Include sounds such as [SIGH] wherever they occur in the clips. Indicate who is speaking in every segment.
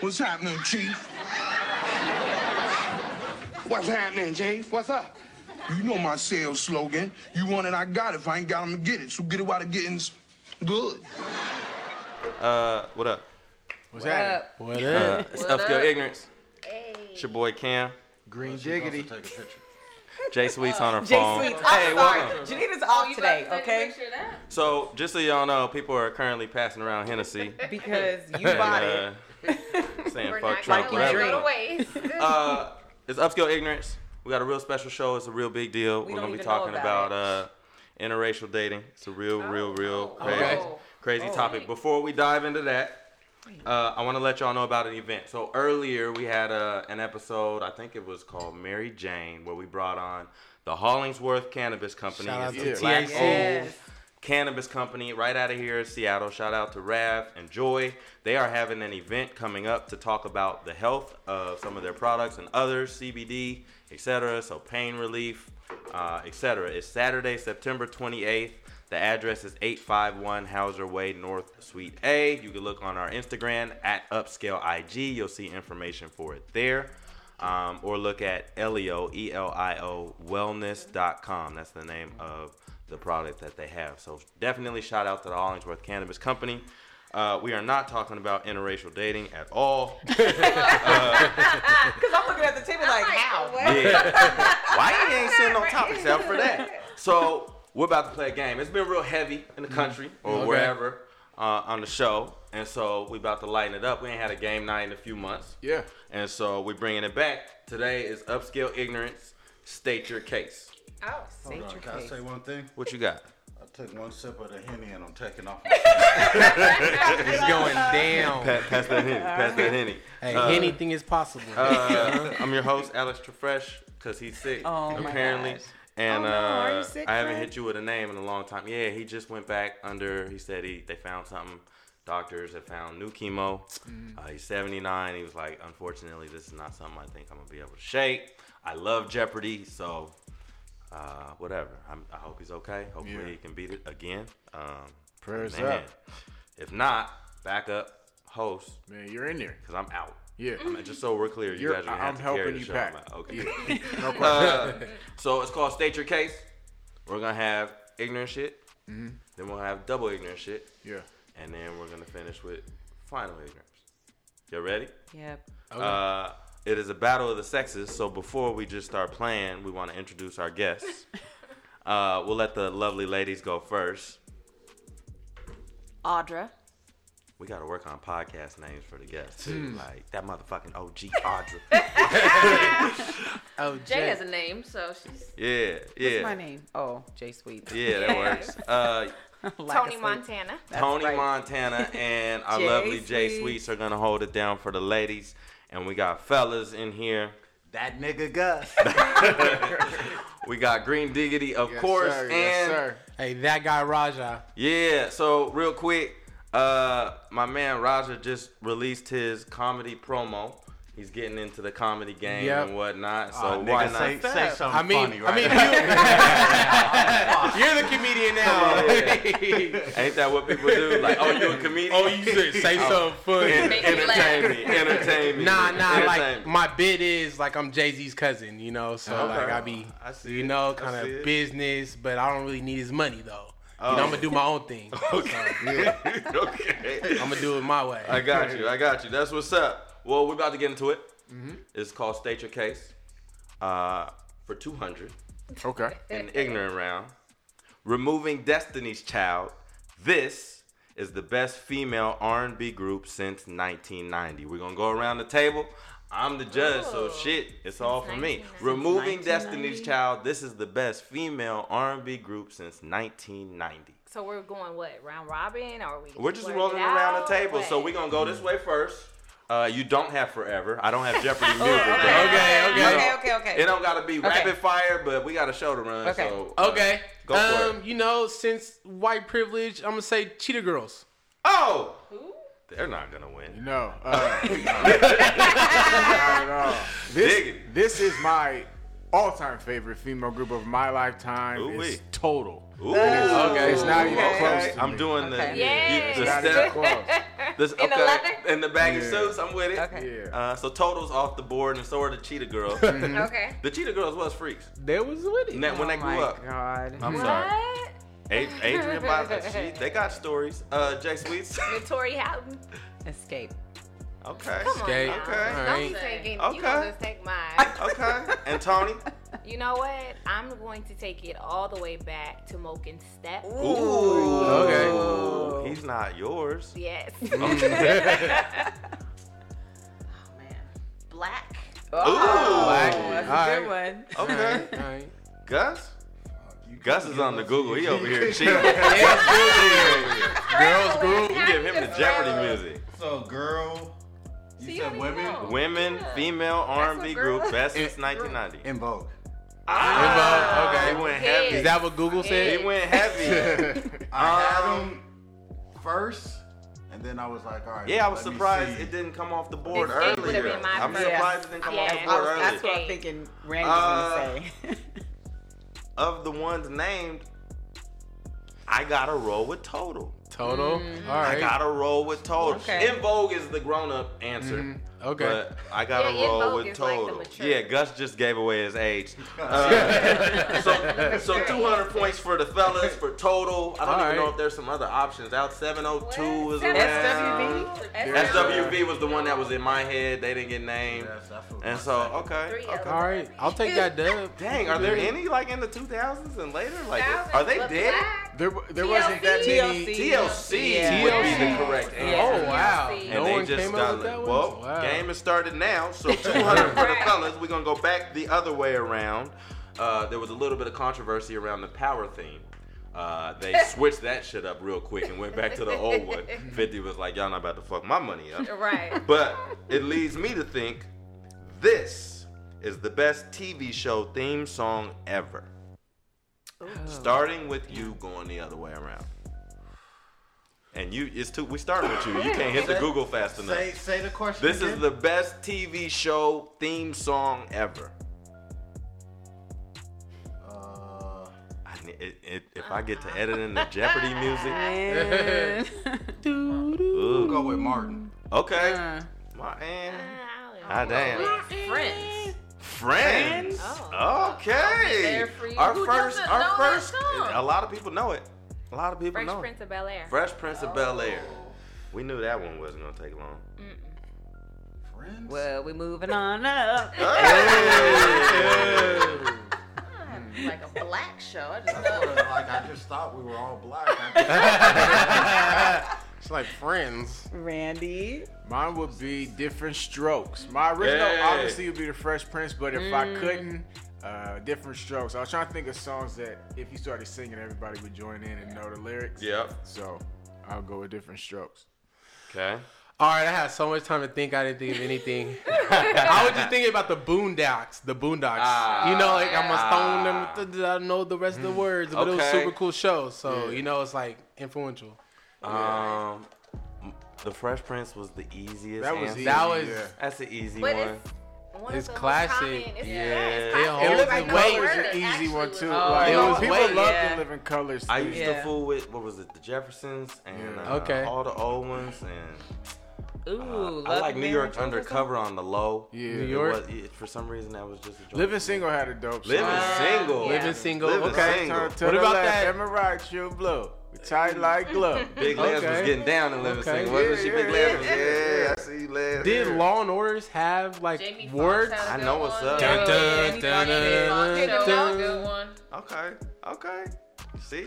Speaker 1: What's happening, Chief?
Speaker 2: What's happening, Chief? What's up?
Speaker 1: You know my sales slogan. You want it, I got it. If I ain't got 'em to get it. So get it while the getting's good.
Speaker 3: Uh, what up?
Speaker 4: What's happening?
Speaker 5: What
Speaker 3: Uh,
Speaker 5: up?
Speaker 3: it's
Speaker 6: What
Speaker 3: upscale
Speaker 6: up?
Speaker 3: ignorance. It's your boy Cam.
Speaker 4: Green Jiggity.
Speaker 3: Jay Sweet's on her
Speaker 7: Jay
Speaker 3: phone.
Speaker 7: Sweet,
Speaker 3: Hey,
Speaker 7: I'm
Speaker 3: what
Speaker 7: sorry.
Speaker 3: up?
Speaker 7: Janita's
Speaker 6: Oh,
Speaker 7: off
Speaker 6: you
Speaker 7: today,
Speaker 6: about to take a
Speaker 7: okay?
Speaker 6: picture of that?
Speaker 3: [LAUGHS] So just so y'all know, people are currently passing around Hennessy.
Speaker 7: Because you bought it.
Speaker 3: uh, saying
Speaker 6: We're
Speaker 3: fuck
Speaker 6: not
Speaker 3: Trump,
Speaker 6: gonna let
Speaker 3: whatever.
Speaker 6: it go
Speaker 7: [LAUGHS]
Speaker 6: to waste.
Speaker 3: Uh, it's upscale ignorance. We got a real special show. It's a real big deal.
Speaker 7: We
Speaker 3: are
Speaker 7: don't
Speaker 3: gonna be
Speaker 7: even know
Speaker 3: talking
Speaker 7: about
Speaker 3: about, uh, interracial dating. It's a real, real, real
Speaker 6: Oh.
Speaker 3: crazy,
Speaker 4: Okay.
Speaker 3: crazy topic. Before we dive into that, uh, I want to let y'all know about an event. So earlier we had uh, an episode. I think it was called Mary Jane, where we brought on the Hollingsworth Cannabis Company.
Speaker 5: Shout out
Speaker 3: It's
Speaker 5: to
Speaker 3: a black
Speaker 5: THC.
Speaker 3: owned
Speaker 7: Yes.
Speaker 3: cannabis company right out of here in Seattle. Shout out to Rav and Joy. They are having an event coming up to talk about the health of some of their products and others, CBD, etc. So pain relief, uh, etc. It's Saturday, September 28th. The address is 851 Hauser Way North Suite A. You can look on our Instagram at Upscale IG. You'll see information for it there. Um, or look at Elio, E L I O, wellness.com. That's the name of the product that they have. So definitely shout out to the Hollingsworth Cannabis Company. Uh, we are not talking about interracial dating at all.
Speaker 7: Because I'm looking at the table like, how?
Speaker 6: What?
Speaker 3: Yeah. Why you ain't sending no topics out for that? So we're about to play a game. It's been real heavy in the country or
Speaker 5: Okay.
Speaker 3: wherever uh, on the show, and so we about to lighten it up. We ain't had a game night in a few months.
Speaker 4: Yeah.
Speaker 3: And so we're bringing it back. Today is upscale ignorance. State your case.
Speaker 6: Oh, see.
Speaker 7: State your
Speaker 5: Can I
Speaker 7: case.
Speaker 5: say one thing?
Speaker 3: What you got?
Speaker 5: I took one sip of the henny and I'm taking off.
Speaker 4: It's going down.
Speaker 3: Pass, pass that henny. Pass that henny.
Speaker 5: hey,
Speaker 3: Uh,
Speaker 5: anything is possible.
Speaker 3: Uh, I'm your host, Alex Trefresh, because he's sick,
Speaker 7: Oh, my
Speaker 3: apparently.
Speaker 7: gosh.
Speaker 3: And
Speaker 7: Oh, no.
Speaker 3: uh,
Speaker 7: Are you sick,
Speaker 3: I haven't
Speaker 7: Fred?
Speaker 3: hit you with a name in a long time. Yeah, he just went back under. He said he they found something. Doctors have found new chemo.
Speaker 7: Mm.
Speaker 3: Uh, he's 79. He was like, unfortunately, this is not something I think I'm gonna be able to shake. I love Jeopardy, so uh, whatever. I'm, I hope he's okay. Hopefully,
Speaker 5: Yeah.
Speaker 3: he can beat it again. Um,
Speaker 5: Prayers
Speaker 3: man.
Speaker 5: up.
Speaker 3: If not, back up host
Speaker 4: Man, you're in there.
Speaker 3: because I'm out.
Speaker 4: Yeah.
Speaker 5: Mm-hmm.
Speaker 3: I mean, just so we're clear, you
Speaker 4: You're-
Speaker 3: guys are gonna
Speaker 4: I-
Speaker 3: have
Speaker 4: I'm
Speaker 3: to carry
Speaker 4: helping
Speaker 3: the
Speaker 4: you
Speaker 3: show.
Speaker 4: pack.
Speaker 3: I'm out. Okay.
Speaker 4: Yeah. No problem.
Speaker 3: Uh, so it's called State Your Case. We're gonna have ignorant shit.
Speaker 4: Mm-hmm.
Speaker 3: Then we'll have double ignorant shit,
Speaker 4: Yeah.
Speaker 3: and then we're gonna finish with final ignorance. You ready?
Speaker 7: Yep.
Speaker 3: Uh, it is a battle of the sexes. So before we just start playing, we want to introduce our
Speaker 7: [LAUGHS]
Speaker 3: guests. Uh, we'll let the lovely ladies go first.
Speaker 7: Audra.
Speaker 3: We gotta work on podcast names for the guests
Speaker 4: Hmm.
Speaker 3: too. Like that motherfucking
Speaker 7: [LAUGHS]
Speaker 3: OG Audra.
Speaker 5: oh,
Speaker 6: Jay has a name, so she's
Speaker 3: Yeah, yeah.
Speaker 7: What's my name? Oh, Jay Sweet. [LAUGHS]
Speaker 3: Yeah, that works. Uh,
Speaker 7: Lack of
Speaker 6: Tony
Speaker 7: sleep.
Speaker 6: Montana.
Speaker 7: That's
Speaker 3: Tony
Speaker 7: right.
Speaker 3: Montana
Speaker 7: [LAUGHS]
Speaker 3: and our
Speaker 7: Jay
Speaker 3: lovely Jay
Speaker 7: Sweet.
Speaker 3: Sweets are gonna hold it down for the ladies, and we got fellas in here.
Speaker 5: that nigga Gus.
Speaker 3: [LAUGHS] We got Green Diggity, of
Speaker 4: Yes,
Speaker 3: course,
Speaker 4: sir.
Speaker 3: and
Speaker 4: Yes, sir.
Speaker 5: hey, that guy Raja.
Speaker 3: yeah. So real quick, uh, my man Roger just released his comedy promo. He's getting into the comedy game
Speaker 4: Yep.
Speaker 3: and whatnot. So
Speaker 5: Oh,
Speaker 3: why
Speaker 5: nigga,
Speaker 3: not?
Speaker 5: say, say something
Speaker 4: I mean,
Speaker 5: funny,
Speaker 4: I
Speaker 5: right?
Speaker 4: mean,
Speaker 5: [LAUGHS]
Speaker 4: you, you're the comedian
Speaker 3: [LAUGHS]
Speaker 4: now.
Speaker 3: Ain't that what people do? Like, oh, you a comedian? Oh,
Speaker 5: you said say
Speaker 4: something
Speaker 5: funny.
Speaker 6: Make me laugh.
Speaker 3: entertain me, entertain me.
Speaker 5: Nah, nah.
Speaker 3: entertain
Speaker 5: Like
Speaker 3: me.
Speaker 5: my bit is like I'm Jay Z's cousin, you know. So like I be,
Speaker 3: I see
Speaker 5: you
Speaker 3: it.
Speaker 5: know,
Speaker 3: I
Speaker 5: kind
Speaker 3: see
Speaker 5: of
Speaker 3: it.
Speaker 5: business, but I don't really need his money though. You
Speaker 3: Oh.
Speaker 5: know, I'm gonna do my
Speaker 3: [LAUGHS]
Speaker 5: own thing.
Speaker 3: [LAUGHS] okay.
Speaker 5: I'm gonna do it my way. [LAUGHS]
Speaker 3: I got you. I got you. That's what's up. Well, we're about to get into it. It's called State Your Case uh, for 200
Speaker 4: okay.
Speaker 3: an ignorant round. Removing Destiny's Child. This is the best female R&B group since 1990. We're gonna go around the table. I'm the judge, so
Speaker 6: Ooh.
Speaker 3: shit, it's all for me.
Speaker 6: 1990.
Speaker 3: Removing Destiny's Child. This is the best female R&B group since 1990.
Speaker 6: So we're going what round robin, or are we?
Speaker 3: We're just
Speaker 6: work it
Speaker 3: rolling around
Speaker 6: out?
Speaker 3: the table, so
Speaker 6: What?
Speaker 3: we're gonna go this way first. Uh, you don't have forever. I don't have Jeopardy music.
Speaker 7: okay.
Speaker 3: though.
Speaker 4: Okay,
Speaker 3: You
Speaker 4: okay,
Speaker 7: Okay,
Speaker 3: know,
Speaker 7: okay, okay.
Speaker 3: It don't gotta be rapid fire, but we got a show to run.
Speaker 7: Okay.
Speaker 3: So, uh,
Speaker 5: Okay.
Speaker 3: Go for
Speaker 5: um,
Speaker 3: it.
Speaker 5: you know, since white privilege, I'm gonna say cheetah girls.
Speaker 3: Oh,
Speaker 6: Who?
Speaker 3: they're not gonna win.
Speaker 4: No.
Speaker 5: [LAUGHS]
Speaker 4: Uh, no. Not at all.
Speaker 3: Dig
Speaker 4: This,
Speaker 3: it.
Speaker 4: this is my all-time favorite female group of my lifetime.
Speaker 3: Ooh-wee.
Speaker 4: It's total.
Speaker 3: Ooh.
Speaker 4: It's not even
Speaker 7: Okay.
Speaker 4: close. To
Speaker 3: I'm
Speaker 4: me.
Speaker 3: doing the
Speaker 7: Okay.
Speaker 3: you-
Speaker 6: Yay.
Speaker 3: the
Speaker 4: Not even
Speaker 3: step
Speaker 4: close.
Speaker 3: This,
Speaker 6: In the leather?
Speaker 3: In the baggy
Speaker 4: Yeah.
Speaker 3: suits, I'm with it.
Speaker 7: Okay.
Speaker 4: Yeah. Mm-hmm.
Speaker 3: Uh, so totals off the board, and so are the Cheetah
Speaker 4: [LAUGHS]
Speaker 3: Girls.
Speaker 6: Okay.
Speaker 3: the Cheetah Girls was freaks.
Speaker 5: They was with
Speaker 3: And that- when
Speaker 7: oh
Speaker 3: they grew
Speaker 7: my
Speaker 3: up,
Speaker 7: God.
Speaker 3: I'm
Speaker 6: what?
Speaker 3: sorry. A- Adrian Bobby, she, they got stories. Uh, Jay Sweets.
Speaker 6: Notori Houghton.
Speaker 7: Escape.
Speaker 3: okay.
Speaker 6: Come on.
Speaker 5: Okay,
Speaker 6: now.
Speaker 3: okay.
Speaker 5: All
Speaker 6: Don't be
Speaker 5: right.
Speaker 6: taking.
Speaker 3: Okay.
Speaker 6: You gonna just take mine.
Speaker 3: Okay. And Tony.
Speaker 6: You know what? I'm going to take it all the way back to Moken Step.
Speaker 3: Ooh.
Speaker 5: Okay.
Speaker 3: He's not
Speaker 6: [LAUGHS]
Speaker 3: yours. [LAUGHS]
Speaker 6: Yes. Black.
Speaker 7: Oh,
Speaker 5: Black.
Speaker 7: that's a
Speaker 5: All
Speaker 7: good one.
Speaker 3: Okay.
Speaker 5: All right.
Speaker 3: Gus. Gus is on the Google. He over here
Speaker 6: [LAUGHS]
Speaker 3: cheating.
Speaker 5: Girls group.
Speaker 3: You give him the Jeopardy music.
Speaker 8: So, girl, you
Speaker 6: See, I
Speaker 8: said
Speaker 6: don't
Speaker 8: women
Speaker 6: know.
Speaker 3: Women, female R&B
Speaker 6: a
Speaker 3: group,
Speaker 6: girl.
Speaker 3: best since 1990.
Speaker 8: in Vogue.
Speaker 5: Ah.
Speaker 3: He went
Speaker 6: Yeah.
Speaker 5: Is
Speaker 3: heavy.
Speaker 5: that what Google
Speaker 3: He
Speaker 5: said?
Speaker 3: went heavy.
Speaker 8: [LAUGHS] I had
Speaker 3: Um,
Speaker 8: them first, and then I was like, all right.
Speaker 3: Yeah, I was
Speaker 8: let me
Speaker 3: surprised
Speaker 8: see.
Speaker 3: it didn't come off the board
Speaker 6: Escape
Speaker 3: earlier.
Speaker 6: would've been my
Speaker 3: I'm
Speaker 6: first.
Speaker 3: surprised it didn't come off
Speaker 6: Yeah.
Speaker 3: the
Speaker 7: I
Speaker 3: board
Speaker 6: Or
Speaker 7: was, that's
Speaker 3: earlier.
Speaker 7: what
Speaker 6: early.
Speaker 7: I'm thinking Randy was going to say.
Speaker 3: Of the ones named, I gotta roll with total.
Speaker 5: Total. All
Speaker 3: Mm. I
Speaker 5: right.
Speaker 3: gotta roll with total.
Speaker 7: Okay.
Speaker 3: In Vogue is the grown up answer.
Speaker 5: Okay.
Speaker 3: But I gotta
Speaker 6: Yeah, In
Speaker 3: roll
Speaker 6: Vogue
Speaker 3: with
Speaker 6: is like the
Speaker 3: total.
Speaker 6: mature.
Speaker 3: yeah, Gus just gave away his age. Uh, so, so 200 points for the fellas for total. I don't even
Speaker 5: Alright.
Speaker 3: know if there's some other options out. 702 was
Speaker 6: What?
Speaker 3: around.
Speaker 7: SWV?
Speaker 3: SWV was the one that was in my head. They didn't get named.
Speaker 8: Yes, that's what
Speaker 3: And so, okay.
Speaker 6: Three
Speaker 3: okay.
Speaker 5: All right. I'll take that dub.
Speaker 3: Dang, are there any like in the 2000s and later? Like,
Speaker 6: Thousands,
Speaker 3: are they
Speaker 6: but
Speaker 3: dead?
Speaker 6: Black.
Speaker 4: There, there wasn't that many.
Speaker 7: TLC.
Speaker 3: TLC
Speaker 7: Yeah.
Speaker 3: would be
Speaker 5: TLC.
Speaker 3: the correct answer.
Speaker 7: Yeah.
Speaker 5: Oh wow.
Speaker 6: And
Speaker 3: And
Speaker 5: no
Speaker 3: they
Speaker 5: one
Speaker 3: just
Speaker 5: came
Speaker 3: done
Speaker 5: up
Speaker 3: it.
Speaker 5: with that one.
Speaker 3: Well,
Speaker 5: wow.
Speaker 3: game has started now,
Speaker 5: [LAUGHS]
Speaker 3: so 200 for the
Speaker 6: Right.
Speaker 3: fellas. We're gonna go back the other way around. Uh, there was a little bit of controversy around the power theme. Uh,
Speaker 5: [LAUGHS]
Speaker 3: they switched that shit up real quick and went back to the old one. 50 was like, y'all not about to fuck my money up.
Speaker 6: Right.
Speaker 3: But it leads me to think this is the best TV show theme song ever. Starting with you going the other way around. And you, it's too, we started with you. You can't hit the Google fast enough.
Speaker 8: Say, say the question.
Speaker 3: This is
Speaker 8: again.
Speaker 3: the best TV show theme song ever.
Speaker 8: Uh,
Speaker 3: I, ne- it, it, if I get to editing the Jeopardy music,
Speaker 8: we'll
Speaker 3: ooh.
Speaker 8: go with Martin.
Speaker 3: okay.
Speaker 7: Uh,
Speaker 3: Martin. Ah,
Speaker 6: I
Speaker 3: damn.
Speaker 6: Friends.
Speaker 3: Friends.
Speaker 6: Oh.
Speaker 3: Okay.
Speaker 6: there for you.
Speaker 3: Our
Speaker 6: Who
Speaker 3: first,
Speaker 6: doesn't
Speaker 3: our
Speaker 6: know that
Speaker 3: first.
Speaker 6: song?
Speaker 3: A lot of people know it. A lot of people
Speaker 6: Fresh
Speaker 3: know it.
Speaker 6: Prince of Bel Air.
Speaker 3: Fresh Prince of Bel Air. We knew that one wasn't gonna take
Speaker 6: [LAUGHS]
Speaker 3: long.
Speaker 8: Friends?
Speaker 7: well, we're moving on up.
Speaker 6: Like a black show. I just
Speaker 8: That's what,
Speaker 6: love
Speaker 8: like, I just thought we were all black. I
Speaker 5: It's like friends.
Speaker 7: Randy.
Speaker 4: Mine would be different strokes. My original
Speaker 3: Hey.
Speaker 4: obviously would be the Fresh Prince, but if I couldn't, uh, different strokes. I was trying to think of songs that if you started singing, everybody would join in and know the lyrics.
Speaker 3: Yep.
Speaker 4: So I'll go with different strokes.
Speaker 3: Okay.
Speaker 5: All right, I had so much time to think. I didn't think of anything. [LAUGHS] I was just thinking about the Boondocks, the Boondocks.
Speaker 3: Ah.
Speaker 5: you know, like I'm a stone. Them, I don't know the rest of the words, but it was a
Speaker 3: Okay.
Speaker 5: super cool show. So you know, it's like influential.
Speaker 3: Um, the Fresh Prince was the easiest.
Speaker 4: That was
Speaker 3: answer.
Speaker 4: easy.
Speaker 5: That was-
Speaker 4: yeah.
Speaker 3: That's the easy
Speaker 6: But
Speaker 3: one.
Speaker 6: it's one
Speaker 5: It's
Speaker 6: of the most
Speaker 5: classic.
Speaker 6: common- It's
Speaker 3: Yeah.
Speaker 6: classic.
Speaker 5: It
Speaker 4: And
Speaker 5: holds
Speaker 4: Living
Speaker 5: its
Speaker 6: Like,
Speaker 5: weight.
Speaker 4: Colors
Speaker 6: word
Speaker 4: is an easy
Speaker 6: actually
Speaker 4: one
Speaker 6: was-
Speaker 4: too.
Speaker 6: Oh,
Speaker 4: like,
Speaker 5: it was
Speaker 4: people
Speaker 5: weight,
Speaker 4: love
Speaker 7: yeah.
Speaker 4: the Living Colors.
Speaker 3: I
Speaker 4: too.
Speaker 3: used to
Speaker 7: Yeah.
Speaker 3: fool with what was it, the Jeffersons and
Speaker 4: Yeah.
Speaker 3: uh,
Speaker 5: Okay.
Speaker 3: all the old ones and
Speaker 7: Ooh,
Speaker 3: uh,
Speaker 7: love
Speaker 3: I like
Speaker 7: and
Speaker 3: New York
Speaker 7: marriage or
Speaker 3: Undercover on the low.
Speaker 4: Yeah.
Speaker 5: New
Speaker 3: It
Speaker 5: York,
Speaker 3: was- it- for some reason that was just a joke.
Speaker 4: Living Single had a dope song.
Speaker 3: Living single.
Speaker 6: yeah.
Speaker 5: living single.
Speaker 3: Living
Speaker 5: okay.
Speaker 3: Single.
Speaker 4: Turn to
Speaker 5: What
Speaker 4: the
Speaker 5: about
Speaker 4: left,
Speaker 5: that?
Speaker 4: Emma Rock, you blow. Tight like glove.
Speaker 3: Big Les was
Speaker 5: Okay.
Speaker 3: getting down in Living
Speaker 5: Okay.
Speaker 3: Single. Wasn't she? Big
Speaker 4: Yeah,
Speaker 3: Les
Speaker 4: yeah,
Speaker 3: was,
Speaker 4: yeah,
Speaker 3: yeah, I see Les.
Speaker 5: Did
Speaker 3: yeah.
Speaker 5: Law and Orders have like
Speaker 6: Jamie Foxx
Speaker 3: [LAUGHS]
Speaker 5: words? [LAUGHS]
Speaker 6: had a
Speaker 3: I
Speaker 6: good
Speaker 3: know what's
Speaker 6: one.
Speaker 3: up.
Speaker 6: Yeah,
Speaker 5: Dun, dun,
Speaker 6: Jamie
Speaker 5: dun,
Speaker 6: Foxx did
Speaker 5: dun,
Speaker 6: Foxx had a
Speaker 5: dun.
Speaker 6: good one.
Speaker 3: Okay, okay. See,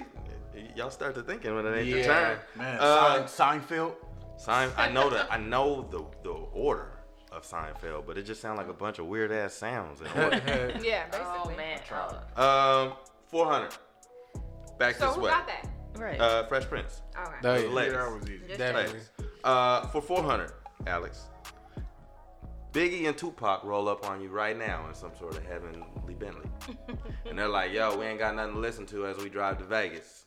Speaker 3: Y- y'all start to thinking when it ain't your
Speaker 5: Yeah.
Speaker 3: turn.
Speaker 8: Man,
Speaker 3: Uh,
Speaker 8: Sein- Seinfeld.
Speaker 3: Sein- I know that I know the the order of Seinfeld, but it just sounds like a bunch of weird ass
Speaker 5: [LAUGHS]
Speaker 3: sounds. In order.
Speaker 6: Yeah, basically. Oh, man.
Speaker 3: um, four hundred. Back
Speaker 6: So
Speaker 3: this
Speaker 6: who
Speaker 3: way.
Speaker 6: got that?
Speaker 7: Right.
Speaker 3: Uh, Fresh Prince.
Speaker 6: All right.
Speaker 5: No, yeah,
Speaker 3: Legs.
Speaker 4: That was easy.
Speaker 5: definitely.
Speaker 3: Legs. Uh, for 400, Alex. Biggie and Tupac roll up on you right now in some sort of heavenly Bentley. and they're like, yo, we ain't got nothing to listen to as we drive to Vegas.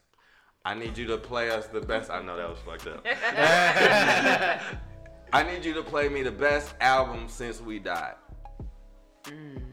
Speaker 3: I need you to play us the best. I know that was fucked up. [LAUGHS] I need you to play me the best album since we died.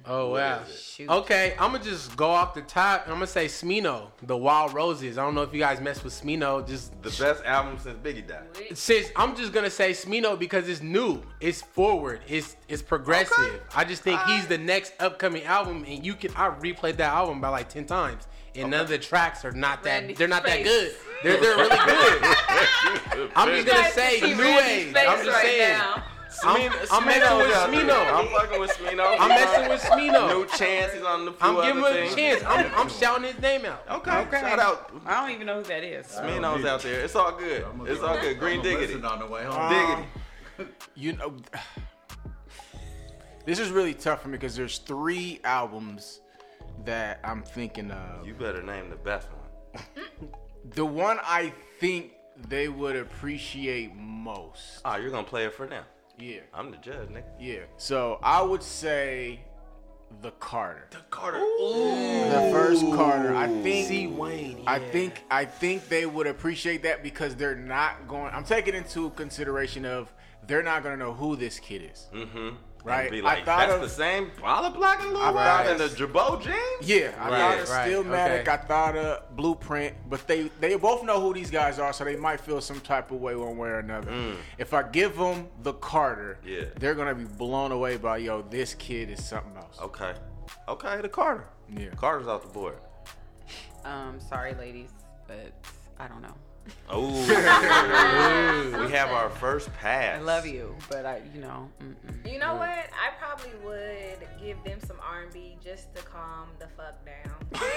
Speaker 5: Oh wow.
Speaker 7: Shoot.
Speaker 5: Okay, I'm gonna just go off the top and I'm gonna say Smino, the Wild Roses. I don't know if you guys mess with Smino. Just
Speaker 3: The best album since Biggie died.
Speaker 5: since I'm just gonna say Smino because it's new, it's forward, it's it's progressive. I just think he's the next upcoming album, and you can I replayed that album by like ten times, and none of the tracks are not that
Speaker 7: Randy's
Speaker 5: they're not that
Speaker 7: face.
Speaker 5: good. They're
Speaker 3: [LAUGHS]
Speaker 5: they're really good. I'm just gonna say
Speaker 7: See
Speaker 5: new
Speaker 7: Randy's
Speaker 5: age.
Speaker 7: face
Speaker 5: I'm just
Speaker 7: right
Speaker 5: saying.
Speaker 7: now.
Speaker 5: I'm, I'm messing with
Speaker 3: I'm
Speaker 5: Smino.
Speaker 3: fucking with Smino.
Speaker 5: I'm messing with Smino.
Speaker 3: [LAUGHS] No chance. He's on the
Speaker 5: I'm
Speaker 3: few
Speaker 5: giving him
Speaker 3: other
Speaker 5: a
Speaker 3: things.
Speaker 5: chance. I'm,
Speaker 3: [LAUGHS]
Speaker 5: I'm shouting his name out.
Speaker 3: Okay. Shout out.
Speaker 7: I don't even know who that is.
Speaker 8: I don't
Speaker 3: Smino's
Speaker 8: need
Speaker 3: out
Speaker 8: it.
Speaker 3: there. It's all good.
Speaker 8: I'm gonna
Speaker 3: It's
Speaker 8: go-
Speaker 3: all good.
Speaker 8: I'm
Speaker 3: Green
Speaker 8: gonna
Speaker 3: Diggity.
Speaker 8: listen on the way home.
Speaker 4: Um,
Speaker 3: Diggity.
Speaker 4: You know, [SIGHS] this is really tough for me because there's three albums that I'm thinking of.
Speaker 3: You better name the best one.
Speaker 4: The one I think they would appreciate most.
Speaker 3: Oh, you're gonna play it for them.
Speaker 4: Yeah,
Speaker 3: I'm the judge, nigga.
Speaker 4: yeah. So I would say the Carter,
Speaker 3: Carter.
Speaker 4: the first Carter. I think
Speaker 5: Wayne.
Speaker 4: I think I think they would appreciate that because they're not going. I'm taking into consideration of they're not going to know who this kid is. Mm-hmm. Right.
Speaker 3: Be like,
Speaker 4: I thought
Speaker 3: that's
Speaker 4: of
Speaker 3: the same Paula Black and Lil
Speaker 4: I
Speaker 3: Wayne
Speaker 4: thought
Speaker 3: and the
Speaker 4: it's-
Speaker 3: Jabo James.
Speaker 4: yeah. I
Speaker 3: Right,
Speaker 4: thought of
Speaker 5: right,
Speaker 4: Stillmatic.
Speaker 5: okay.
Speaker 4: I thought of Blueprint, but they they both know who these guys are, so they might feel some type of way one way or another. If I give them the Carter,
Speaker 3: Mm. Yeah.
Speaker 4: they're going to be blown away by yo. This kid is something else.
Speaker 3: Okay. Okay, the Carter.
Speaker 4: Yeah.
Speaker 3: Carter's off the board.
Speaker 7: Um, sorry, ladies, but I don't know.
Speaker 3: Oh. we have our first pass.
Speaker 7: I
Speaker 3: [LAUGHS]
Speaker 7: love you, but I, you know, mm-mm.
Speaker 6: You know what? I probably would give them some R&B just to calm the fuck down. [LAUGHS]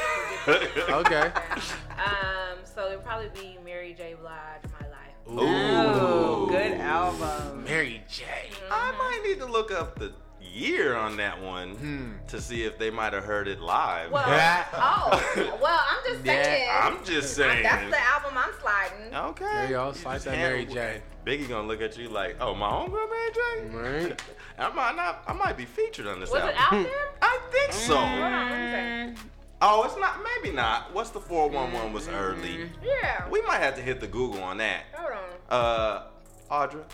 Speaker 6: To get the fuck
Speaker 5: Okay.
Speaker 6: down. Um, so it'd probably be Mary J. Blige, My Life.
Speaker 7: Ooh, Oh, good album.
Speaker 5: Mary J.
Speaker 3: I might need to look up the year on that one to see if they might have heard it live.
Speaker 6: Well, oh, well, I'm just
Speaker 5: Yeah,
Speaker 6: saying.
Speaker 3: I'm just saying.
Speaker 6: that's the album I'm sliding.
Speaker 3: Okay.
Speaker 5: There you go.
Speaker 3: just
Speaker 5: Slice that
Speaker 3: handle
Speaker 5: Mary
Speaker 3: it.
Speaker 5: J.
Speaker 3: Biggie gonna look at you like, oh, my homegirl Mary J.
Speaker 5: Right.
Speaker 3: I might not. I might be featured on this
Speaker 6: Was
Speaker 3: album.
Speaker 6: it out there?
Speaker 3: I think
Speaker 9: Mm-hmm.
Speaker 3: so.
Speaker 6: Hold on, let me
Speaker 3: Oh, it's not. Maybe not. What's the 411 was
Speaker 9: Mm-hmm.
Speaker 3: early.
Speaker 6: see. Yeah.
Speaker 3: We might have to hit the Google on that.
Speaker 6: Hold on.
Speaker 3: Uh, Audra.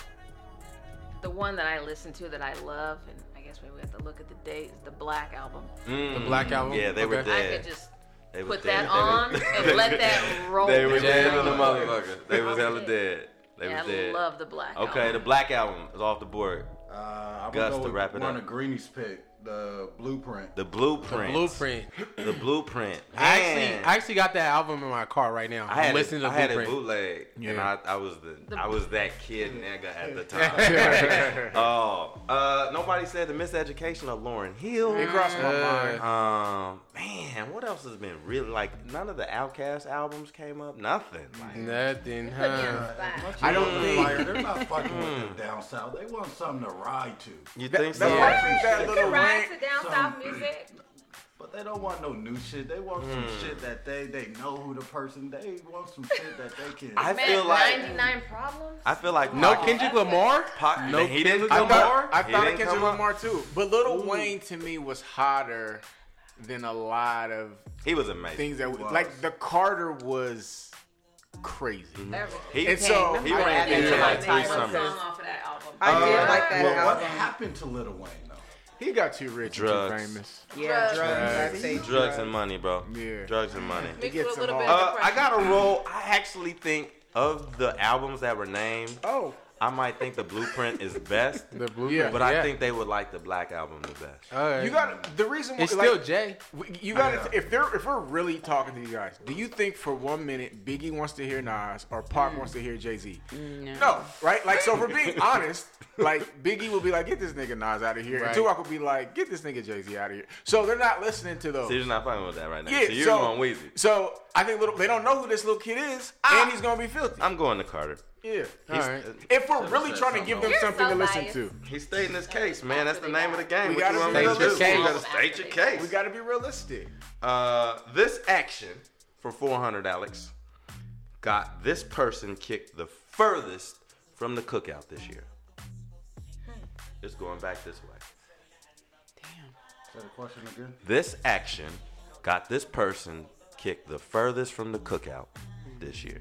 Speaker 9: The one that I listen to that I love, and I guess we have to look at the date, is the Black album.
Speaker 3: Mm.
Speaker 5: Black Album?
Speaker 3: Yeah, they were
Speaker 5: Okay.
Speaker 9: I
Speaker 3: dead.
Speaker 9: could just
Speaker 3: They was
Speaker 9: put that
Speaker 3: dead.
Speaker 9: on and let that roll.
Speaker 3: They were
Speaker 5: They
Speaker 3: dead
Speaker 5: were
Speaker 3: on the
Speaker 5: dead.
Speaker 3: motherfucker. They was hella dead. They
Speaker 9: Yeah,
Speaker 3: was dead.
Speaker 9: I love the Black
Speaker 3: Okay, the
Speaker 9: album.
Speaker 3: Black album is off the board.
Speaker 8: Uh, I'm
Speaker 3: Gus,
Speaker 8: gonna go
Speaker 3: to
Speaker 8: with
Speaker 3: wrap it
Speaker 8: one
Speaker 3: up.
Speaker 8: of Greeny's pick, the blueprint.
Speaker 3: The blueprint.
Speaker 5: Blueprint.
Speaker 3: The blueprint.
Speaker 5: I actually,
Speaker 3: Man.
Speaker 5: I actually got that album in my car right now.
Speaker 3: I
Speaker 5: I'm
Speaker 3: had
Speaker 5: listening
Speaker 3: a,
Speaker 5: to
Speaker 3: I had a
Speaker 5: Blueprint.
Speaker 3: bootleg, and
Speaker 4: Yeah.
Speaker 3: I, I was the, I was that kid nigga at the time.
Speaker 5: [LAUGHS]
Speaker 3: oh, uh, nobody said the miseducation of Lauren Hill.
Speaker 4: It crossed my mind.
Speaker 3: Um, man, what else has been really like? None of the Outkast albums came up. Nothing. Like,
Speaker 5: Nothing,
Speaker 6: Put me on
Speaker 5: huh?
Speaker 6: the spot.
Speaker 4: I don't
Speaker 8: They're
Speaker 4: think.
Speaker 8: like, They're not fucking
Speaker 3: Hmm.
Speaker 8: with the down south. They want something to ride to,
Speaker 3: you think so?
Speaker 4: That's why I think that
Speaker 6: You
Speaker 4: little
Speaker 6: can ride
Speaker 4: rant-
Speaker 6: to down south music.
Speaker 8: but they don't want no new shit. They want some
Speaker 3: Hmm.
Speaker 8: shit that they they know who the person. They want some shit that they can.
Speaker 3: [LAUGHS] I
Speaker 6: Man,
Speaker 3: feel like
Speaker 6: 99 Problems.
Speaker 3: I feel like
Speaker 5: No
Speaker 3: Pac-
Speaker 5: Kendrick Lamar?
Speaker 3: Pac-
Speaker 5: No
Speaker 3: he didn't
Speaker 5: Kendrick
Speaker 3: come
Speaker 4: I thought,
Speaker 3: up.
Speaker 4: I
Speaker 3: He
Speaker 4: thought of
Speaker 3: didn't
Speaker 4: Kendrick
Speaker 3: come up.
Speaker 4: Lamar too, but Little Wayne to me was hotter than a lot of
Speaker 3: He was amazing.
Speaker 4: things that
Speaker 8: was.
Speaker 4: like the Carter was crazy.
Speaker 3: Mm-hmm. he,
Speaker 4: And so
Speaker 3: he
Speaker 4: I
Speaker 3: ran
Speaker 4: did
Speaker 3: into
Speaker 4: like
Speaker 3: like three
Speaker 4: Tyler
Speaker 3: summers.
Speaker 9: Song off of that album.
Speaker 7: I did
Speaker 8: Uh,
Speaker 7: like that
Speaker 8: well, what
Speaker 7: album.
Speaker 8: happened to Little Wayne though?
Speaker 4: He got too rich, and
Speaker 3: Drugs.
Speaker 4: too famous.
Speaker 7: Yeah, drugs.
Speaker 4: Drugs.
Speaker 7: I'd say
Speaker 3: Drugs and money, bro.
Speaker 4: Yeah.
Speaker 3: Drugs and money.
Speaker 6: Mixed
Speaker 4: get
Speaker 6: with a
Speaker 4: some
Speaker 6: little bit
Speaker 4: hard-
Speaker 6: of
Speaker 3: Uh, I
Speaker 6: depression.
Speaker 3: got a roll. I actually think of the albums that were named,
Speaker 4: Oh,
Speaker 3: I might think the Blueprint is best,
Speaker 5: The Blueprint.
Speaker 4: Yeah. Uh,
Speaker 3: but I think they would like the Black album the best.
Speaker 5: All right.
Speaker 4: you got the reason. Why,
Speaker 5: it's
Speaker 4: like,
Speaker 3: [LAUGHS]
Speaker 5: still Jay.
Speaker 4: we- You got to if they're if we're really talking to you guys, do you think for one minute Biggie wants to hear Nas or
Speaker 6: Mm.
Speaker 4: Park wants to hear Jay Z? No. right? Like
Speaker 6: [LAUGHS]
Speaker 4: so, for being honest, like Biggie will be like, "Get this nigga Nas out of here,"
Speaker 5: Right.
Speaker 4: and Tupac will be like, "Get this nigga Jay Z out of here." So they're not listening to those.
Speaker 3: So you're not fucking with that right now.
Speaker 4: Yeah,
Speaker 3: so you're
Speaker 4: so-
Speaker 3: going Weezy.
Speaker 4: So I think little, they don't know who this little kid is,
Speaker 6: Ah.
Speaker 4: and he's gonna be filthy.
Speaker 3: I'm going to Carter.
Speaker 4: Yeah.
Speaker 5: All right.
Speaker 6: uh,
Speaker 4: If we're really trying to give them
Speaker 6: You're
Speaker 4: something
Speaker 6: so
Speaker 4: to listen
Speaker 6: biased.
Speaker 4: to,
Speaker 3: He's stating his case, man. That's the name of the game.
Speaker 4: We
Speaker 3: what
Speaker 4: gotta
Speaker 3: you want me to
Speaker 4: state your
Speaker 3: do?
Speaker 5: case.
Speaker 3: You gotta state your case.
Speaker 4: we got to be
Speaker 6: [LAUGHS]
Speaker 4: realistic.
Speaker 3: Uh, this action for 400, Alex, got this person kicked the furthest from the cookout this year. It's going back this way.
Speaker 8: Is that a question again?
Speaker 3: This action got this person kicked the furthest from the cookout this year.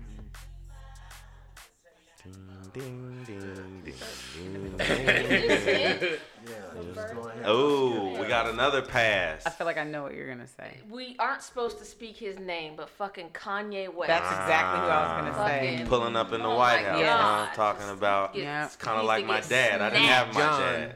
Speaker 3: Ding, ding, ding, ding, ding, ding.
Speaker 8: Yeah, just go ahead.
Speaker 3: Oh, we got another pass.
Speaker 7: I feel like I know what you're gonna say.
Speaker 9: We aren't supposed to speak his name, but fucking Kanye West.
Speaker 7: That's exactly who I was gonna say.
Speaker 9: Fucking-
Speaker 3: Ah. Pulling up in the
Speaker 9: Oh
Speaker 3: White
Speaker 9: my
Speaker 3: House,
Speaker 9: God.
Speaker 3: huh? talking about
Speaker 9: Get-
Speaker 7: Yeah.
Speaker 3: it's kind of
Speaker 9: used
Speaker 3: like
Speaker 9: to
Speaker 3: my
Speaker 9: get
Speaker 3: dad. I didn't have
Speaker 9: snapped.
Speaker 3: my
Speaker 5: John.
Speaker 3: dad.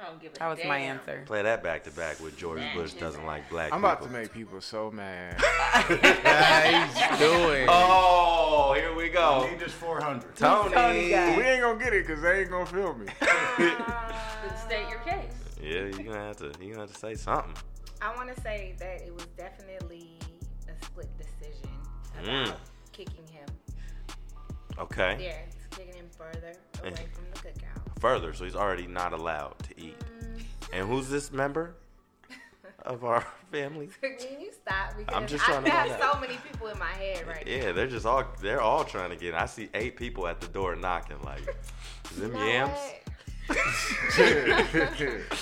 Speaker 9: I don't give a
Speaker 7: That was my
Speaker 9: damn.
Speaker 7: answer.
Speaker 3: Play that back to back with George Bush doesn't like black
Speaker 4: I'm
Speaker 3: people.
Speaker 4: about to make people so mad.
Speaker 5: He's doing.
Speaker 3: Oh, here we go.
Speaker 8: Need this 400.
Speaker 3: Tony.
Speaker 4: we ain't gonna get it because they ain't gonna feel me.
Speaker 9: Then State your case.
Speaker 3: Yeah, you're gonna have to you're gonna have to say something.
Speaker 6: I want to say that it was definitely a split decision
Speaker 3: Mm.
Speaker 6: about kicking him
Speaker 3: Okay.
Speaker 6: there, kicking him further away
Speaker 3: Eh.
Speaker 6: from the cookout.
Speaker 3: Further, so he's already not allowed to eat. And who's this member of our family?
Speaker 6: Can you stop? Because
Speaker 3: just trying
Speaker 6: I
Speaker 3: to
Speaker 6: have
Speaker 3: find out.
Speaker 6: so many people in my head right now.
Speaker 3: Yeah, they're just all they're all trying to get in. I see eight people at the door knocking like them
Speaker 6: You know
Speaker 3: yams.
Speaker 6: what?
Speaker 7: [LAUGHS]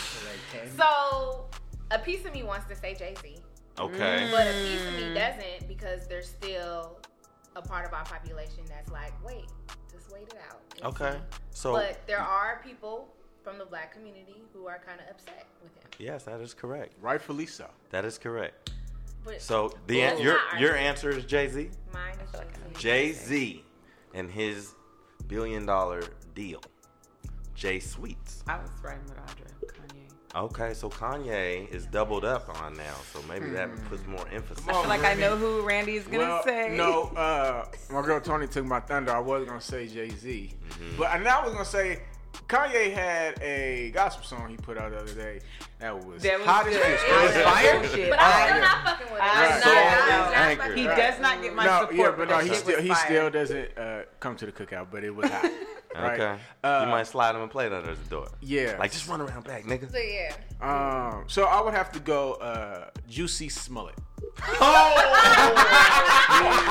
Speaker 6: So a piece of me wants to say Jay Z,
Speaker 3: Okay.
Speaker 6: but a piece of
Speaker 3: Mm.
Speaker 6: me doesn't because there's still a part of our population that's like, wait, just wait it out. and
Speaker 3: Okay.
Speaker 6: see."
Speaker 3: So
Speaker 6: Mm. But there are people from the black community who are kind of upset with him.
Speaker 3: yes, that is correct.
Speaker 4: Rightfully so.
Speaker 3: That is correct.
Speaker 6: But
Speaker 3: So the an-
Speaker 6: Ooh.
Speaker 3: your
Speaker 6: Not
Speaker 3: your
Speaker 6: arguing.
Speaker 3: answer is Jay Z.
Speaker 6: mine is Jay Z.
Speaker 3: Jay Z and his billion dollar deal. Jay Sweets.
Speaker 7: I was riding with Audra, Kanye.
Speaker 3: Okay, so Kanye is doubled up on now, so maybe that
Speaker 4: Hmm.
Speaker 3: puts more emphasis.
Speaker 7: I feel like I know who Randy's gonna
Speaker 4: Well,
Speaker 7: say.
Speaker 4: no, uh, my girl Tony took my thunder. I was gonna say Jay Z, but and I was gonna say Kanye had a gospel song he put out the other day that was,
Speaker 7: That was
Speaker 4: hot as
Speaker 7: good.
Speaker 4: bitch.
Speaker 7: It was fire.
Speaker 4: Shit.
Speaker 6: But I'm
Speaker 4: Oh,
Speaker 6: still
Speaker 4: yeah.
Speaker 6: not fucking with
Speaker 7: I
Speaker 6: him. I'm
Speaker 7: know.
Speaker 6: not- I'm
Speaker 3: Anchor.
Speaker 7: He
Speaker 6: not fucking with
Speaker 7: does
Speaker 6: him.
Speaker 7: not get my
Speaker 4: no,
Speaker 7: support.
Speaker 4: yeah, but no,
Speaker 7: that
Speaker 4: he
Speaker 7: shit was
Speaker 4: still he
Speaker 7: fire.
Speaker 4: still doesn't uh, come to the cookout, but it was
Speaker 7: [LAUGHS]
Speaker 4: hot. right?
Speaker 3: Okay,
Speaker 4: Uh,
Speaker 3: you might slide him a plate under the door.
Speaker 4: Yeah.
Speaker 3: like just run around back, nigga.
Speaker 6: So yeah.
Speaker 4: Um, so I would have to go uh, Juicy
Speaker 7: [LAUGHS]
Speaker 4: Smollett.
Speaker 7: Oh!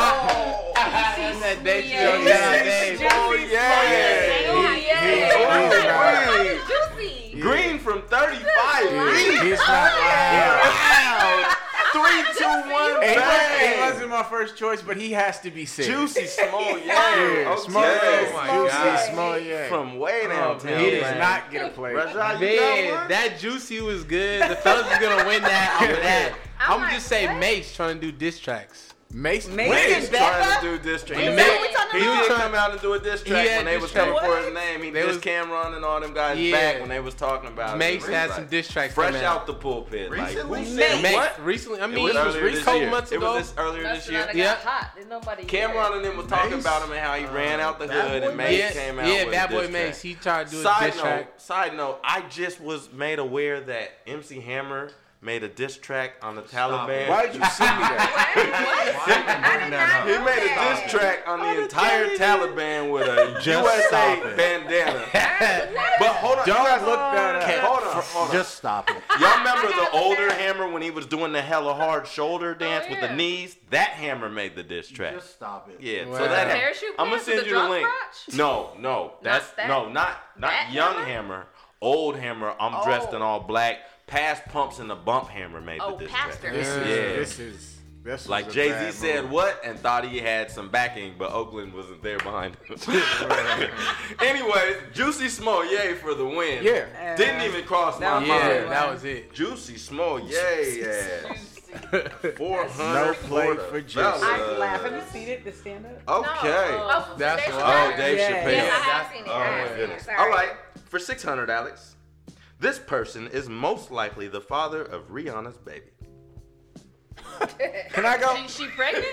Speaker 4: [LAUGHS]
Speaker 7: Seen that day she
Speaker 9: Yeah.
Speaker 7: goes down there.
Speaker 4: Oh yeah.
Speaker 6: Oh,
Speaker 4: yeah.
Speaker 6: yeah.
Speaker 4: Yeah.
Speaker 6: Why is Juicy?
Speaker 3: Green from thirty-five.
Speaker 4: He- He's not. Oh, Yeah.
Speaker 3: Wow, three, two, one,
Speaker 4: He, was, he
Speaker 3: bang.
Speaker 4: wasn't my first choice, but he has to be said.
Speaker 3: Juicy Smollett.
Speaker 4: Yeah,
Speaker 3: Okay.
Speaker 4: Smollett.
Speaker 3: Oh my
Speaker 4: Juicy
Speaker 3: God.
Speaker 4: Smollett.
Speaker 3: From way downtown.
Speaker 5: man.
Speaker 4: he does
Speaker 5: man.
Speaker 4: not get a play.
Speaker 3: Rashad, you got
Speaker 5: Man,
Speaker 3: one?
Speaker 5: that juicy was good. The fellas is gonna
Speaker 3: [LAUGHS]
Speaker 5: win that over that.
Speaker 6: I'm
Speaker 5: I'm gonna
Speaker 6: like,
Speaker 5: just say
Speaker 6: what?
Speaker 5: Mace trying to do diss tracks.
Speaker 4: Mason.
Speaker 7: Mason
Speaker 3: He's
Speaker 7: Becca?
Speaker 3: trying to do diss track. He,
Speaker 7: Is
Speaker 3: made-
Speaker 7: that what we
Speaker 3: he
Speaker 7: talking about?
Speaker 3: did come out and do a diss track
Speaker 5: had
Speaker 3: when they
Speaker 5: diss
Speaker 3: was coming
Speaker 5: track.
Speaker 3: for his name. He
Speaker 5: They
Speaker 3: dissed
Speaker 5: was-
Speaker 3: Cameron and all them guys
Speaker 5: Yeah.
Speaker 3: back when they was talking about it.
Speaker 5: Mace
Speaker 3: He was
Speaker 5: had some diss tracks
Speaker 3: Fresh out
Speaker 5: come out.
Speaker 3: the pulpit.
Speaker 8: Recently?
Speaker 3: Like, who
Speaker 5: Mace
Speaker 3: said what?
Speaker 5: recently. I
Speaker 3: It
Speaker 5: mean, it was,
Speaker 3: earlier
Speaker 5: recently
Speaker 3: this
Speaker 5: a couple
Speaker 3: year.
Speaker 5: months
Speaker 3: It
Speaker 5: ago.
Speaker 3: was this earlier
Speaker 9: That's
Speaker 3: this
Speaker 9: when I
Speaker 3: year.
Speaker 9: got
Speaker 5: Yeah.
Speaker 9: hot. Did nobody
Speaker 3: Cameron and them was talking
Speaker 8: Mace?
Speaker 3: about him and how he ran out the hood and Mace
Speaker 5: yeah,
Speaker 3: came out
Speaker 5: yeah,
Speaker 3: with
Speaker 5: bad
Speaker 3: a
Speaker 5: boy
Speaker 3: diss
Speaker 5: Mace.
Speaker 3: track.
Speaker 5: He tried to do a
Speaker 3: Side
Speaker 5: diss
Speaker 3: note,
Speaker 5: track.
Speaker 3: side note, I just was made aware that MC Hammer made a diss track on the Taliban.
Speaker 8: it.
Speaker 4: Why'd you see me there?
Speaker 8: I
Speaker 6: did not
Speaker 3: He made a diss track on the entire Taliban with a USA
Speaker 8: stop it.
Speaker 3: bandana.
Speaker 6: What?
Speaker 3: But hold on,
Speaker 4: Don't
Speaker 3: you guys-
Speaker 4: look that up.
Speaker 3: Okay, hold on, hold on.
Speaker 8: Just stop it.
Speaker 3: Y'all remember the older Hammer when he was doing the hella hard shoulder dance with the
Speaker 9: Oh, yeah.
Speaker 3: knees? That Hammer made the diss track.
Speaker 8: Just stop it.
Speaker 3: Yeah, so
Speaker 5: Wow.
Speaker 3: that
Speaker 9: Parachute
Speaker 3: I'm gonna
Speaker 9: pants with
Speaker 3: send
Speaker 9: the
Speaker 3: you the
Speaker 9: drop
Speaker 3: link.
Speaker 9: crotch?
Speaker 3: No, no, that's
Speaker 9: that-
Speaker 3: no, not not
Speaker 9: that
Speaker 3: young hammer?
Speaker 9: Hammer?
Speaker 3: old hammer. I'm dressed in
Speaker 9: Oh.
Speaker 3: all black. Past pumps and the bump hammer made
Speaker 9: Oh,
Speaker 3: the diss
Speaker 9: Pastor.
Speaker 3: track.
Speaker 4: This is.
Speaker 3: Yeah.
Speaker 4: This is. This was
Speaker 3: Like
Speaker 4: a
Speaker 3: Jay Z
Speaker 4: bad
Speaker 3: said,
Speaker 4: move.
Speaker 3: what and thought he had some backing, but Oakland wasn't there behind
Speaker 4: [LAUGHS]
Speaker 3: him. Anyways, Juicy Small, yay for the win.
Speaker 4: Yeah.
Speaker 3: didn't even cross my
Speaker 7: was
Speaker 5: Yeah,
Speaker 3: mind.
Speaker 7: Wow.
Speaker 5: that was it.
Speaker 3: Juicy Small, yay. Four
Speaker 4: No
Speaker 3: hundred
Speaker 4: play for Juicy.
Speaker 3: Uh,
Speaker 7: I'm laughing. Have you seen it? The stand up?
Speaker 3: Okay.
Speaker 6: Oh,
Speaker 5: That's
Speaker 6: Dave
Speaker 5: why.
Speaker 3: Oh,
Speaker 6: Chappelle.
Speaker 3: Dave
Speaker 7: Yeah.
Speaker 3: Chappelle. Oh,
Speaker 6: Yes,
Speaker 7: Yeah,
Speaker 6: I have seen it. I have seen it. Sorry.
Speaker 3: All right, for 600, Alex. This person is most likely the father of Rihanna's baby.
Speaker 4: Can I go?
Speaker 9: She pregnant?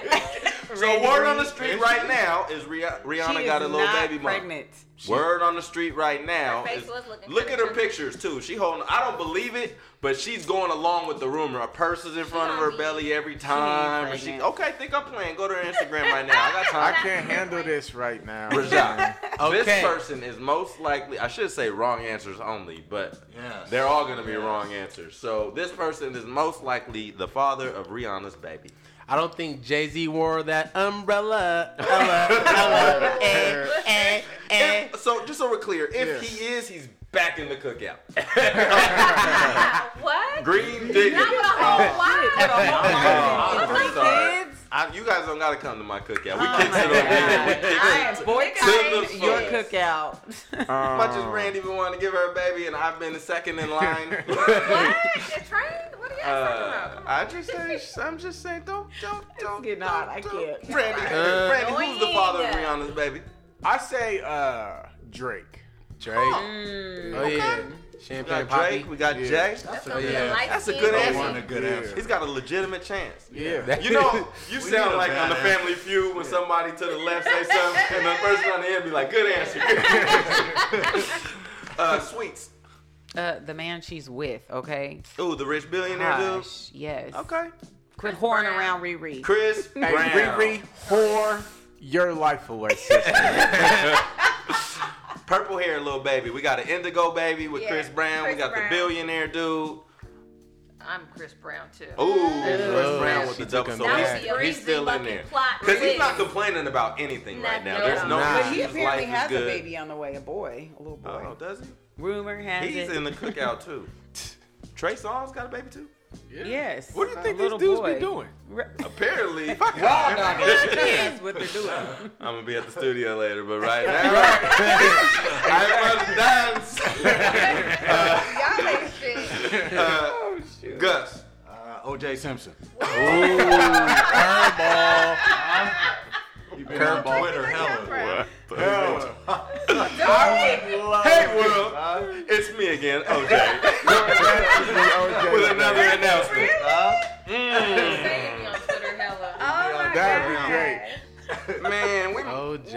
Speaker 3: So word on the street right now is Rih- Rihanna
Speaker 7: She
Speaker 3: got a
Speaker 7: is
Speaker 3: little
Speaker 7: not
Speaker 3: baby mama. [LAUGHS]
Speaker 7: pregnant.
Speaker 3: Word on the street right now
Speaker 6: Her face
Speaker 3: is
Speaker 6: was looking
Speaker 3: look at her
Speaker 6: pretty.
Speaker 3: pictures too. She holding. I don't believe it, but she's going along with the rumor. A purse is in front of her belly every time. and she,
Speaker 7: pregnant.
Speaker 3: okay, think I'm playing. Go to her Instagram right now. I got
Speaker 4: I
Speaker 3: time. [LAUGHS]
Speaker 4: can't handle this right [LAUGHS] now.
Speaker 3: Rajah,
Speaker 5: Okay.
Speaker 3: This person is most likely, I should say wrong answers only, but
Speaker 8: Yes.
Speaker 3: they're all going to be wrong answers. So this person is most likely the father of Rihanna's baby.
Speaker 5: I don't think Jay Z wore that
Speaker 3: [LAUGHS]
Speaker 5: umbrella. Ella, Ella, eh, eh, eh.
Speaker 3: If- so just so we're clear, if
Speaker 4: Yeah.
Speaker 3: he is, he's back in the cookout. [LAUGHS]
Speaker 6: What?
Speaker 3: Green digging.
Speaker 6: Not with a whole lot.
Speaker 3: Oh,
Speaker 7: Three
Speaker 3: sorry.
Speaker 7: kids?
Speaker 3: I, you guys don't gotta come to my cookout. We
Speaker 7: Oh
Speaker 3: kicked
Speaker 7: my
Speaker 3: it [LAUGHS]
Speaker 7: God.
Speaker 3: over.
Speaker 7: I am boycotting your
Speaker 3: Yes.
Speaker 7: cookout.
Speaker 3: As much as Randy even wanted to give her a baby, and I've been the second in line. [LAUGHS]
Speaker 6: What? It's trained? What are y'all talking
Speaker 3: Uh,
Speaker 6: about?
Speaker 3: I just say, I'm just saying, don't, don't, don't.
Speaker 7: getting
Speaker 3: don't,
Speaker 7: hot. I
Speaker 3: don't.
Speaker 7: can't.
Speaker 3: Randy, [LAUGHS]
Speaker 5: Uh,
Speaker 3: Randy, who's the father of Rihanna's baby?
Speaker 4: I say uh, Drake.
Speaker 5: Drake. Oh yeah.
Speaker 3: We got
Speaker 5: Champagne
Speaker 3: Drake,
Speaker 5: poppy.
Speaker 3: we got
Speaker 4: Yeah.
Speaker 3: Jay.
Speaker 6: That's,
Speaker 5: Oh,
Speaker 6: gonna be
Speaker 5: yeah.
Speaker 6: light
Speaker 3: That's a
Speaker 6: skin
Speaker 3: good
Speaker 6: baby.
Speaker 3: answer.
Speaker 8: One a good answer.
Speaker 3: He's got a legitimate chance.
Speaker 4: Yeah.
Speaker 3: You [LAUGHS] know, you
Speaker 8: We need
Speaker 3: sound
Speaker 8: a
Speaker 3: like on the
Speaker 8: badass.
Speaker 3: Family Feud when somebody to the left say something, and the person on the end be like, "Good answer." Good answer." [LAUGHS] uh, sweets.
Speaker 7: Uh, the man she's with, okay?
Speaker 3: Ooh, the rich billionaire dude.
Speaker 7: Gosh, yes.
Speaker 3: Okay.
Speaker 7: Quit whoring around Riri.
Speaker 3: Chris Brown.
Speaker 4: Hey, Riri, whore your life away, sister. [LAUGHS]
Speaker 3: Purple hair, little baby. We got an indigo baby with
Speaker 6: Yeah,
Speaker 3: Chris Brown. we
Speaker 6: Chris
Speaker 3: got
Speaker 6: Brown.
Speaker 3: the billionaire dude.
Speaker 9: I'm Chris Brown too.
Speaker 3: Ooh, Chris Brown with
Speaker 5: She
Speaker 3: the double.
Speaker 5: took
Speaker 3: So
Speaker 5: him
Speaker 6: That was
Speaker 3: he's,
Speaker 6: the
Speaker 3: he's
Speaker 6: breezy
Speaker 3: still in
Speaker 6: fucking
Speaker 3: there.
Speaker 6: plot
Speaker 3: Because he's
Speaker 6: twist.
Speaker 3: not complaining about anything
Speaker 6: Not
Speaker 3: right now.
Speaker 6: at
Speaker 3: There's
Speaker 6: all.
Speaker 3: no
Speaker 5: Nah.
Speaker 7: But
Speaker 3: reason
Speaker 7: he
Speaker 3: his
Speaker 7: apparently
Speaker 3: life is
Speaker 7: has a
Speaker 3: good.
Speaker 7: baby on the way, a boy, a little boy.
Speaker 3: Oh, does he?
Speaker 7: Rumor has
Speaker 3: He's
Speaker 7: it.
Speaker 3: in the cookout
Speaker 6: [LAUGHS]
Speaker 3: too. Trey Songz got a baby too.
Speaker 7: yes.
Speaker 4: What do you
Speaker 7: a
Speaker 4: think
Speaker 7: little
Speaker 4: these dudes
Speaker 7: boy.
Speaker 4: be doing?
Speaker 7: Re-
Speaker 3: Apparently,
Speaker 6: [LAUGHS]
Speaker 7: Wild dog. That's what they're doing.
Speaker 3: I'm gonna be at the studio later, but
Speaker 6: [LAUGHS]
Speaker 3: right now, I must dance.
Speaker 6: Y'all ain't shit.
Speaker 3: Uh, Gus,
Speaker 8: Uh, O.J. Simpson.
Speaker 5: Curveball.
Speaker 8: He been on
Speaker 5: Curveball.
Speaker 8: Twitter hella.
Speaker 6: Right.
Speaker 3: Hey world,
Speaker 6: Uh,
Speaker 3: it's me again,
Speaker 6: [LAUGHS]
Speaker 3: OJ, [LAUGHS] with another announcement.
Speaker 9: Saying me on Twitter, hella.
Speaker 6: Uh, Oh my
Speaker 4: That'd be
Speaker 6: God. Oh.
Speaker 4: great.
Speaker 3: Man, we
Speaker 5: OJ.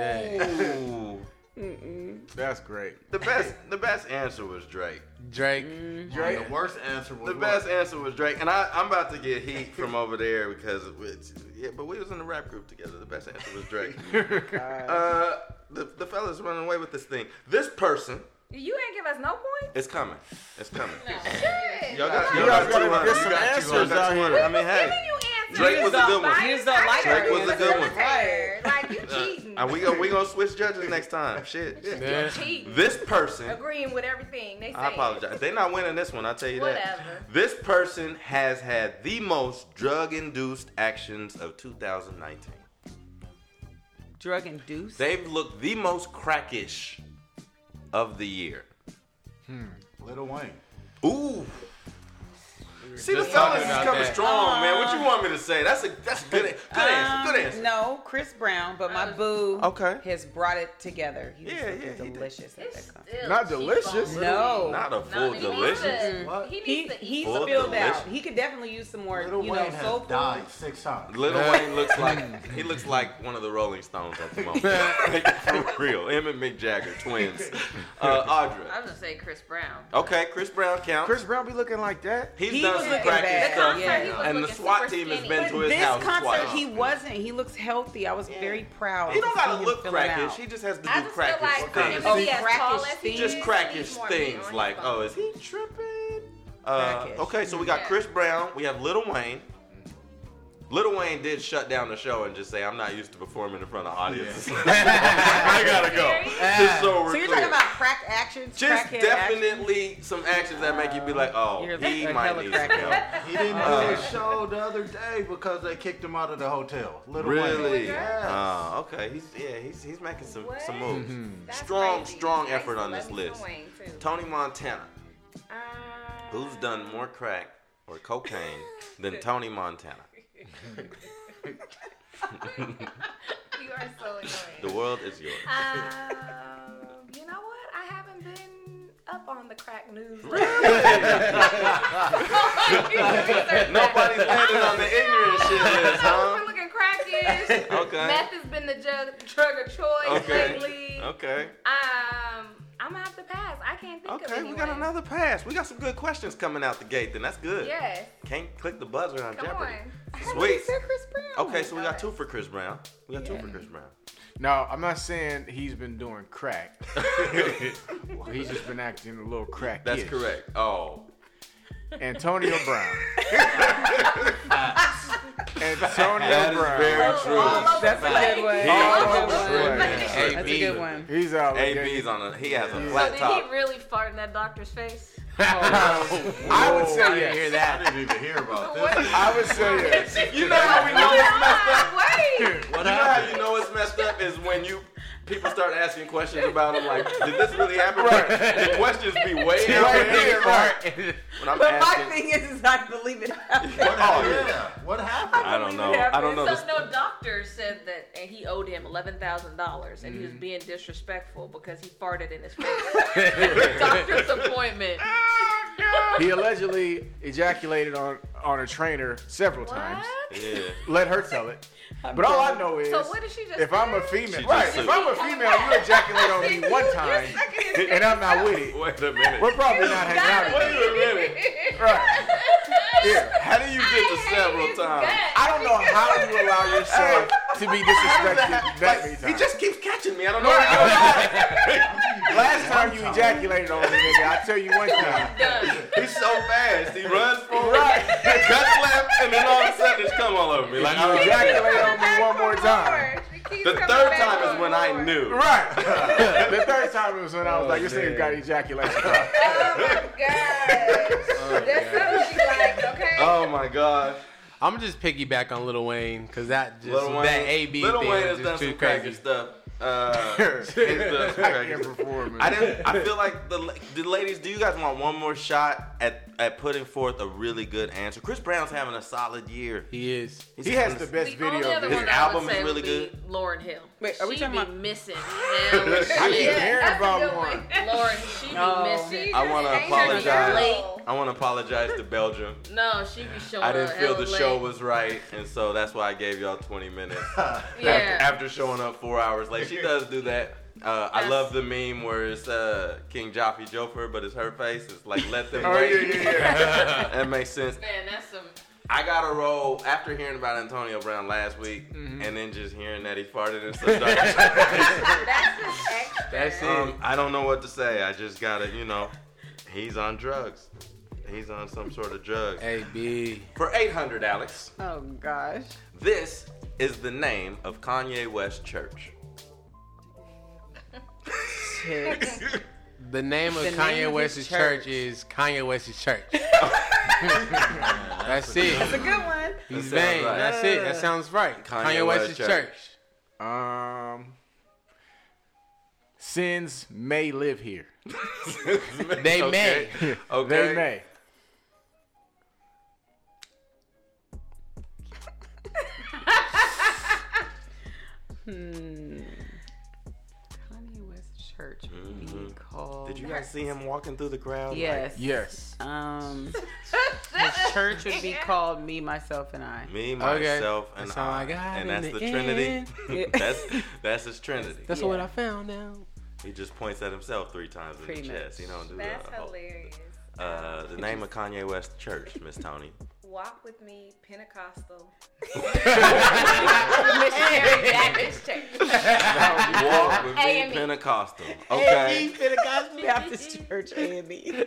Speaker 3: Ooh.
Speaker 4: That's great.
Speaker 3: [LAUGHS] the best. The best answer was Drake.
Speaker 5: Drake.
Speaker 8: Drake. The worst answer was
Speaker 3: The best answer was Drake, and I, I'm about to get heat from over there because it's, yeah, but we was in the rap group together. The best answer was
Speaker 4: [LAUGHS]
Speaker 3: Drake. uh, the the fella's running away with this thing. This person
Speaker 6: You ain't give us no points?
Speaker 3: is coming. It's coming.
Speaker 6: Shit.
Speaker 3: Y'all got,
Speaker 4: You
Speaker 3: y'all
Speaker 4: guys
Speaker 3: got
Speaker 4: gotta
Speaker 3: 200. You
Speaker 4: get some
Speaker 3: got
Speaker 4: answers
Speaker 3: 200.
Speaker 4: out here.
Speaker 3: I mean, hey.
Speaker 6: Giving you answers.
Speaker 3: Drake was a good one.
Speaker 7: He's the lighter.
Speaker 3: Drake was a good one.
Speaker 6: Liar. Like you cheating.
Speaker 3: And we go, we gonna switch judges next time.
Speaker 6: [LAUGHS]
Speaker 3: Shit.
Speaker 5: Yeah.
Speaker 6: cheating.
Speaker 3: This person.
Speaker 6: Agreeing with everything they say.
Speaker 3: I apologize. They're not winning this one. I'll tell you that.
Speaker 6: Whatever.
Speaker 3: This person has had the most drug-induced actions of 2019.
Speaker 7: Drug induced.
Speaker 3: They've looked the most crackish of the year.
Speaker 8: Little Wayne.
Speaker 3: Ooh. See, the
Speaker 5: just
Speaker 3: fellas
Speaker 5: talking
Speaker 3: is
Speaker 5: about
Speaker 3: coming
Speaker 5: that.
Speaker 3: strong, man. What you want me to say? That's a that's a good a- good answer. Good
Speaker 7: Um,
Speaker 3: answer.
Speaker 7: No, Chris Brown, but
Speaker 3: Uh,
Speaker 7: my boo
Speaker 3: Okay.
Speaker 7: has brought it together. He was
Speaker 3: Yeah,
Speaker 7: looking
Speaker 3: yeah, he did.
Speaker 7: delicious at that concert.
Speaker 6: Still
Speaker 4: Not
Speaker 6: cheap
Speaker 4: delicious.
Speaker 6: on
Speaker 7: No.
Speaker 3: Not a full
Speaker 6: He needs
Speaker 3: delicious.
Speaker 6: to-
Speaker 8: What?
Speaker 6: He
Speaker 7: He
Speaker 6: needs to
Speaker 7: he
Speaker 6: eat.
Speaker 3: Full
Speaker 7: spilled out.
Speaker 3: delicious.
Speaker 7: He could definitely use some more,
Speaker 8: Little
Speaker 7: you
Speaker 8: Wayne
Speaker 7: know,
Speaker 8: has
Speaker 7: soul food.
Speaker 8: died six times.
Speaker 3: Little Wayne [LAUGHS] looks like he looks like one of the Rolling Stones at the moment. Like, [LAUGHS] for real, him and Mick Jagger, [LAUGHS] twins. Uh,
Speaker 9: I
Speaker 3: Audra.
Speaker 9: was gonna say Chris Brown.
Speaker 3: Okay, Chris Brown counts.
Speaker 4: Chris Brown be looking like that?
Speaker 3: He's
Speaker 7: He
Speaker 3: done
Speaker 7: was
Speaker 3: some
Speaker 7: looking
Speaker 3: cracky
Speaker 7: bad.
Speaker 3: stuff,
Speaker 7: Yeah. He
Speaker 9: was
Speaker 3: and the
Speaker 9: looking
Speaker 3: SWAT
Speaker 9: super
Speaker 3: team has
Speaker 9: skinny.
Speaker 3: been
Speaker 9: But
Speaker 3: to
Speaker 7: But
Speaker 3: his
Speaker 7: this
Speaker 3: house
Speaker 7: concert,
Speaker 3: twice.
Speaker 7: he wasn't. He looks healthy. I was very proud.
Speaker 3: He don't
Speaker 7: to
Speaker 3: gotta
Speaker 7: see him
Speaker 3: look
Speaker 7: filling
Speaker 3: crackish.
Speaker 7: out.
Speaker 3: He just has to do
Speaker 6: I just feel like for him
Speaker 3: crackish
Speaker 6: to
Speaker 7: Oh,
Speaker 6: be
Speaker 3: things.
Speaker 6: as
Speaker 7: crackish
Speaker 6: tall as he
Speaker 7: things.
Speaker 6: is,
Speaker 3: Just
Speaker 6: he
Speaker 3: crackish
Speaker 6: needs more meat
Speaker 3: things
Speaker 6: on
Speaker 3: like,
Speaker 6: his
Speaker 3: oh,
Speaker 6: bone.
Speaker 3: is he tripping? Uh,
Speaker 7: Crackish.
Speaker 3: okay, so we got Chris Brown. We have Lil Wayne. Lil Wayne did shut down the show and just say, "I'm not used to performing in front of audiences. [LAUGHS] I gotta go." Just so we're
Speaker 7: So you're
Speaker 3: clear.
Speaker 7: talking about crack actions,
Speaker 3: just
Speaker 7: crackhead actions?
Speaker 3: definitely some actions that make you be like, "Oh,
Speaker 7: You're
Speaker 3: he
Speaker 7: like
Speaker 3: might
Speaker 7: hella
Speaker 3: need some
Speaker 7: crackhead.
Speaker 3: help."
Speaker 8: [LAUGHS] He didn't do his show the other day because they kicked him out of the hotel. Little Wayne.
Speaker 3: Really?
Speaker 8: Yes.
Speaker 3: Oh, okay. He's yeah, he's he's making some
Speaker 6: What?
Speaker 3: some moves.
Speaker 6: That's
Speaker 3: Strong,
Speaker 6: crazy.
Speaker 3: strong
Speaker 6: I used
Speaker 3: effort
Speaker 6: to
Speaker 3: on
Speaker 6: love
Speaker 3: this
Speaker 6: me some
Speaker 3: list.
Speaker 6: Wayne, too.
Speaker 3: Tony Montana. [LAUGHS]
Speaker 6: Uh,
Speaker 3: Who's done more crack or [LAUGHS] cocaine than Tony Montana?
Speaker 6: [LAUGHS] You are so
Speaker 3: The
Speaker 6: annoying.
Speaker 3: world is yours.
Speaker 6: Um, you know what? I haven't been up on the crack
Speaker 3: [LAUGHS]
Speaker 6: news. [LAUGHS]
Speaker 3: Nobody's landing on the ignorant shit list,
Speaker 6: We're
Speaker 3: huh? [LAUGHS]
Speaker 6: looking crackish.
Speaker 3: Okay.
Speaker 6: Meth has been the drug, drug of choice
Speaker 3: Okay.
Speaker 6: lately.
Speaker 3: Okay.
Speaker 6: Um, I'm gonna have to pass. I can't think of
Speaker 3: Okay, we got
Speaker 6: anyone.
Speaker 3: another pass. We got some good questions coming out the gate, then that's good.
Speaker 6: Yes.
Speaker 3: Can't click the buzzer on
Speaker 6: Come
Speaker 3: Jeopardy.
Speaker 6: on.
Speaker 3: Sweet.
Speaker 7: Chris Brown.
Speaker 3: Okay, so we got two for Chris Brown. We got two for Chris Brown.
Speaker 4: No, I'm not saying he's been doing crack. Well, he's just been acting a little
Speaker 3: [LAUGHS]
Speaker 4: crack.
Speaker 3: That's correct. Oh.
Speaker 9: [LAUGHS]
Speaker 4: Antonio Brown. Antonio
Speaker 3: That is
Speaker 4: Brown.
Speaker 3: very
Speaker 6: All
Speaker 3: true.
Speaker 6: over the place.
Speaker 7: one.
Speaker 6: All
Speaker 3: He-
Speaker 6: over the
Speaker 4: Right.
Speaker 6: place.
Speaker 3: Hey,
Speaker 7: That's a
Speaker 3: B.
Speaker 7: good one.
Speaker 4: He's out. with
Speaker 3: AB's
Speaker 4: Yankees.
Speaker 3: on a he has a
Speaker 9: So
Speaker 3: flat
Speaker 9: did he
Speaker 3: top.
Speaker 9: really fart in that
Speaker 3: [LAUGHS]
Speaker 9: doctor's face?
Speaker 4: I would
Speaker 5: I
Speaker 4: say
Speaker 5: didn't
Speaker 4: yes.
Speaker 5: hear that.
Speaker 8: I didn't even hear about this.
Speaker 9: What?
Speaker 4: I would say yes.
Speaker 3: You know how we know it's messed up?
Speaker 9: Wait.
Speaker 3: You know how you know it's messed up is when you people start asking questions about them like, did this really happen?
Speaker 4: Right.
Speaker 3: The questions be way out
Speaker 4: Right
Speaker 3: there.
Speaker 4: there, right.
Speaker 3: When I'm
Speaker 7: But my
Speaker 3: asking,
Speaker 7: thing is, is I
Speaker 3: [LAUGHS]
Speaker 7: believe it happened.
Speaker 8: What happened?
Speaker 3: yeah.
Speaker 8: yeah. What happened?
Speaker 3: I don't know. I don't know.
Speaker 9: So
Speaker 3: This,
Speaker 9: no doctor said that, and he owed him eleven thousand dollars, and he
Speaker 3: Mm.
Speaker 9: was being disrespectful because he
Speaker 3: [LAUGHS]
Speaker 9: farted in his face. Doctor's appointment.
Speaker 4: He allegedly ejaculated on, on a trainer several times.
Speaker 3: yeah.
Speaker 4: Let her tell it. But all I know is,
Speaker 9: So what did she just
Speaker 4: if I'm a
Speaker 9: say?
Speaker 4: female,
Speaker 3: She
Speaker 4: right?
Speaker 3: just
Speaker 4: If
Speaker 3: said-
Speaker 4: I'm a female, you ejaculate on me
Speaker 9: [LAUGHS]
Speaker 4: one time, and I'm not with it.
Speaker 3: Wait a minute.
Speaker 4: We're probably not hanging out
Speaker 3: Wait
Speaker 4: again.
Speaker 3: a minute.
Speaker 4: Right. Yeah.
Speaker 3: How do you get to several times?
Speaker 4: I don't know how you allow yourself to be disrespected that many
Speaker 3: He
Speaker 4: times.
Speaker 3: just keeps catching me. I don't know. Where
Speaker 4: Last time you ejaculated on me, nigga, I tell you one time.
Speaker 5: [LAUGHS]
Speaker 9: Done.
Speaker 3: he goes. He's so fast. He runs forward,
Speaker 4: Right.
Speaker 3: cuts left, and then all of a sudden it's come all over me. Like I
Speaker 4: You
Speaker 3: don't
Speaker 4: ejaculate on me one more time.
Speaker 3: The third time is when I knew.
Speaker 4: Right.
Speaker 5: [LAUGHS]
Speaker 4: the third time was when I was like, this nigga got ejaculation.
Speaker 6: Oh my gosh. That's something she like, okay?
Speaker 3: Oh my god.
Speaker 5: I'm just piggyback on Lil [LAUGHS] Wayne because that just
Speaker 3: Little Wayne,
Speaker 5: that AB
Speaker 3: Lil
Speaker 5: thing
Speaker 3: Wayne has
Speaker 5: was
Speaker 3: done
Speaker 5: just
Speaker 3: some
Speaker 5: too
Speaker 3: crazy
Speaker 5: crazy.
Speaker 3: stuff.
Speaker 4: [LAUGHS]
Speaker 3: Uh, he's done some
Speaker 4: I
Speaker 3: crazy
Speaker 4: can't
Speaker 3: stuff.
Speaker 4: perform.
Speaker 3: I didn't. I feel like the, la- the ladies. Do you guys want one more shot at, at putting forth a really good answer? Chris Brown's having a solid year.
Speaker 5: He is.
Speaker 3: He's
Speaker 4: He
Speaker 3: having
Speaker 4: has the
Speaker 3: a-
Speaker 4: best
Speaker 9: The only
Speaker 4: video. of
Speaker 9: other
Speaker 4: this.
Speaker 9: one
Speaker 3: His
Speaker 9: I would
Speaker 3: album is
Speaker 9: say
Speaker 3: really
Speaker 9: would be
Speaker 3: good.
Speaker 9: Lauren Hill.
Speaker 7: Wait, are we
Speaker 9: She
Speaker 7: talking
Speaker 9: be
Speaker 7: about- [LAUGHS]
Speaker 9: missing hell and
Speaker 4: I keep
Speaker 9: shit.
Speaker 4: hearing about
Speaker 6: [LAUGHS]
Speaker 4: one.
Speaker 9: Lauren, she
Speaker 7: No.
Speaker 9: be missing.
Speaker 3: I want to
Speaker 9: Late.
Speaker 3: apologize. I want to apologize to Belgium.
Speaker 9: No, she be showing.
Speaker 3: I didn't
Speaker 9: up
Speaker 3: feel the
Speaker 9: hella
Speaker 3: show
Speaker 9: late.
Speaker 3: was right, and so that's why I gave y'all 20 minutes
Speaker 9: Yeah.
Speaker 3: after, after showing up four hours late. She does do that. Uh, I
Speaker 9: That's-
Speaker 3: love the meme where it's uh, King Joffy Joper, but it's her face. It's like let them
Speaker 4: [LAUGHS] Oh, yeah,
Speaker 3: wait.
Speaker 4: yeah,
Speaker 3: [LAUGHS]
Speaker 4: yeah.
Speaker 3: that makes sense.
Speaker 9: Man, that's some.
Speaker 3: I got a roll after hearing about Antonio Brown last week,
Speaker 5: Mm-hmm.
Speaker 3: and then just hearing that he farted and stuff.
Speaker 6: That's just extra.
Speaker 5: That's [LAUGHS] it.
Speaker 3: um, I don't know what to say. I just gotta, you know, he's on drugs. He's on some sort of drugs.
Speaker 5: AB.
Speaker 3: For 800, Alex,
Speaker 7: Oh gosh.
Speaker 3: this is the name of Kanye West Church.
Speaker 7: Chicks.
Speaker 5: The name of
Speaker 7: The
Speaker 5: Kanye
Speaker 7: name of
Speaker 5: West's
Speaker 7: his
Speaker 5: church.
Speaker 7: church.
Speaker 5: is Kanye West's
Speaker 3: [LAUGHS]
Speaker 5: church. that's it.
Speaker 7: Good one.
Speaker 5: He's
Speaker 3: That sounds
Speaker 5: vain.
Speaker 3: right. [LAUGHS]
Speaker 5: That's it. That sounds right. Kanye, West's church.
Speaker 4: Um, sins may live here.
Speaker 5: They may.
Speaker 3: Okay.
Speaker 4: They may.
Speaker 7: Kanye West Church would be called.
Speaker 3: Did you guys see him walking through the crowd? like,
Speaker 7: Yes.
Speaker 4: Yes.
Speaker 6: [LAUGHS]
Speaker 7: Um, his church would be called Me, Myself, and I.
Speaker 3: me,
Speaker 5: Okay.
Speaker 3: myself, and
Speaker 5: That's all I got
Speaker 3: and
Speaker 5: in
Speaker 3: that's
Speaker 5: the
Speaker 3: the, Trinity. [LAUGHS]
Speaker 7: end.
Speaker 3: that's that's his Trinity.
Speaker 5: That's
Speaker 7: Yeah.
Speaker 5: what I found now.
Speaker 3: He just points at himself three times in
Speaker 7: Pretty
Speaker 3: the
Speaker 7: much.
Speaker 3: chest. He [LAUGHS] don't do
Speaker 6: That's
Speaker 3: that. Oh.
Speaker 6: hilarious.
Speaker 3: Uh, the name of Kanye West Church, Miss
Speaker 7: [LAUGHS]
Speaker 3: Tony.
Speaker 6: Walk with me, Pentecostal.
Speaker 9: Missionary Baptist Church.
Speaker 3: Walk with me,
Speaker 9: A&E.
Speaker 3: Pentecostal. Okay.
Speaker 7: the Gospel Baptist Church, A&E.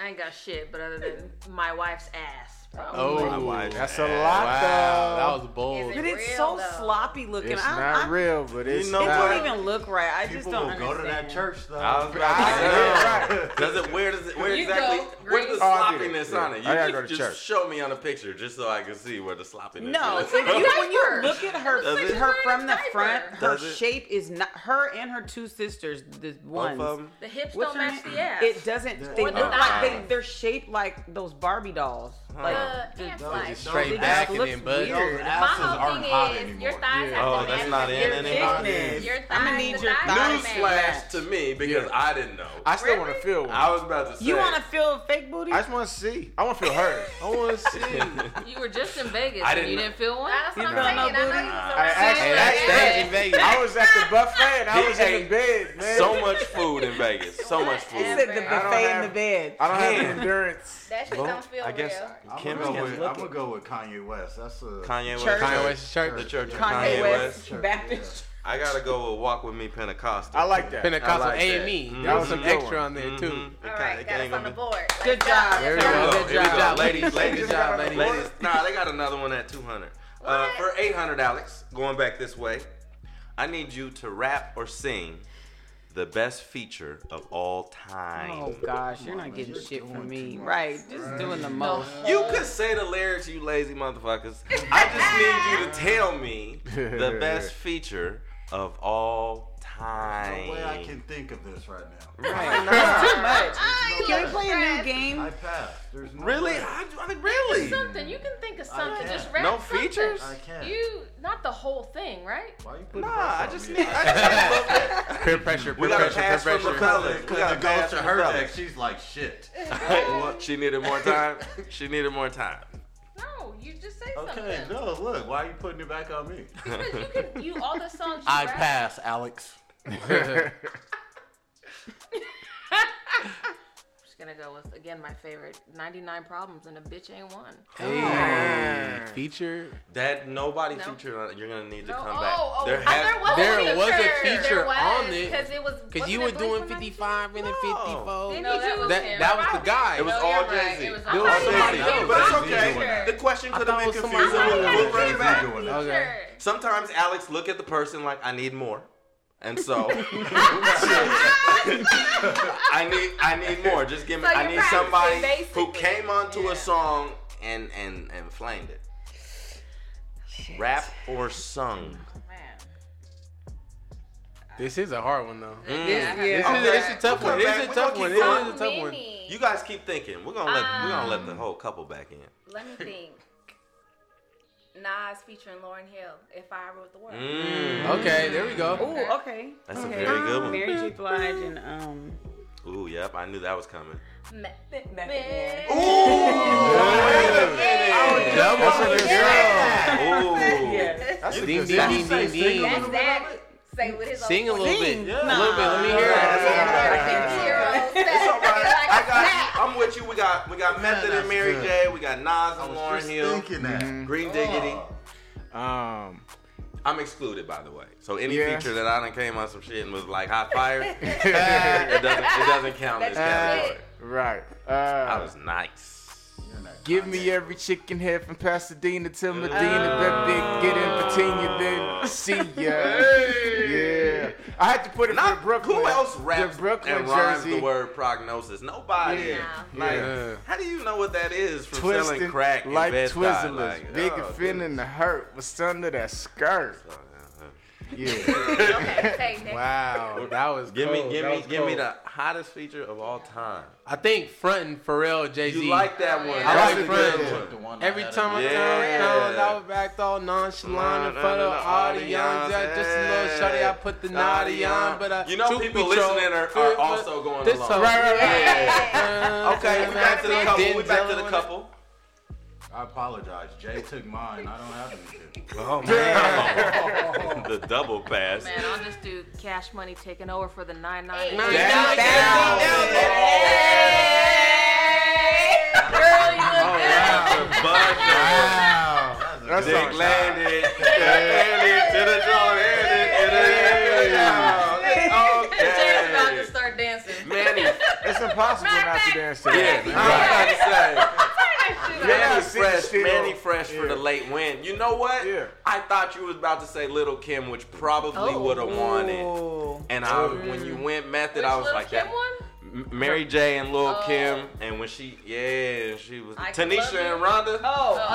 Speaker 9: I ain't got shit, but other than my wife's ass. Probably.
Speaker 3: My
Speaker 5: Oh,
Speaker 3: wife.
Speaker 4: That's a lot,
Speaker 5: wow. That was bold.
Speaker 6: Is
Speaker 7: But
Speaker 6: it-
Speaker 7: it's
Speaker 6: Real,
Speaker 7: so
Speaker 6: though.
Speaker 7: sloppy looking.
Speaker 4: It's
Speaker 7: I,
Speaker 4: not
Speaker 7: I,
Speaker 4: real, but it's
Speaker 3: know
Speaker 7: It
Speaker 3: what?
Speaker 7: don't
Speaker 4: not.
Speaker 7: even look right. I just
Speaker 8: People
Speaker 7: don't
Speaker 8: will go to that
Speaker 7: understand.
Speaker 8: church though.
Speaker 3: I was about to
Speaker 4: I-
Speaker 3: say, does it, where does it, where
Speaker 9: You
Speaker 3: exactly,
Speaker 9: go,
Speaker 3: where's the
Speaker 9: Grace.
Speaker 4: Oh, I did it.
Speaker 3: sloppiness
Speaker 4: Yeah.
Speaker 3: on it? You
Speaker 4: I gotta
Speaker 3: just,
Speaker 4: go to
Speaker 3: just
Speaker 4: church.
Speaker 3: show me on a picture just so I can see where the sloppiness
Speaker 7: No,
Speaker 3: is. [LAUGHS]
Speaker 7: you, when you
Speaker 9: diaper.
Speaker 7: look at her,
Speaker 3: Does it?
Speaker 7: her from the front, her
Speaker 3: Does it?
Speaker 7: shape is not her and her two sisters, the
Speaker 3: Both
Speaker 7: ones.
Speaker 3: of 'em?
Speaker 9: The hips
Speaker 7: What's
Speaker 9: don't
Speaker 7: her
Speaker 9: match
Speaker 7: name?
Speaker 9: the ass.
Speaker 7: It doesn't. They
Speaker 9: Or
Speaker 7: look
Speaker 9: the
Speaker 7: like they,
Speaker 3: thighs.
Speaker 7: they're shaped like those Barbie dolls. Like
Speaker 9: Uh,
Speaker 7: the-
Speaker 9: and
Speaker 7: the-
Speaker 9: like,
Speaker 5: Just
Speaker 8: No,
Speaker 5: straight
Speaker 7: it
Speaker 5: back
Speaker 7: just
Speaker 5: and
Speaker 7: looks
Speaker 5: then bug.
Speaker 7: weird.
Speaker 8: Those
Speaker 9: my
Speaker 8: asses
Speaker 9: whole
Speaker 8: aren't
Speaker 9: thing
Speaker 8: hot
Speaker 9: is
Speaker 8: anymore.
Speaker 9: your thighs
Speaker 5: Yeah.
Speaker 9: have
Speaker 3: Oh,
Speaker 9: to
Speaker 3: that's
Speaker 9: match
Speaker 3: not in
Speaker 9: your
Speaker 3: anymore.
Speaker 9: thighs. Your thighs,
Speaker 7: I'ma need
Speaker 9: the
Speaker 7: your
Speaker 9: thighs
Speaker 7: thighs.
Speaker 9: match.
Speaker 3: Newsflash to me because
Speaker 4: Yeah.
Speaker 3: I didn't know. I,
Speaker 4: I still want to feel one. I,
Speaker 3: was about to say.
Speaker 7: You
Speaker 3: [LAUGHS]
Speaker 7: want to feel a fake booty?
Speaker 4: just want to see. I want to feel hers. I want to see.
Speaker 9: You were just in Vegas
Speaker 3: I
Speaker 9: and
Speaker 3: didn't
Speaker 9: you
Speaker 3: know-
Speaker 9: didn't feel one.
Speaker 6: That's what I'm
Speaker 7: don't
Speaker 6: saying.
Speaker 7: know
Speaker 6: I know you
Speaker 7: booty?
Speaker 6: was around.
Speaker 4: I actually-
Speaker 5: Hey,
Speaker 4: Hey,
Speaker 5: that's
Speaker 4: hey.
Speaker 5: in Vegas.
Speaker 4: I was at the buffet and I
Speaker 3: He
Speaker 4: was in
Speaker 3: ate
Speaker 4: the bed, man.
Speaker 3: so much food in Vegas. So much food.
Speaker 7: Sit the
Speaker 6: I
Speaker 4: don't
Speaker 7: buffet in
Speaker 4: have-
Speaker 7: the bed.
Speaker 4: I don't have
Speaker 3: Man.
Speaker 4: the endurance.
Speaker 6: That shit don't feel
Speaker 3: I guess
Speaker 6: real.
Speaker 8: I'm
Speaker 3: Kim
Speaker 8: gonna, go
Speaker 3: is-
Speaker 8: with, I'm gonna go with Kanye West. That's a
Speaker 3: Kanye West.
Speaker 7: Church.
Speaker 5: Kanye West's church.
Speaker 3: The church of
Speaker 7: Kanye,
Speaker 3: Kanye,
Speaker 7: West,
Speaker 3: West.
Speaker 8: West.
Speaker 7: Baptist.
Speaker 3: I gotta go with Walk With Me Pentecostal.
Speaker 4: I like that.
Speaker 5: Pentecostal
Speaker 3: I like that. Mhm.
Speaker 5: A&E. That Mm-hmm. was
Speaker 4: Mhm.
Speaker 5: some extra on there too.
Speaker 3: Mhm. It
Speaker 6: All
Speaker 3: kinda-
Speaker 6: right,
Speaker 3: it ain't
Speaker 6: got us on
Speaker 3: gonna
Speaker 6: the
Speaker 3: be-
Speaker 6: board.
Speaker 7: Good
Speaker 6: Let's
Speaker 7: job.
Speaker 6: go.
Speaker 7: There
Speaker 5: we go.
Speaker 7: Good
Speaker 3: Here we
Speaker 7: job.
Speaker 3: go. Ladies, ladies,
Speaker 5: Good job, ladies.
Speaker 3: ladies. Nah, they got another one at 200. Uh,
Speaker 6: What?
Speaker 3: for 800, Alex, going back this way, I need you to rap or sing the best feature of all time.
Speaker 7: Oh gosh, you're not getting shit from me. Right, just doing the most.
Speaker 3: You could say the lyrics, you lazy motherfuckers. I just need you to tell me the best feature of all time.
Speaker 8: No way I can think of this right now.
Speaker 7: Right, [LAUGHS] that's too
Speaker 9: [LAUGHS]
Speaker 7: much.
Speaker 6: Ah, you
Speaker 7: Can we play a new
Speaker 6: stressed.
Speaker 7: game?
Speaker 8: I passed. There's no
Speaker 3: Really?
Speaker 8: way.
Speaker 3: I, I mean, really?
Speaker 9: Something you can think of something.
Speaker 8: can't.
Speaker 9: Just rap
Speaker 3: No
Speaker 9: something.
Speaker 3: features?
Speaker 8: I can't.
Speaker 9: You not the whole thing, right?
Speaker 8: Why you putting
Speaker 3: Nah,
Speaker 8: pressure
Speaker 3: I
Speaker 8: on
Speaker 3: just
Speaker 8: me?
Speaker 3: need. I just need a little bit.
Speaker 5: Peer pressure,
Speaker 3: We
Speaker 5: peer
Speaker 3: gotta
Speaker 5: pressure, peer
Speaker 3: pass from the
Speaker 5: pressure.
Speaker 3: fellas. We
Speaker 8: Because
Speaker 3: gotta
Speaker 8: it goes
Speaker 3: pass
Speaker 8: to
Speaker 3: from
Speaker 8: her
Speaker 3: the
Speaker 8: neck.
Speaker 3: fellas.
Speaker 8: She's like, shit.
Speaker 3: What? She needed more time. She needed more time.
Speaker 9: No, you just say
Speaker 8: Okay,
Speaker 9: something.
Speaker 8: no, look. Why are you putting it back on me?
Speaker 9: Because you can. You all
Speaker 3: [LAUGHS]
Speaker 9: the songs. You
Speaker 10: I
Speaker 9: rap.
Speaker 10: pass, Alex.
Speaker 9: just gonna go with again my favorite 99 problems and a bitch ain't one
Speaker 5: Hey, feature.
Speaker 3: That nobody
Speaker 9: No.
Speaker 3: featured on it. You're gonna need to
Speaker 9: No.
Speaker 3: come back.
Speaker 9: Oh, oh,
Speaker 3: there
Speaker 9: oh,
Speaker 3: has
Speaker 9: there was
Speaker 5: There
Speaker 9: a feature.
Speaker 5: was a feature on it.
Speaker 6: Because it was.
Speaker 5: Cause you were
Speaker 6: wasn't it
Speaker 5: doing
Speaker 6: Blink
Speaker 5: 55 and then 54.
Speaker 9: No, that was
Speaker 5: That
Speaker 9: him.
Speaker 5: that was the guy.
Speaker 3: It was
Speaker 9: No,
Speaker 3: all
Speaker 9: you're right.
Speaker 3: Jay-Z.
Speaker 9: It was
Speaker 3: It
Speaker 9: all
Speaker 3: was somebody
Speaker 9: Jay-Z.
Speaker 3: else. But it's
Speaker 9: It was
Speaker 3: okay.
Speaker 9: Jay-Z.
Speaker 3: The question could
Speaker 5: thought
Speaker 3: have
Speaker 5: it
Speaker 3: been
Speaker 5: was somebody
Speaker 3: confusing.
Speaker 5: else.
Speaker 3: We'll bring it back.
Speaker 8: doing that.
Speaker 5: Okay.
Speaker 3: Sometimes Alex look at the person like I need more, and so I need I need more. Just give me.
Speaker 6: So
Speaker 3: I
Speaker 6: you're
Speaker 3: need
Speaker 6: practicing,
Speaker 3: somebody who
Speaker 6: basically.
Speaker 3: came onto
Speaker 6: Yeah.
Speaker 3: a song and and and flamed it. Rap or sung?
Speaker 9: Man.
Speaker 5: This is a hard one though.
Speaker 9: Yeah,
Speaker 5: This
Speaker 9: I
Speaker 5: is,
Speaker 9: have-
Speaker 5: it's a tough
Speaker 3: We'll come
Speaker 5: one. This
Speaker 3: back.
Speaker 5: is a
Speaker 3: We'll
Speaker 5: tough
Speaker 3: keep
Speaker 5: one. It
Speaker 3: going.
Speaker 5: is a tough one.
Speaker 6: Mini.
Speaker 3: You guys keep thinking. We're gonna let we're gonna let
Speaker 5: Mm.
Speaker 3: the whole couple back in.
Speaker 6: Let me think. Nas featuring Lauren Hill. If I wrote the world.
Speaker 3: Mm,
Speaker 5: Okay, there we go.
Speaker 7: Ooh, Oh, okay.
Speaker 3: that's a
Speaker 7: okay.
Speaker 3: very good one.
Speaker 7: Mary J. Blige and um.
Speaker 3: Ooh, yep, I knew that was
Speaker 5: [LAUGHS]
Speaker 3: coming.
Speaker 6: Me- me-
Speaker 5: Double for the girl.
Speaker 3: Ooh,
Speaker 4: That's a
Speaker 5: Ding
Speaker 4: good
Speaker 5: ding
Speaker 4: song.
Speaker 5: ding ding ding.
Speaker 6: That's that. Say with his
Speaker 5: Sing a
Speaker 6: own
Speaker 5: little
Speaker 6: voice.
Speaker 5: bit.
Speaker 7: Yeah.
Speaker 5: A little bit. Let me hear
Speaker 6: Yeah,
Speaker 5: it.
Speaker 6: like a zero set.
Speaker 3: It's all right.
Speaker 6: Like a
Speaker 3: I got
Speaker 6: snap.
Speaker 3: you. I'm with you. We got we got Method and
Speaker 8: that's
Speaker 3: Mary
Speaker 8: good.
Speaker 3: J. We got Nas
Speaker 8: I
Speaker 3: and
Speaker 8: was
Speaker 3: Lauren
Speaker 8: just
Speaker 3: Hill.
Speaker 8: thinking that.
Speaker 3: Green Diggity.
Speaker 8: Oh.
Speaker 4: [LAUGHS] Um,
Speaker 3: I'm excluded, by the way. So any
Speaker 4: Yeah.
Speaker 3: feature that I done came on some shit and was like
Speaker 5: [LAUGHS]
Speaker 3: hot fire, it doesn't it doesn't count in this category.
Speaker 4: right.
Speaker 3: I
Speaker 4: Uh,
Speaker 3: was nice.
Speaker 4: give me every chicken head from Pasadena to Medina. that big get in Virginia, then see ya. Yeah. I had to put it
Speaker 3: Not
Speaker 4: for Brooklyn.
Speaker 3: Who else raps
Speaker 4: The Brooklyn
Speaker 3: and rhymes
Speaker 4: jersey.
Speaker 3: the word prognosis? Nobody.
Speaker 4: Yeah.
Speaker 3: Like,
Speaker 4: Yeah.
Speaker 3: how do you know what that is from selling
Speaker 4: Twisting
Speaker 3: crack in
Speaker 4: like
Speaker 3: Bed-Stuy?
Speaker 4: Twizzlers,
Speaker 3: Like,
Speaker 4: big
Speaker 3: oh,
Speaker 4: and fin in the hurt. What's under that skirt? Yeah,
Speaker 6: Okay, take that.
Speaker 5: Wow, that was
Speaker 3: Give me,
Speaker 5: cold.
Speaker 3: give
Speaker 5: That
Speaker 3: me,
Speaker 5: was
Speaker 3: give me
Speaker 5: cold.
Speaker 3: the hottest feature of all time.
Speaker 5: I think frontin' Pharrell, Jay Z.
Speaker 3: You like that one?
Speaker 5: I
Speaker 3: That's
Speaker 5: like
Speaker 3: a good
Speaker 5: Fred.
Speaker 3: one.
Speaker 8: The one I
Speaker 5: Every
Speaker 8: had
Speaker 5: time I
Speaker 3: Yeah.
Speaker 5: turn around, I was back all
Speaker 3: Nah,
Speaker 5: nonchalant in
Speaker 3: nah,
Speaker 5: front of
Speaker 3: nah, nah,
Speaker 5: all the
Speaker 3: all the
Speaker 5: young
Speaker 3: young
Speaker 5: Just a little
Speaker 3: judge.
Speaker 5: shorty, I put the naughty on, but I
Speaker 3: You know
Speaker 5: truth
Speaker 3: people
Speaker 5: be told,
Speaker 3: listening are-
Speaker 5: truth
Speaker 3: are
Speaker 5: be-
Speaker 3: also going
Speaker 5: this
Speaker 3: along.
Speaker 5: song-
Speaker 4: Right, right, right.
Speaker 5: Yeah.
Speaker 3: Okay, we back to the couple. We back to the couple.
Speaker 8: I apologize. Jay took mine. I don't have anything.
Speaker 3: [LAUGHS] Oh
Speaker 5: Oh,
Speaker 3: man, [LAUGHS] the double pass.
Speaker 9: Man, I'll just do cash money taking over for the 99.
Speaker 5: Nine,
Speaker 3: Down, down,
Speaker 9: Girl, you look
Speaker 3: Oh,
Speaker 4: that's
Speaker 3: Dick
Speaker 4: all.
Speaker 3: landed. Landed to the joint. Landed to the
Speaker 9: good. Jay's about to
Speaker 3: Okay.
Speaker 9: start dancing.
Speaker 3: Manny.
Speaker 4: It's impossible not to dance to
Speaker 3: Yeah,
Speaker 4: that.
Speaker 3: I'm about to say.
Speaker 4: Yeah,
Speaker 3: Manny
Speaker 4: I see the
Speaker 3: Fresh,
Speaker 4: shit
Speaker 3: Manny
Speaker 4: on-
Speaker 3: Fresh for the
Speaker 4: Yeah.
Speaker 3: late win. You know what?
Speaker 4: Yeah.
Speaker 3: I thought you was about to say Little Kim, which probably
Speaker 9: Oh.
Speaker 3: would have won it.
Speaker 7: Oh.
Speaker 3: And I, when you went method,
Speaker 9: Which
Speaker 3: I was
Speaker 9: Lil'
Speaker 3: like
Speaker 9: Kim
Speaker 3: that.
Speaker 9: one?
Speaker 3: M- Mary J and Lil
Speaker 9: Oh.
Speaker 3: Kim, and when she, yeah, she was
Speaker 9: I Can Love
Speaker 3: Tanisha
Speaker 9: You.
Speaker 3: and Rhonda.
Speaker 7: Oh.
Speaker 3: Yeah,
Speaker 6: Oh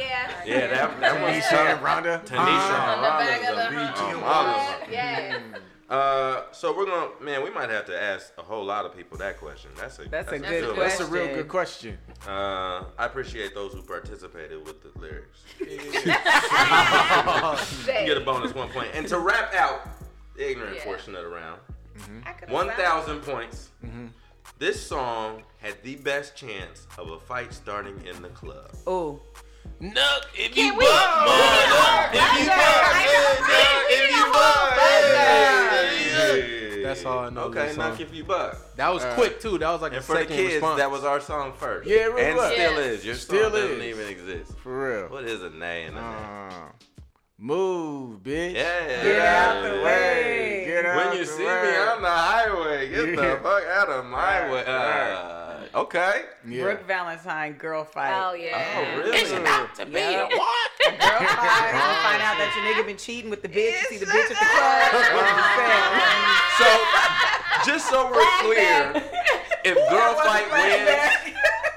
Speaker 6: yeah.
Speaker 3: yeah, that that
Speaker 4: When he
Speaker 3: was
Speaker 4: said Rhonda,
Speaker 3: Tanisha.
Speaker 9: On the back of the
Speaker 3: Oh, Rhonda's a-
Speaker 6: Yes.
Speaker 3: Uh, so we're gonna, man, we might have to ask a whole lot of people that question. That's a
Speaker 7: That's a
Speaker 9: good
Speaker 3: one.
Speaker 4: that's a real good question.
Speaker 3: Uh, I appreciate those who participated with the lyrics. You get a bonus one point. And to wrap out the ignorant
Speaker 9: Yeah.
Speaker 3: portion of the round,
Speaker 6: I could've
Speaker 3: one
Speaker 6: found-
Speaker 3: thousand points. This song had the best chance of a fight starting in the club.
Speaker 7: Oh.
Speaker 5: Nuck, if you
Speaker 6: we-
Speaker 5: buck more, nuck, if you buck. That's all I know of
Speaker 3: Okay,
Speaker 5: this
Speaker 3: knock
Speaker 5: song.
Speaker 3: if you buck.
Speaker 5: That was quick too. That was like a
Speaker 3: And for the
Speaker 5: second
Speaker 3: kids,
Speaker 5: response.
Speaker 3: that was our song first.
Speaker 4: Yeah, it really
Speaker 3: and
Speaker 4: was.
Speaker 3: still
Speaker 9: Yes.
Speaker 3: is. Your
Speaker 4: Still
Speaker 3: song doesn't
Speaker 4: is.
Speaker 3: even exist.
Speaker 4: For real.
Speaker 3: What is a nay in a name?
Speaker 4: Um, Move, bitch.
Speaker 3: Yeah.
Speaker 4: Get out
Speaker 6: Yeah.
Speaker 4: the way. Get out
Speaker 3: When you
Speaker 4: the
Speaker 3: see me
Speaker 4: way.
Speaker 3: on the highway, get the
Speaker 4: Yeah.
Speaker 3: fuck out of my way. Uh, okay.
Speaker 4: Yeah.
Speaker 7: Brooke Valentine girl fight.
Speaker 6: Oh yeah.
Speaker 3: Oh, really?
Speaker 7: to be what? Girl fight. You find out that your nigga been cheating with the bitch. You see the bitch at the
Speaker 6: [LAUGHS]
Speaker 7: club. What you say?
Speaker 3: So, just so we're clear, if Girl Fight wins,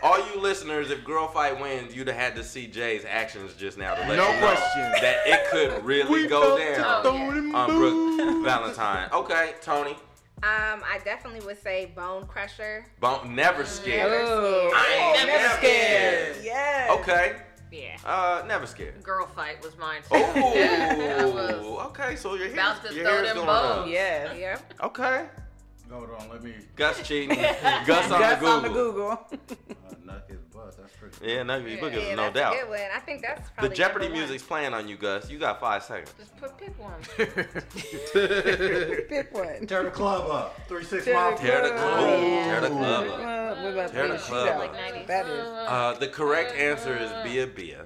Speaker 3: all you listeners, if Girl Fight wins, you'd have had to see Jay's actions just now to let
Speaker 4: No
Speaker 3: you know
Speaker 4: question.
Speaker 3: that it could really [LAUGHS] go down
Speaker 9: the
Speaker 4: Oh,
Speaker 9: yeah.
Speaker 3: on Brooke Valentine. Okay, Tony,
Speaker 6: Um, I definitely would say Bone Crusher.
Speaker 3: bone never scared.
Speaker 7: Oh,
Speaker 3: I ain't never, scared.
Speaker 7: yes.
Speaker 3: Okay,
Speaker 9: Yeah.
Speaker 3: uh, never
Speaker 9: [LAUGHS]
Speaker 3: scared.
Speaker 9: Girl fight was mine. too. [LAUGHS] I was
Speaker 3: Oh, okay. So your hair's,
Speaker 9: about to
Speaker 3: your
Speaker 9: throw
Speaker 3: hair's
Speaker 9: them
Speaker 3: going up.
Speaker 9: bones.
Speaker 7: Yes.
Speaker 6: Yeah.
Speaker 3: Okay,
Speaker 8: Hold on, let me
Speaker 3: Gus cheating. Gus on
Speaker 7: That's
Speaker 3: the Google.
Speaker 7: on [LAUGHS] the Google.
Speaker 8: uh, knock his butt. That's pretty.
Speaker 3: Yeah, no, you book
Speaker 6: yeah,
Speaker 3: is no
Speaker 6: that's
Speaker 3: doubt.
Speaker 6: A good one. I think that's
Speaker 3: The
Speaker 6: probably
Speaker 3: Jeopardy
Speaker 6: number one.
Speaker 3: music's playing on you, Gus. You got five seconds.
Speaker 6: Just put pick one.
Speaker 7: Pick one.
Speaker 8: Tear the club up. Three six
Speaker 7: Tear
Speaker 8: mafia.
Speaker 7: the
Speaker 3: Tear the club,
Speaker 7: club.
Speaker 3: tear the club up.
Speaker 7: Club. We're about to
Speaker 3: Tear the
Speaker 7: do a
Speaker 3: club
Speaker 7: shootout.
Speaker 3: up.
Speaker 7: That is.
Speaker 3: Uh, the correct answer is Bia Bia.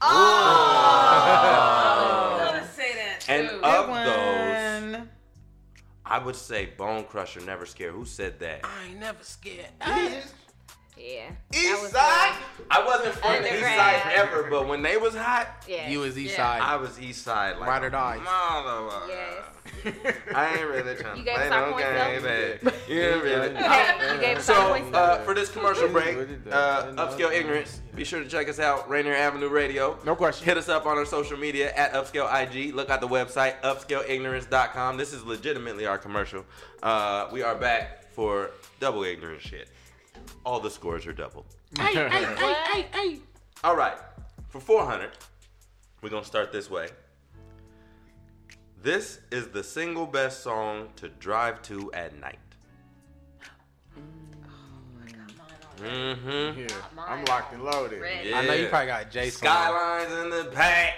Speaker 6: Oh!
Speaker 9: gonna say that too.
Speaker 3: And
Speaker 7: Good
Speaker 3: of those,
Speaker 7: one.
Speaker 3: I would say Bone Crusher Never Scare. Who said that?
Speaker 5: I ain't never scared.
Speaker 6: Yeah. That was
Speaker 3: Eastside? I wasn't from the
Speaker 6: Underground.
Speaker 3: Eastside ever, but when they was hot,
Speaker 6: good. Yeah.
Speaker 5: You was east
Speaker 9: Yeah.
Speaker 5: side.
Speaker 3: I was Eastside. Like
Speaker 5: Ride or die.
Speaker 3: motherfucker.
Speaker 6: Yes.
Speaker 3: [LAUGHS] I ain't really trying
Speaker 6: You
Speaker 3: to
Speaker 6: gave
Speaker 3: play
Speaker 6: soft
Speaker 3: no game,
Speaker 6: points, [LAUGHS]
Speaker 3: baby. You ain't really. Uh,
Speaker 6: You gave
Speaker 3: So,
Speaker 6: soft points.
Speaker 3: uh, for this commercial break, uh, Upscale Ignorance, be sure to check us out, Rainier Avenue Radio.
Speaker 4: No question.
Speaker 3: Hit us up on our social media at Upscale IG. Look at the website, upscaleignorance.com. This is legitimately our commercial. Uh, we are back for double ignorance shit. All the scores are doubled. All right, for 400, we're going to start this way. This is the single best song to drive to at night. Mm-hmm.
Speaker 4: Yeah. I'm locked and loaded.
Speaker 9: Red.
Speaker 5: I know you
Speaker 3: Yeah.
Speaker 5: probably got Jay song.
Speaker 3: Skylines in the pack.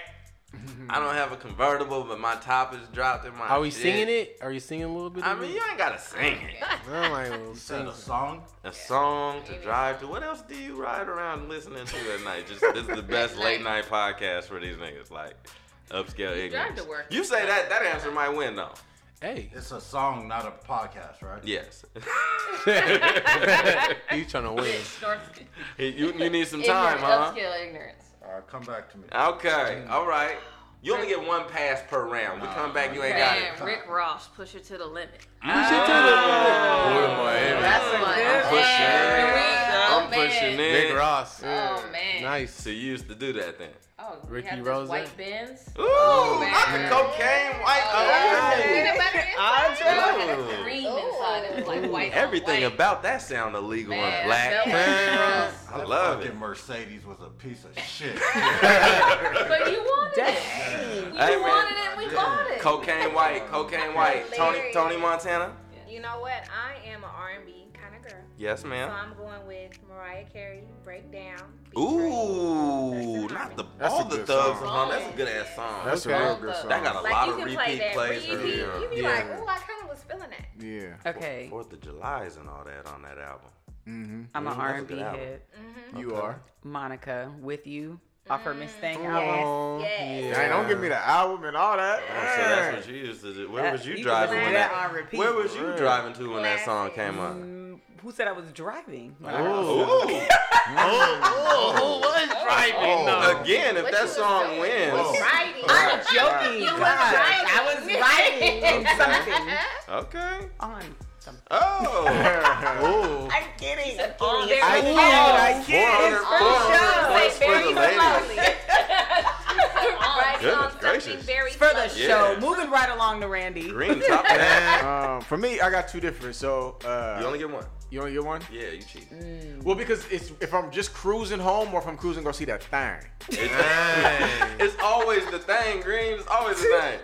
Speaker 3: I don't have a convertible, but my top is dropped in my.
Speaker 5: Are we
Speaker 3: shit.
Speaker 5: singing it? Are you singing a little bit?
Speaker 3: I
Speaker 5: of
Speaker 3: mean,
Speaker 5: it?
Speaker 3: you ain't gotta sing it.
Speaker 5: I'm like, well,
Speaker 8: Said
Speaker 5: sing
Speaker 8: a song.
Speaker 3: A song to drive to. What else do you ride around listening to at night? Just this is the best late night podcast for these niggas. Like upscale you ignorance.
Speaker 9: to work.
Speaker 3: You say that that answer might win though. [LAUGHS]
Speaker 5: Hey, [LAUGHS]
Speaker 8: It's a song, not a podcast, right?
Speaker 3: Yes. [LAUGHS]
Speaker 5: he's trying to win.
Speaker 9: North-
Speaker 3: you, you need some time,
Speaker 9: ignorant,
Speaker 3: huh?
Speaker 9: upscale ignorance.
Speaker 8: All right, come back to me.
Speaker 3: Okay. All right. You only get one pass per round. We come back, you ain't got it.
Speaker 9: Man, Rick Ross, push it to the limit.
Speaker 3: Boy, Miami.
Speaker 9: That's a
Speaker 3: I'm pushing I'm
Speaker 9: I'm
Speaker 3: pushing
Speaker 9: man.
Speaker 5: Rick
Speaker 3: in.
Speaker 5: Ross.
Speaker 9: Oh man.
Speaker 5: Nice.
Speaker 3: So you used to do that then.
Speaker 9: Oh, we
Speaker 5: Ricky
Speaker 9: have those
Speaker 5: Rosa.
Speaker 9: white
Speaker 3: [LAUGHS]
Speaker 9: bins.
Speaker 3: Ooh,
Speaker 9: man. Oh,
Speaker 3: not the cocaine white.
Speaker 9: You know
Speaker 3: Oh,
Speaker 9: what it is?
Speaker 3: I
Speaker 9: It had
Speaker 3: do.
Speaker 9: a cream inside. It was like white. on
Speaker 3: Everything
Speaker 9: white.
Speaker 3: about that sound illegal
Speaker 9: Man,
Speaker 3: and
Speaker 9: that
Speaker 3: black.
Speaker 9: was-
Speaker 3: I love it.
Speaker 8: Fucking Mercedes was a piece of shit. [LAUGHS]
Speaker 9: But you wanted it.
Speaker 7: Dang.
Speaker 9: You
Speaker 3: Hey, man.
Speaker 9: wanted it. We bought it.
Speaker 3: Cocaine white, cocaine white. Tony, Tony Montana.
Speaker 6: you know what? I am an R&B kind of girl.
Speaker 3: Yes,
Speaker 6: So
Speaker 3: ma'am.
Speaker 6: I'm going with Mariah Carey, Breakdown. Be
Speaker 3: Ooh, not the
Speaker 4: That's a
Speaker 3: all the
Speaker 4: good
Speaker 3: thugs.
Speaker 4: song.
Speaker 3: Huh? That's a good ass song.
Speaker 4: That's
Speaker 5: Okay.
Speaker 4: a real good song.
Speaker 3: that got a
Speaker 6: Like
Speaker 3: lot
Speaker 6: you
Speaker 3: of
Speaker 6: can play
Speaker 3: repeat
Speaker 6: that.
Speaker 3: plays.
Speaker 6: you be,
Speaker 3: earlier.
Speaker 6: you be
Speaker 5: Yeah.
Speaker 6: like, ooh, I kind of was feeling that.
Speaker 4: Yeah.
Speaker 7: Okay,
Speaker 3: Fourth of July's and all that on that album.
Speaker 7: I'm an
Speaker 3: Mm, that's a
Speaker 7: R&B
Speaker 3: good album.
Speaker 7: head.
Speaker 4: You are.
Speaker 7: Monica, with you.
Speaker 6: Mm.
Speaker 7: Offer Miss Thing album.
Speaker 4: Oh,
Speaker 6: Yes.
Speaker 4: Dang, don't give me the album and all that.
Speaker 3: Oh, so that's what you used to do. Where
Speaker 7: That-
Speaker 3: was you
Speaker 7: you can
Speaker 3: driving
Speaker 7: listen
Speaker 3: when
Speaker 7: to
Speaker 3: that?
Speaker 7: that on repeat.
Speaker 3: Where was you driving to when that song came up?
Speaker 7: Who said I was driving?
Speaker 4: oh.
Speaker 3: [LAUGHS] Ooh. Oh, Again, if that song wins,
Speaker 6: Writing.
Speaker 7: I'm joking. God, I was [LAUGHS] writing in something
Speaker 3: okay.
Speaker 7: on something.
Speaker 3: [LAUGHS] Oh,
Speaker 4: [LAUGHS]
Speaker 7: I'm kidding.
Speaker 9: Very
Speaker 4: I
Speaker 9: close.
Speaker 4: can't. I
Speaker 3: Four
Speaker 7: show.
Speaker 3: hundred points
Speaker 6: Say
Speaker 3: for the
Speaker 6: very
Speaker 3: ladies.
Speaker 6: slowly. Writing on
Speaker 3: Goodness
Speaker 6: something
Speaker 3: gracious.
Speaker 6: very
Speaker 7: For the
Speaker 6: slowly.
Speaker 3: Yeah.
Speaker 7: show, moving right along to Randy.
Speaker 3: Green top of [LAUGHS] that.
Speaker 4: can't. Um, for me, I got two different. So uh,
Speaker 3: You only get one.
Speaker 4: you only get one.
Speaker 3: Yeah, you cheat.
Speaker 4: Well, because it's if I'm just cruising home or if I'm cruising, go see that thing.
Speaker 3: [LAUGHS] It's, it's always the thing, Green. It's always the thing.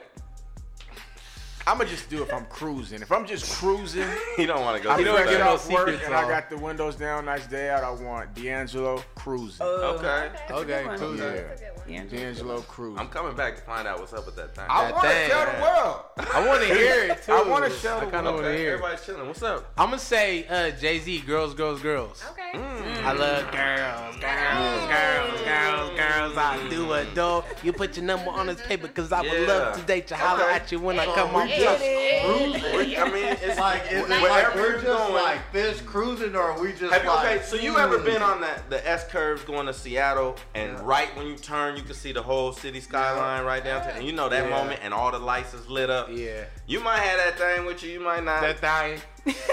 Speaker 4: I'm gonna just do if I'm cruising. If I'm just cruising,
Speaker 3: He don't want to go.
Speaker 4: I'm
Speaker 3: through
Speaker 5: don't
Speaker 4: fresh
Speaker 5: get
Speaker 3: that.
Speaker 5: no
Speaker 4: off work
Speaker 5: secrets,
Speaker 4: and I
Speaker 5: y'all.
Speaker 4: got the windows down. Nice day out. I want D'Angelo cruising.
Speaker 3: Okay.
Speaker 5: Okay,
Speaker 7: one.
Speaker 5: cool.
Speaker 4: yeah,
Speaker 6: That's a good one.
Speaker 7: Yeah.
Speaker 4: D'Angelo cruising.
Speaker 3: I'm coming back to find out what's up with that thing.
Speaker 4: I want to
Speaker 5: thing.
Speaker 4: tell the world. [LAUGHS]
Speaker 5: I want to hear it too.
Speaker 4: I wanna show
Speaker 5: I
Speaker 4: the
Speaker 5: kind
Speaker 4: world.
Speaker 5: of want to
Speaker 3: okay.
Speaker 5: hear.
Speaker 3: Everybody's chilling. What's up?
Speaker 5: I'm gonna say uh, Jay Z, girls, girls, girls.
Speaker 6: Okay.
Speaker 3: Mm.
Speaker 5: I love girls, girls, girls, girls, girls. I do adore. You put your number on this paper because I
Speaker 3: Yeah.
Speaker 5: would love to date you. Holler
Speaker 3: Okay.
Speaker 5: at you when I come
Speaker 8: we
Speaker 5: on.
Speaker 8: just
Speaker 5: top.
Speaker 8: cruising.
Speaker 3: I mean, [LAUGHS] it's
Speaker 8: Like, is it like
Speaker 3: wherever
Speaker 8: we're
Speaker 3: you're
Speaker 8: just
Speaker 3: going.
Speaker 8: like this cruising, or are we just
Speaker 3: Have you,
Speaker 8: like?
Speaker 3: okay, so you ever been on that the S curves going to Seattle, and right when you turn, you can see the whole city skyline right downtown, and you know that
Speaker 5: Yeah.
Speaker 3: moment, and all the lights is lit up.
Speaker 5: Yeah.
Speaker 3: You might have that thing with you, you might not.
Speaker 5: That thing.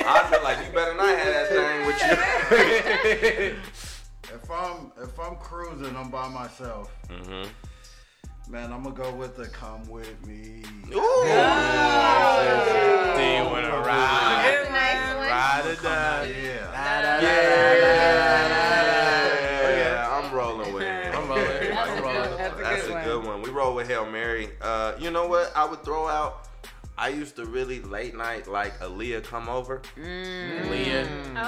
Speaker 3: I feel like you better not have that thing with you.
Speaker 8: If I'm if I'm cruising, I'm by myself.
Speaker 3: Mm-hmm.
Speaker 8: Man, I'm gonna go with the come with me.
Speaker 3: Ooh. Do you want to ride?
Speaker 6: That's a nice one.
Speaker 3: Ride or die.
Speaker 8: Yeah.
Speaker 3: Yeah, I'm rolling with it.
Speaker 5: I'm rolling. I'm rolling.
Speaker 7: That's a good
Speaker 3: That's a
Speaker 7: one.
Speaker 3: good one. We roll with Hail Mary. Uh, you know what? I would throw out. I used to really late night like Aaliyah come over. Mm.
Speaker 5: Leah.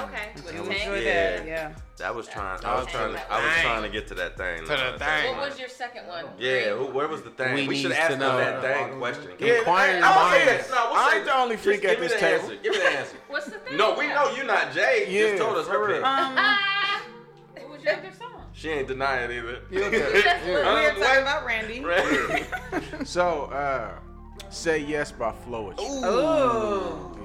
Speaker 6: Okay. Thank
Speaker 7: Enjoy
Speaker 6: you.
Speaker 3: Yeah.
Speaker 7: that. Yeah.
Speaker 3: That was trying. I was trying. To, I was
Speaker 5: Dang.
Speaker 3: trying to get to that thing.
Speaker 5: To the thing.
Speaker 9: What was your second one?
Speaker 3: Yeah. Who, where was the thing? We,
Speaker 5: We
Speaker 3: should
Speaker 5: needs
Speaker 3: ask
Speaker 5: to
Speaker 3: them
Speaker 5: know.
Speaker 3: that thing question. Can we-
Speaker 5: Inquiring
Speaker 3: I would say
Speaker 5: minds.
Speaker 3: that. No, we'll
Speaker 4: I
Speaker 3: say
Speaker 4: ain't
Speaker 3: that.
Speaker 4: the only freak
Speaker 3: Just
Speaker 4: at
Speaker 3: give
Speaker 4: this
Speaker 3: me the
Speaker 4: table.
Speaker 3: Answer. Give me the answer.
Speaker 9: What's the thing?
Speaker 3: No, we
Speaker 9: Yeah.
Speaker 3: know you're not Jay. You
Speaker 4: Yeah,
Speaker 3: Just told us
Speaker 4: for
Speaker 3: her
Speaker 4: real.
Speaker 3: pick.
Speaker 9: Ah, what was your other [LAUGHS] song?
Speaker 3: She ain't denying either. [LAUGHS]
Speaker 7: We were talking about Randy.
Speaker 4: So, uh, say yes by Flo. Ooh,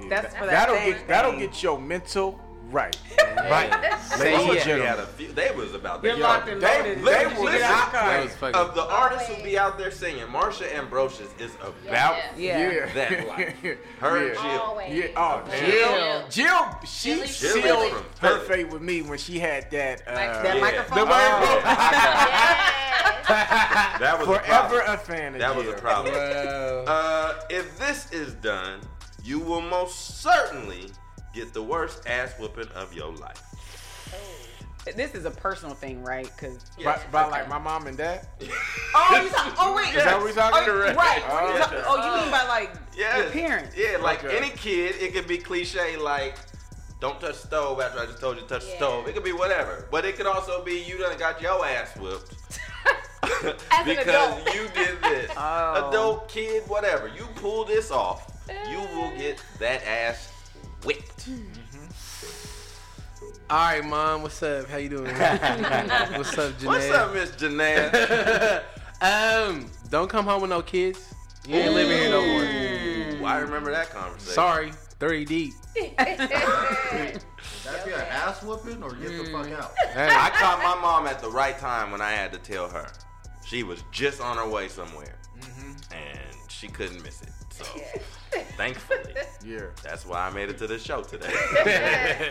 Speaker 7: Ooh, that's for that
Speaker 4: that'll
Speaker 7: thing.
Speaker 4: get that'll get your mental right.
Speaker 5: Right. Say
Speaker 4: Ladies and
Speaker 5: yeah.
Speaker 3: They
Speaker 4: gentlemen.
Speaker 3: had a few. They was about
Speaker 7: You're
Speaker 3: that.
Speaker 7: locked and
Speaker 4: They,
Speaker 7: loaded.
Speaker 4: they
Speaker 3: Listen,
Speaker 4: were
Speaker 3: listen.
Speaker 4: not
Speaker 5: That
Speaker 4: playing.
Speaker 5: was fucking.
Speaker 3: Of the artists who be out there singing, Marsha Ambrosius is about
Speaker 9: Yes.
Speaker 7: Yeah.
Speaker 3: that life. Her and
Speaker 4: [LAUGHS] Yeah.
Speaker 3: Jill.
Speaker 6: Always.
Speaker 4: Yeah. Oh,
Speaker 9: Jill.
Speaker 4: Jill. Jill. She
Speaker 9: Jill
Speaker 4: sealed
Speaker 3: from
Speaker 4: her
Speaker 3: Philly.
Speaker 4: fate with me when she had that. Uh,
Speaker 7: That
Speaker 3: Yeah.
Speaker 7: microphone.
Speaker 4: The
Speaker 3: Oh,
Speaker 6: Yes.
Speaker 3: that was
Speaker 4: forever
Speaker 3: A problem.
Speaker 4: a fan of
Speaker 3: that was
Speaker 4: Jill.
Speaker 3: a problem.
Speaker 5: Well,
Speaker 3: Uh, if this is done, you will most certainly get the worst ass whooping of your life.
Speaker 7: This is a personal thing, right? Because
Speaker 4: By, by like my mom and dad. [LAUGHS]
Speaker 7: oh, you talk, oh wait,
Speaker 4: Is that what we talking?
Speaker 7: oh,
Speaker 3: Correct.
Speaker 7: right? Oh,
Speaker 4: Oh,
Speaker 7: you talk, oh, you mean by like
Speaker 3: Yeah.
Speaker 7: your parents?
Speaker 3: Yeah, like
Speaker 4: Okay.
Speaker 3: any kid, it could be cliche like don't touch the stove after I just told you to touch the
Speaker 6: Yeah.
Speaker 3: stove. It could be whatever. But it could also be you done got your ass whooped.
Speaker 9: As an
Speaker 3: [LAUGHS] because
Speaker 9: adult.
Speaker 3: you did this.
Speaker 7: Oh.
Speaker 3: Adult kid, whatever. You pull this off, you will get that ass whipped.
Speaker 5: all right, mom. What's up? How you
Speaker 3: [LAUGHS]
Speaker 5: doing? what's up, Janae?
Speaker 3: What's up, Miss Janae?
Speaker 5: um, don't come home with no kids. You ain't living here no more.
Speaker 3: Ooh, I remember that conversation.
Speaker 5: Sorry, three D.
Speaker 8: That'd be an ass whooping, or get the fuck out.
Speaker 3: I caught my mom at the right time when I had to tell her. She was just on her way somewhere, and she couldn't miss it. So, [LAUGHS] thankfully,
Speaker 4: Yeah.
Speaker 3: that's why I made it to the show today.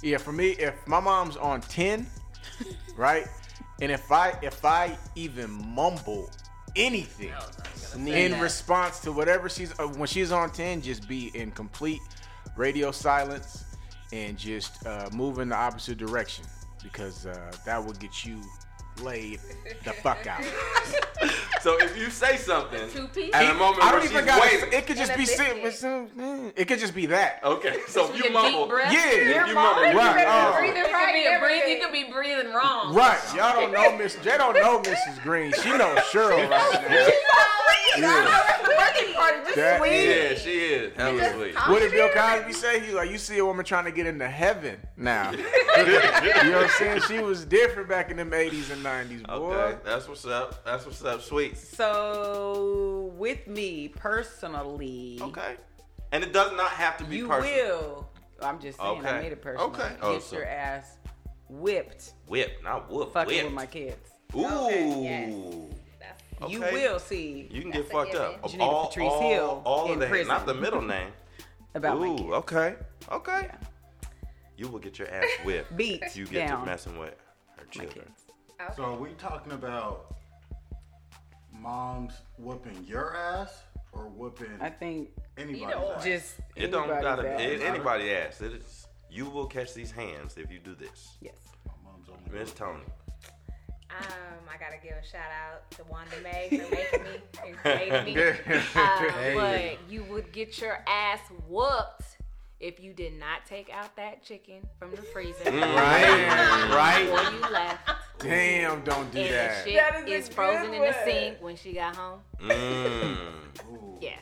Speaker 4: Yeah, for me, if my mom's on ten, right, and if I if I even mumble anything in response to whatever she's uh, when she's on ten, just be in complete radio silence and just uh, move in the opposite direction because uh, that will get you laid the fuck out.
Speaker 3: so, if you say something
Speaker 9: Two-piece?
Speaker 3: at a moment
Speaker 4: I
Speaker 3: where
Speaker 4: don't
Speaker 3: she's
Speaker 4: even got.
Speaker 3: waiting,
Speaker 4: It could just
Speaker 6: And
Speaker 4: be
Speaker 6: a
Speaker 4: sitting. eh,
Speaker 6: biscuit.
Speaker 4: It could just be that.
Speaker 3: okay. So, if
Speaker 9: Take a
Speaker 3: you
Speaker 9: deep
Speaker 3: mumble,
Speaker 9: breath.
Speaker 4: Yeah,
Speaker 3: you
Speaker 9: mom,
Speaker 3: mumble,
Speaker 9: you
Speaker 4: Right,
Speaker 9: better
Speaker 4: oh.
Speaker 9: breathe it
Speaker 6: It could
Speaker 9: right.
Speaker 6: be
Speaker 9: You could, breathe,
Speaker 6: everything.
Speaker 9: you could be breathing wrong.
Speaker 4: Right, y'all don't know Miss. They don't know Mrs. Green. She knows Cheryl right now. That-
Speaker 3: yeah, she is hella sweet.
Speaker 4: What did Bill Cosby say? He's like, you see a woman trying to get into heaven now. you know what I'm saying? She was different back in them 80s and 90s, boy.
Speaker 3: Okay, that's what's up. That's what's up, sweets.
Speaker 7: So with me personally,
Speaker 3: Okay, and it does not have to be
Speaker 7: you
Speaker 3: personal.
Speaker 7: will. I'm just saying,
Speaker 3: Okay.
Speaker 7: I made it personal.
Speaker 3: Okay.
Speaker 7: Get
Speaker 3: Oh,
Speaker 7: your
Speaker 3: so-
Speaker 7: ass whipped,
Speaker 3: Whip, not whoop.
Speaker 7: fucking
Speaker 3: whip.
Speaker 7: with my kids.
Speaker 3: Ooh.
Speaker 6: Okay, yes. That's-
Speaker 7: You
Speaker 3: Okay.
Speaker 7: will see
Speaker 3: You can
Speaker 6: That's
Speaker 3: get
Speaker 6: a
Speaker 3: fucked
Speaker 6: given.
Speaker 3: up. Of
Speaker 7: Geneva
Speaker 3: all,
Speaker 7: Patrice
Speaker 3: all,
Speaker 7: Hill
Speaker 3: all of
Speaker 7: in
Speaker 3: that,
Speaker 7: prison.
Speaker 3: not the
Speaker 7: [LAUGHS]
Speaker 3: middle name.
Speaker 7: about my kids.
Speaker 3: Ooh, okay, okay. You will get your ass whipped.
Speaker 7: Beat
Speaker 3: if You get to
Speaker 7: down.
Speaker 3: messing with her
Speaker 7: My
Speaker 3: children.
Speaker 7: kids.
Speaker 8: So are we talking about moms whooping your ass or whooping
Speaker 7: I think
Speaker 8: anybody's
Speaker 6: Either or.
Speaker 8: ass?
Speaker 7: just
Speaker 3: It don't
Speaker 7: anybody's
Speaker 3: gotta
Speaker 7: ass.
Speaker 3: be it, anybody ass. It is. You will catch these hands if you do this,
Speaker 7: Yes.
Speaker 8: My mom's only
Speaker 3: Miss
Speaker 8: whooping-
Speaker 3: Tony.
Speaker 6: Um, I gotta give a shout out to Wanda May for making me and creating me. Uh, But you would get your ass whooped if you did not take out that chicken from the freezer
Speaker 4: Right,
Speaker 6: before
Speaker 4: right.
Speaker 6: you left.
Speaker 4: [LAUGHS] Damn, don't do
Speaker 6: And
Speaker 4: that.
Speaker 6: the shit
Speaker 7: That is a
Speaker 6: is,
Speaker 7: good
Speaker 6: frozen in the
Speaker 7: one.
Speaker 6: sink when she got home.
Speaker 3: Mm.
Speaker 6: Yeah.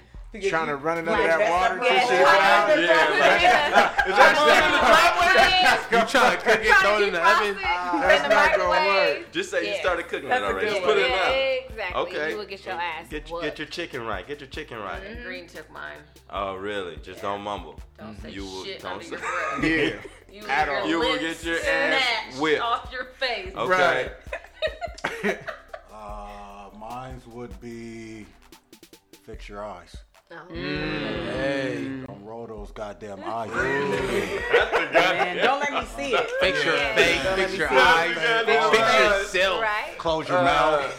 Speaker 4: Trying to run it under
Speaker 7: Like,
Speaker 4: that
Speaker 7: that's
Speaker 4: water,
Speaker 7: a-
Speaker 4: push
Speaker 7: yeah.
Speaker 4: it out.
Speaker 6: [LAUGHS] Yeah. Yeah.
Speaker 5: You trying to cook it, throw it in the oven?
Speaker 4: that's
Speaker 6: in the
Speaker 4: not gonna
Speaker 6: microwave.
Speaker 3: Just say you
Speaker 6: Yeah.
Speaker 3: started cooking
Speaker 7: That's
Speaker 3: it
Speaker 7: a
Speaker 3: already.
Speaker 7: good
Speaker 3: Just
Speaker 7: one.
Speaker 3: put it
Speaker 6: yeah,
Speaker 3: out.
Speaker 6: Exactly.
Speaker 3: Okay.
Speaker 6: You will get your ass
Speaker 3: Get,
Speaker 6: whooped.
Speaker 3: get your chicken right. Get your chicken right.
Speaker 9: Green took mine.
Speaker 3: Oh, really? Just don't mumble.
Speaker 9: Mm-hmm. Don't say
Speaker 3: You will-
Speaker 9: shit
Speaker 3: don't
Speaker 9: under
Speaker 3: say-
Speaker 9: your breath.
Speaker 4: Yeah.
Speaker 9: You, will
Speaker 4: At
Speaker 9: get your
Speaker 4: all.
Speaker 3: You will
Speaker 9: lips
Speaker 3: get your ass
Speaker 9: snatched
Speaker 3: whipped.
Speaker 9: off your face.
Speaker 3: Okay.
Speaker 4: Right.
Speaker 8: Uh, mines would be fix your eyes.
Speaker 7: Oh.
Speaker 5: Hey,
Speaker 8: Don't roll those goddamn eyes.
Speaker 3: [LAUGHS]
Speaker 7: Man, don't let me see it.
Speaker 5: fix your face,
Speaker 7: Don't let
Speaker 5: fix
Speaker 7: me
Speaker 5: your
Speaker 7: see it.
Speaker 5: eyes,
Speaker 3: Fix-
Speaker 5: fix
Speaker 3: fix-
Speaker 5: yourself.
Speaker 6: Right?
Speaker 8: Close your mouth.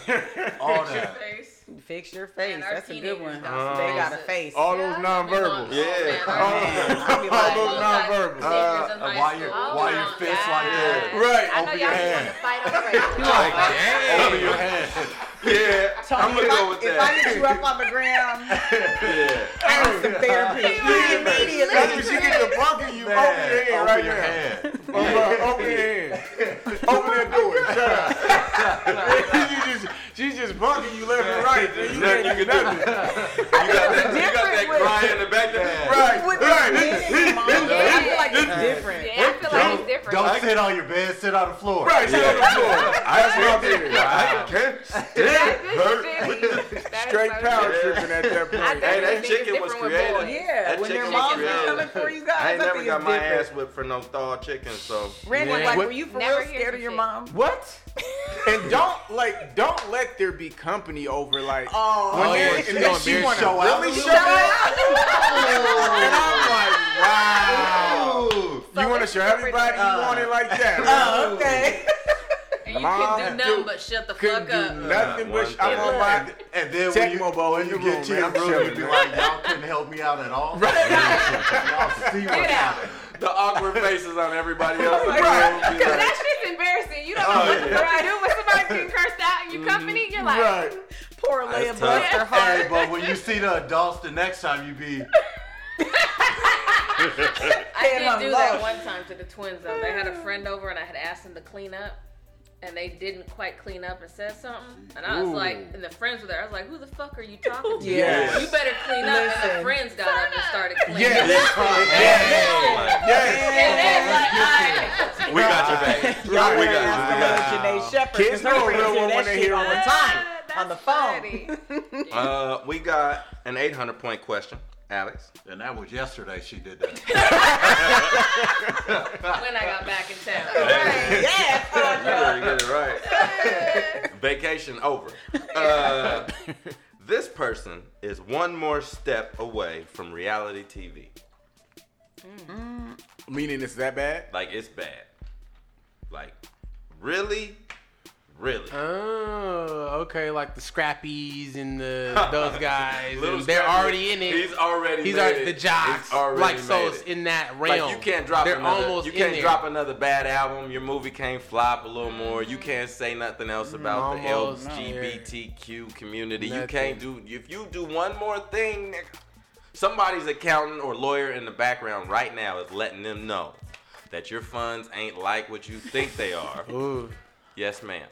Speaker 8: [LAUGHS] All that.
Speaker 9: Face.
Speaker 7: Fix your face.
Speaker 9: And our
Speaker 7: That's a good
Speaker 9: teenagers
Speaker 7: one.
Speaker 9: got
Speaker 3: Oh.
Speaker 9: some
Speaker 7: they got a
Speaker 9: faces.
Speaker 7: face.
Speaker 4: All those nonverbals.
Speaker 3: Yeah.
Speaker 6: Oh,
Speaker 7: I'll
Speaker 3: [LAUGHS] Oh,
Speaker 7: be
Speaker 4: All
Speaker 7: like,
Speaker 4: those nonverbals.
Speaker 8: Uh, why your why your fist like that?
Speaker 4: Right.
Speaker 6: I know y'all just want to
Speaker 8: Oh.
Speaker 6: fight over
Speaker 5: You like, damn.
Speaker 8: Over your [LAUGHS] head.
Speaker 3: Yeah. I'm
Speaker 7: Tony,
Speaker 3: gonna
Speaker 7: if
Speaker 3: go
Speaker 7: I-
Speaker 3: with
Speaker 7: If I
Speaker 3: that.
Speaker 7: hit you up on the ground,
Speaker 3: Yeah.
Speaker 7: I need some therapy.
Speaker 4: That's when
Speaker 7: Immediately.
Speaker 4: she get the bunk in you. Open your hand
Speaker 8: Over
Speaker 4: right
Speaker 8: your
Speaker 4: now.
Speaker 8: head.
Speaker 4: Open open your hand. Open that door. Shut up. [LAUGHS] you just, she's just bunking you left and right. dude. You
Speaker 3: Nothing
Speaker 4: can't
Speaker 3: you
Speaker 4: do
Speaker 3: can
Speaker 4: nothing.
Speaker 3: You got that, you got that
Speaker 7: Different with-
Speaker 3: cry in the back of your head.
Speaker 4: Right,
Speaker 7: With
Speaker 4: right,
Speaker 7: this minute, Mom, I feel like it's different.
Speaker 6: Yeah, I feel like it's different.
Speaker 8: Don't sit on your bed. Sit on the floor.
Speaker 4: right. Sit on the floor. That's what I'm
Speaker 3: Yeah,
Speaker 4: doing.
Speaker 3: I can't
Speaker 6: That's
Speaker 3: stand
Speaker 6: good shit. That is
Speaker 4: Straight
Speaker 6: so
Speaker 4: power
Speaker 6: good.
Speaker 4: tripping at that
Speaker 6: I
Speaker 4: point.
Speaker 6: think
Speaker 3: Hey, that
Speaker 6: everything is
Speaker 3: chicken was
Speaker 6: different with
Speaker 3: creative.
Speaker 6: boys.
Speaker 7: Yeah,
Speaker 3: That
Speaker 7: when their
Speaker 3: chicken
Speaker 7: moms
Speaker 3: was
Speaker 7: are coming
Speaker 3: creative.
Speaker 7: for you guys,
Speaker 3: I ain't never
Speaker 7: think
Speaker 3: got
Speaker 7: it's
Speaker 3: my
Speaker 7: different.
Speaker 3: ass whipped for no thawed chicken, so.
Speaker 7: Randy,
Speaker 5: Yeah.
Speaker 7: like,
Speaker 5: What-
Speaker 7: were you for
Speaker 6: Never
Speaker 7: real
Speaker 6: hear
Speaker 7: scared
Speaker 6: some
Speaker 7: of your
Speaker 6: shit.
Speaker 7: mom?
Speaker 4: What? And don't like don't let there be company over like
Speaker 7: Oh,
Speaker 4: when
Speaker 5: Oh,
Speaker 4: they're-
Speaker 5: yeah, she
Speaker 4: and
Speaker 5: gonna
Speaker 4: then she
Speaker 5: embarrass
Speaker 4: wanna
Speaker 5: you.
Speaker 4: really show out. [LAUGHS] and I'm like, wow. you want to
Speaker 6: let's
Speaker 4: show
Speaker 6: separate
Speaker 4: everybody you want it like that.
Speaker 7: Oh, okay.
Speaker 9: And you
Speaker 4: Mom,
Speaker 9: can do
Speaker 4: dude,
Speaker 9: nothing but shut the
Speaker 4: Couldn't
Speaker 9: fuck up.
Speaker 4: do nothing but
Speaker 3: One
Speaker 4: sh- I'm
Speaker 3: thing.
Speaker 4: on my.
Speaker 8: And then when you,
Speaker 4: Tecmo Bowl
Speaker 8: when
Speaker 4: in
Speaker 8: you
Speaker 4: the room,
Speaker 8: get to
Speaker 4: man.
Speaker 8: your
Speaker 4: I'm
Speaker 8: room,
Speaker 4: chilling,
Speaker 8: you'd be
Speaker 4: man.
Speaker 8: like, y'all couldn't help me out at [LAUGHS] all. y'all see what's happening.
Speaker 3: The awkward faces on
Speaker 8: [LAUGHS]
Speaker 3: everybody else. in the
Speaker 4: Right.
Speaker 3: room, be
Speaker 6: Because
Speaker 3: like,
Speaker 6: that shit's embarrassing. You
Speaker 3: Oh,
Speaker 6: don't know what the fuck to do when somebody's getting cursed out in your
Speaker 3: Mm-hmm.
Speaker 6: company. You're like,
Speaker 4: Right.
Speaker 7: Poor Leah
Speaker 3: tough.
Speaker 7: bless her heart.
Speaker 8: Hey, but when you see the adults the next time, you be
Speaker 9: I did
Speaker 7: Damn,
Speaker 9: do
Speaker 7: I'm
Speaker 9: that
Speaker 7: lost.
Speaker 9: one time to the twins though. They had a friend over and I had asked them to clean up. And they didn't quite clean up and said something. And I was
Speaker 4: Ooh.
Speaker 9: like, and the friends were there. I was like, who the fuck
Speaker 7: [LAUGHS]
Speaker 9: are you talking to?
Speaker 7: Yes.
Speaker 9: You better clean up. And
Speaker 7: Listen.
Speaker 9: the friends got up and started cleaning.
Speaker 4: Yes,
Speaker 3: yeah.
Speaker 4: yes.
Speaker 9: And they was like, all right.
Speaker 3: We got your back.
Speaker 7: Y'all
Speaker 4: Right.
Speaker 7: gotta
Speaker 4: We got
Speaker 7: ask
Speaker 4: you.
Speaker 7: about Janae Shepherd.
Speaker 4: Kids
Speaker 7: 'cause
Speaker 4: know
Speaker 7: her
Speaker 4: a
Speaker 7: friends
Speaker 4: real
Speaker 7: do
Speaker 4: one
Speaker 7: that
Speaker 4: when they
Speaker 7: shit
Speaker 4: hear
Speaker 7: all
Speaker 4: it.
Speaker 7: the time. On the phone.
Speaker 3: Uh, we got an 800 point question, Alex.
Speaker 8: And that was yesterday she did that.
Speaker 9: when I got back in town.
Speaker 7: Yes.
Speaker 3: You better get it right. [LAUGHS] Vacation over. Uh, this person is one more step away from reality TV.
Speaker 4: Meaning it's that bad?
Speaker 3: Like it's bad. Like really, really.
Speaker 5: Oh, okay. Like the Scrappies
Speaker 3: [LAUGHS]
Speaker 5: and the those guys.
Speaker 3: Little
Speaker 5: and they're
Speaker 3: Scrappy,
Speaker 5: already in it.
Speaker 3: He's already.
Speaker 5: He's
Speaker 3: made
Speaker 5: already
Speaker 3: it.
Speaker 5: the jocks.
Speaker 3: He's already
Speaker 5: like so,
Speaker 3: made
Speaker 5: it's
Speaker 3: it.
Speaker 5: in that realm.
Speaker 3: Like you can't drop
Speaker 5: They're
Speaker 3: another.
Speaker 5: almost
Speaker 3: you
Speaker 5: in
Speaker 3: can't
Speaker 5: there.
Speaker 3: drop another bad album. Your movie can't flop a little more. You can't say nothing else about
Speaker 5: Mm, Almost,
Speaker 3: the
Speaker 5: no.
Speaker 3: LGBTQ community. You
Speaker 5: Nothing.
Speaker 3: can't do if you do one more thing, nigga, somebody's accountant or lawyer in the background right now is letting them know that your funds ain't like what you think they are.
Speaker 5: Ooh.
Speaker 3: yes, ma'am.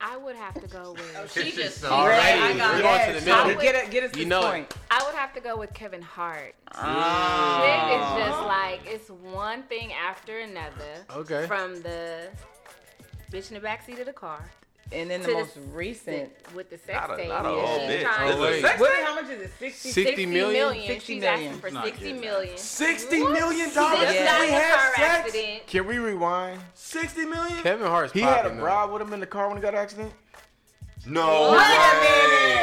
Speaker 6: I would have to go
Speaker 7: Oh,
Speaker 6: with.
Speaker 9: She just
Speaker 8: so-
Speaker 9: already.
Speaker 5: Already,
Speaker 9: I got
Speaker 5: we're
Speaker 9: back.
Speaker 5: going to the middle.
Speaker 7: Get, it, get us
Speaker 5: You
Speaker 7: this
Speaker 5: know it.
Speaker 7: point.
Speaker 6: I would have to go with Kevin Hart. Shit is just like it's one thing after another.
Speaker 5: Okay.
Speaker 6: From the bitch in the backseat of the car
Speaker 7: And then the
Speaker 6: To the
Speaker 7: most recent.
Speaker 6: with the sex
Speaker 3: Not a,
Speaker 6: tape.
Speaker 3: not a whole
Speaker 6: She's
Speaker 3: bitch.
Speaker 6: trying
Speaker 3: This
Speaker 6: to
Speaker 3: is a
Speaker 5: wait.
Speaker 3: sex
Speaker 7: What? How much is it? 60?
Speaker 5: 60 million.
Speaker 6: She's
Speaker 7: 60
Speaker 6: asking
Speaker 7: million.
Speaker 6: for
Speaker 8: Not
Speaker 6: sixty
Speaker 8: good.
Speaker 6: million.
Speaker 4: Sixty million dollars.
Speaker 6: This
Speaker 7: Yeah.
Speaker 6: guy
Speaker 4: We
Speaker 6: in a
Speaker 4: had
Speaker 6: car
Speaker 4: sex?
Speaker 6: accident.
Speaker 4: Can we rewind?
Speaker 3: Sixty million?
Speaker 5: Kevin Hart's
Speaker 4: He had a
Speaker 5: popping, though.
Speaker 4: bribe with him in the car when he got an [LAUGHS] accident.
Speaker 3: No.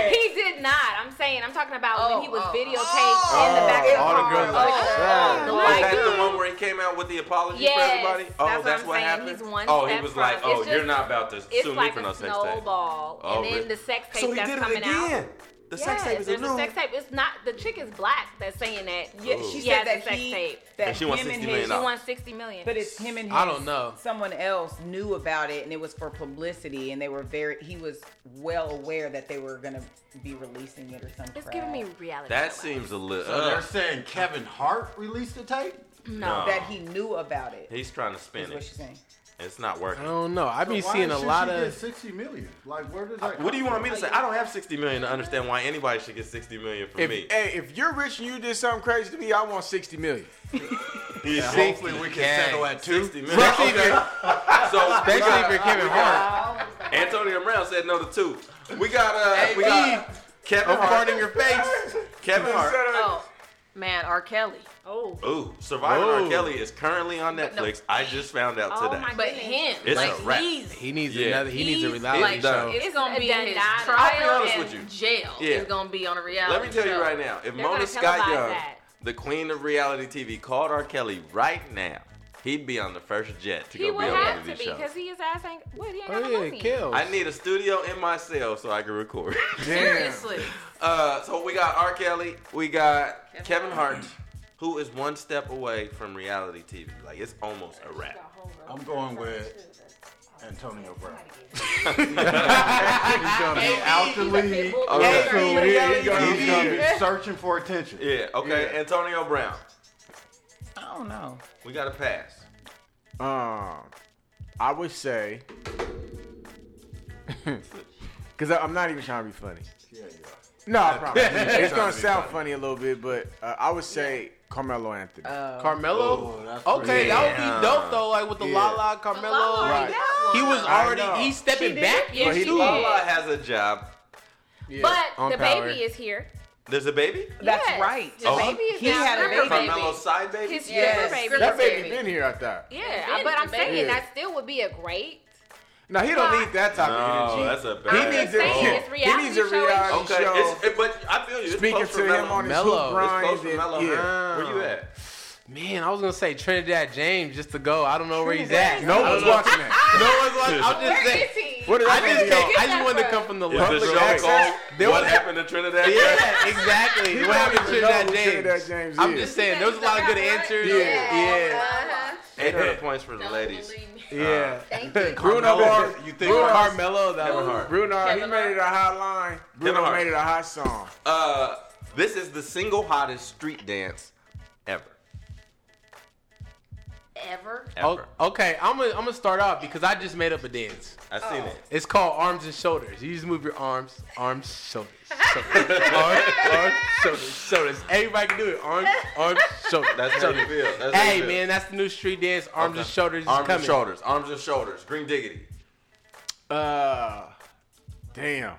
Speaker 6: He did not. I'm saying. I'm talking about
Speaker 9: Oh,
Speaker 6: when he was
Speaker 9: oh,
Speaker 6: videotaped in the
Speaker 5: Oh,
Speaker 6: back of the
Speaker 5: all the
Speaker 6: car.
Speaker 5: girls like,
Speaker 6: oh, the
Speaker 5: "Sad."
Speaker 3: Was
Speaker 6: white
Speaker 3: that
Speaker 6: dude.
Speaker 3: the one where he came out with the apology
Speaker 6: Yes,
Speaker 3: for everybody? Oh,
Speaker 6: that's
Speaker 3: that's,
Speaker 6: what I'm
Speaker 3: what
Speaker 6: saying.
Speaker 3: happened.
Speaker 6: He's one
Speaker 3: oh, he
Speaker 6: step
Speaker 3: was
Speaker 6: from-
Speaker 3: like,
Speaker 6: it's
Speaker 3: "Oh,
Speaker 6: just-
Speaker 3: you're not about to
Speaker 6: It's
Speaker 3: sue
Speaker 6: like
Speaker 3: me for no
Speaker 6: a
Speaker 3: sex tape."
Speaker 6: snowball,
Speaker 3: Oh,
Speaker 6: and then
Speaker 3: really?
Speaker 6: the sex tape
Speaker 3: So he
Speaker 6: that's
Speaker 3: did it
Speaker 6: coming out.
Speaker 3: again. The sex tape is a
Speaker 6: there's
Speaker 3: new.
Speaker 6: sex tape. It's not the chick is black that's saying that.
Speaker 7: Yeah, she said
Speaker 6: has a
Speaker 7: that
Speaker 6: sex
Speaker 7: he,
Speaker 6: tape.
Speaker 7: that
Speaker 3: And she wants
Speaker 7: him and
Speaker 3: $60
Speaker 7: his,
Speaker 6: She
Speaker 3: million.
Speaker 6: won sixty million.
Speaker 7: but it's him and his,
Speaker 5: I don't know.
Speaker 7: Someone else knew about it, and it was for publicity, and they were very. He was well aware that they were gonna be releasing it or something.
Speaker 6: it's giving me reality.
Speaker 3: that
Speaker 6: show.
Speaker 3: seems a little. uh,
Speaker 8: So they're saying Kevin Hart released the tape?
Speaker 6: no.
Speaker 7: that he knew about it.
Speaker 3: he's trying to spin
Speaker 7: Is what
Speaker 3: it.
Speaker 7: she's saying.
Speaker 3: It's not
Speaker 5: I
Speaker 3: working.
Speaker 5: don't know. I've
Speaker 8: So
Speaker 5: been
Speaker 8: why
Speaker 5: seeing a
Speaker 8: should
Speaker 5: lot
Speaker 8: she
Speaker 5: of.
Speaker 8: get 60 million? Like, where does that
Speaker 3: What do you
Speaker 8: come
Speaker 3: want me to say? I don't have 60 million to understand why anybody should get 60 million from
Speaker 4: If,
Speaker 3: me.
Speaker 4: hey, if you're rich and you did something crazy to me, I want sixty million.
Speaker 3: Yeah,
Speaker 8: from? Hopefully we can settle at two.
Speaker 3: 60 million.
Speaker 5: Especially if you're-
Speaker 3: [LAUGHS] so
Speaker 5: especially if you're Kevin Hart.
Speaker 3: Antonio Brown said no to two. We got uh, we got Kevin Hart in your face. Kevin Hart.
Speaker 9: Oh man, R. Kelly.
Speaker 6: Oh.
Speaker 3: Ooh, Surviving
Speaker 5: Whoa.
Speaker 3: R. Kelly is currently on Netflix. I just found out
Speaker 6: Oh
Speaker 3: today.
Speaker 6: my
Speaker 9: But him,
Speaker 3: It's
Speaker 9: like
Speaker 3: a wrap.
Speaker 9: he's
Speaker 5: He needs
Speaker 3: Yeah.
Speaker 5: another. He needs a
Speaker 9: He's
Speaker 5: reality
Speaker 9: like-
Speaker 5: show.
Speaker 9: It's gonna be
Speaker 6: Done
Speaker 9: his
Speaker 6: died.
Speaker 9: trial
Speaker 3: I'll be honest
Speaker 9: and
Speaker 3: with you.
Speaker 9: jail.
Speaker 3: Yeah.
Speaker 9: is gonna be on a reality.
Speaker 3: Let me tell you
Speaker 9: show.
Speaker 3: right now, if
Speaker 6: They're
Speaker 3: Mona
Speaker 6: gonna
Speaker 3: Scott
Speaker 6: televise
Speaker 3: Young,
Speaker 6: that.
Speaker 3: the queen of reality TV, called R. Kelly right now, he'd be on the first jet to
Speaker 6: He
Speaker 3: go
Speaker 6: would
Speaker 3: be on one
Speaker 6: have
Speaker 3: of
Speaker 6: to
Speaker 3: these
Speaker 6: be
Speaker 3: shows.
Speaker 6: because he is ass ain't. What he ain't got
Speaker 5: Oh
Speaker 6: no
Speaker 5: yeah,
Speaker 6: money.
Speaker 5: kills.
Speaker 3: I need a studio in my cell so I can record. [LAUGHS]
Speaker 9: Seriously,
Speaker 3: uh, so we got R. Kelly, we got Kevin Hart, who is one step away from reality TV. Like it's almost a
Speaker 4: [LAUGHS]
Speaker 3: wrap.
Speaker 8: I'm going with Antonio Brown.
Speaker 2: He's gonna be out the league.
Speaker 3: Okay.
Speaker 2: So here he
Speaker 8: He's
Speaker 2: goes.
Speaker 8: gonna be searching for attention.
Speaker 3: Yeah. Okay. Antonio Brown,
Speaker 7: I don't know.
Speaker 3: we got a pass.
Speaker 4: Um, I would say, [LAUGHS] because I'm not even trying to be funny.
Speaker 8: Yeah, yeah.
Speaker 4: No, I promise. it's
Speaker 8: Trying
Speaker 4: gonna
Speaker 8: to be
Speaker 4: sound
Speaker 8: funny.
Speaker 4: funny a little bit, but uh, I would say Carmelo Anthony.
Speaker 6: Uh,
Speaker 7: Um,
Speaker 8: Oh,
Speaker 5: Carmelo.
Speaker 8: that's
Speaker 5: okay,
Speaker 8: pretty-
Speaker 5: that would be dope though. Like with the
Speaker 4: Yeah.
Speaker 5: La La Carmelo.
Speaker 9: Lala
Speaker 4: Right.
Speaker 5: He was
Speaker 4: I know.
Speaker 5: already. He's stepping
Speaker 7: did?
Speaker 5: back. too.
Speaker 9: Yeah, she did.
Speaker 3: Lala has a job.
Speaker 5: On
Speaker 6: But the
Speaker 5: Power.
Speaker 6: baby is here.
Speaker 3: There's a baby.
Speaker 7: That's
Speaker 6: Yes.
Speaker 7: right.
Speaker 6: The
Speaker 3: Oh.
Speaker 6: baby is
Speaker 7: He
Speaker 6: now
Speaker 7: had a
Speaker 6: her
Speaker 7: baby.
Speaker 3: Carmelo's side baby.
Speaker 6: His
Speaker 9: Yes.
Speaker 6: yes. baby.
Speaker 9: That
Speaker 4: that baby
Speaker 9: baby.
Speaker 4: been here, I thought.
Speaker 6: Yeah,
Speaker 9: Been
Speaker 6: but I'm
Speaker 9: the baby.
Speaker 6: saying
Speaker 4: Yeah.
Speaker 6: that still would be a great.
Speaker 4: No, he don't need that type of
Speaker 3: No,
Speaker 5: [LAUGHS]
Speaker 4: energy.
Speaker 3: that's a
Speaker 4: he
Speaker 3: bad.
Speaker 4: needs a,
Speaker 6: saying it's
Speaker 4: he needs a
Speaker 6: reality show and
Speaker 4: reality
Speaker 3: Okay,
Speaker 4: show.
Speaker 3: it's, it, but I feel you. It's
Speaker 4: Speaking
Speaker 3: close
Speaker 4: to him
Speaker 3: Mello.
Speaker 4: on his
Speaker 5: Mello.
Speaker 4: hoop
Speaker 3: It's
Speaker 4: grind.
Speaker 3: close to
Speaker 4: and-
Speaker 3: Mello.
Speaker 4: yeah.
Speaker 3: Where you at?
Speaker 5: Man, I was gonna say Trinidad James just to go. I don't know where he's at.
Speaker 4: No
Speaker 5: I
Speaker 3: [LAUGHS]
Speaker 4: one's
Speaker 5: don't know.
Speaker 4: watching that.
Speaker 5: No one's watching. I'm just
Speaker 6: Where
Speaker 5: saying.
Speaker 6: is he?
Speaker 4: What did I
Speaker 5: I
Speaker 4: just
Speaker 5: just,
Speaker 4: take?
Speaker 5: came, I just wanted to come from the
Speaker 3: Is
Speaker 5: public
Speaker 3: the show [LAUGHS]
Speaker 5: access.
Speaker 3: called
Speaker 5: There
Speaker 3: What
Speaker 5: was-
Speaker 3: Happened to Trinidad?
Speaker 5: Yeah, exactly.
Speaker 4: He
Speaker 5: what happened
Speaker 4: don't
Speaker 5: to
Speaker 4: even
Speaker 5: Trinidad
Speaker 4: know who Trinidad
Speaker 5: James?
Speaker 4: James
Speaker 5: I'm
Speaker 4: is.
Speaker 5: just saying, there was a lot of good answers.
Speaker 4: Yeah.
Speaker 5: yeah.
Speaker 6: Uh-huh.
Speaker 3: Eight points for the ladies.
Speaker 4: Yeah.
Speaker 6: Thank you.
Speaker 4: Bruno Mars.
Speaker 8: You think
Speaker 4: Bruno
Speaker 5: Carmelo,
Speaker 8: Carmelo-
Speaker 3: Kevin
Speaker 5: though.
Speaker 3: Hart.
Speaker 4: Bruno, he
Speaker 9: Kevin
Speaker 4: made
Speaker 9: Hart.
Speaker 4: it a hot line. Bruno
Speaker 3: Hart.
Speaker 4: made it a hot song.
Speaker 3: Uh, this is the single hottest street dance ever.
Speaker 9: Ever?
Speaker 5: Oh,
Speaker 3: Ever.
Speaker 5: okay, I'm gonna I'm gonna start off because I just made up a dance.
Speaker 3: I seen it.
Speaker 5: It's called arms and shoulders. You just move your arms, arms, shoulders, shoulders, arms, arms, shoulders, shoulders. Everybody can do it. Arms, arms, shoulders.
Speaker 3: That's how you
Speaker 5: shoulders.
Speaker 3: feel. That's how
Speaker 5: Hey
Speaker 3: you feel.
Speaker 5: man, that's the new street dance. Arms and
Speaker 3: Okay.
Speaker 5: shoulders is
Speaker 3: Arms
Speaker 5: coming.
Speaker 3: and shoulders. Arms and shoulders. Green diggity.
Speaker 4: Uh, damn.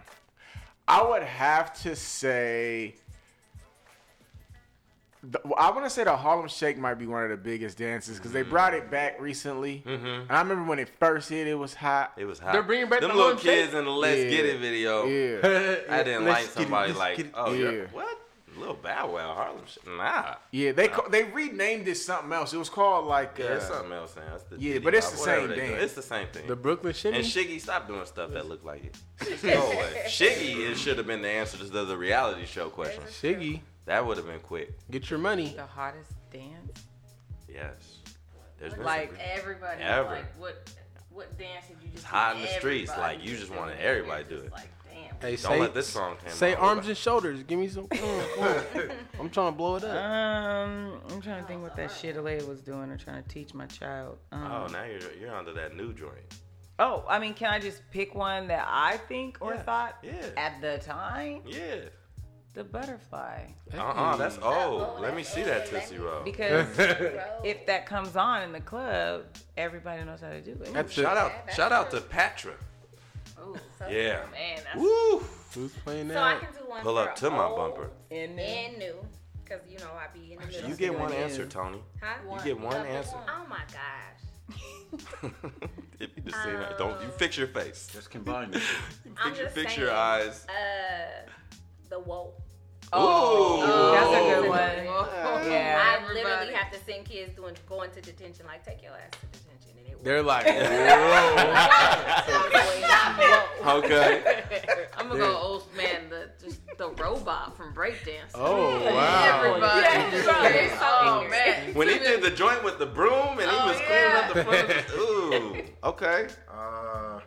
Speaker 4: I would have to say. The, well, I want to say the Harlem Shake might be one of the biggest dances because
Speaker 3: Mm-hmm.
Speaker 4: they brought it back recently. And I remember when it first hit, it was hot.
Speaker 3: It was hot.
Speaker 5: They're bringing back
Speaker 3: them
Speaker 5: the
Speaker 3: little
Speaker 5: Harlem Shake?
Speaker 3: kids in the Let's
Speaker 4: Yeah.
Speaker 3: Get It video. [LAUGHS]
Speaker 4: Yeah,
Speaker 3: I didn't
Speaker 5: Let's
Speaker 3: like
Speaker 5: get it,
Speaker 3: somebody
Speaker 5: let's
Speaker 3: like,
Speaker 5: get it.
Speaker 3: oh, you're,
Speaker 4: Yeah.
Speaker 3: what? Little Bow Wow Harlem. Shake. Nah.
Speaker 4: yeah. They ca- they renamed it something else. It was called like uh,
Speaker 3: Yeah, it's something else. Man. It's the
Speaker 4: Yeah,
Speaker 3: Diddy
Speaker 4: but it's
Speaker 3: Bop,
Speaker 4: the
Speaker 3: whatever
Speaker 4: same
Speaker 3: they do.
Speaker 4: dance.
Speaker 3: It's the same thing.
Speaker 5: The Brooklyn Shimmy.
Speaker 3: and Shiggy, stop doing stuff that look like it. Just Go away. Shiggy it should have been the answer to the, the reality show question.
Speaker 5: Shiggy,
Speaker 3: That would have been quick.
Speaker 5: get your money.
Speaker 7: The hottest dance.
Speaker 3: Yes. There's been
Speaker 7: Like,
Speaker 3: some good-
Speaker 9: Everybody.
Speaker 3: Ever.
Speaker 9: Like what? What dance did you just?
Speaker 3: hot
Speaker 9: see
Speaker 3: in the streets,
Speaker 9: everybody
Speaker 3: like, you just
Speaker 9: doing?
Speaker 3: wanted everybody to
Speaker 9: You're
Speaker 3: do
Speaker 9: just
Speaker 3: it.
Speaker 9: Like damn.
Speaker 5: Hey,
Speaker 3: don't
Speaker 5: say,
Speaker 3: let this song come
Speaker 5: say
Speaker 3: out.
Speaker 5: arms and shoulders. Give me some. mm, come on. I'm trying to blow it up.
Speaker 7: Um, I'm trying to think what
Speaker 6: Oh,
Speaker 7: that shitolay was doing or trying to teach my child. Um,
Speaker 3: Oh, now you're you're onto that new joint.
Speaker 7: Oh, I mean, can I just pick one that I think or
Speaker 3: Yeah,
Speaker 7: thought
Speaker 3: yeah.
Speaker 7: at the time?
Speaker 3: Yeah.
Speaker 7: The butterfly.
Speaker 3: Uh uh that's old. Let me see that Tootsie Roll.
Speaker 7: Because if that comes on in the club, everybody knows how to do it.
Speaker 5: That's
Speaker 3: Shout
Speaker 5: it.
Speaker 3: out, shout out to Patra. Yeah.
Speaker 9: Man, that's
Speaker 3: Woo!
Speaker 5: Who's playing
Speaker 6: So I
Speaker 5: that?
Speaker 6: can do one.
Speaker 3: Pull
Speaker 6: for
Speaker 3: up to my
Speaker 6: old
Speaker 3: bumper.
Speaker 7: And then
Speaker 6: And new, because you know I be in the middle.
Speaker 3: You get one
Speaker 7: it
Speaker 3: answer,
Speaker 7: is.
Speaker 3: Tony. [LAUGHS]
Speaker 6: Huh?
Speaker 3: You get one answer.
Speaker 6: Oh my gosh.
Speaker 3: if you just say that, don't you fix your face. [LAUGHS]
Speaker 8: Just combine it.
Speaker 6: I'm
Speaker 3: Fix your
Speaker 6: just
Speaker 3: fix your
Speaker 6: saying,
Speaker 3: eyes.
Speaker 6: Uh, the woe.
Speaker 3: Ooh.
Speaker 7: that's a
Speaker 3: Oh.
Speaker 7: good one.
Speaker 6: I
Speaker 7: Yeah.
Speaker 6: literally
Speaker 9: Everybody.
Speaker 6: have to send kids doing going to detention. Like take your ass to detention, and it
Speaker 5: They're like, [LAUGHS] whoa.
Speaker 3: Okay.
Speaker 9: I'm gonna go old man. The just the the robot from breakdance.
Speaker 5: Oh wow!
Speaker 9: Everybody.
Speaker 6: Yeah.
Speaker 9: Oh,
Speaker 6: Oh,
Speaker 9: man.
Speaker 3: When he did the joint with the broom and he was cleaning up the front. of the- Ooh. Okay.
Speaker 8: Uh,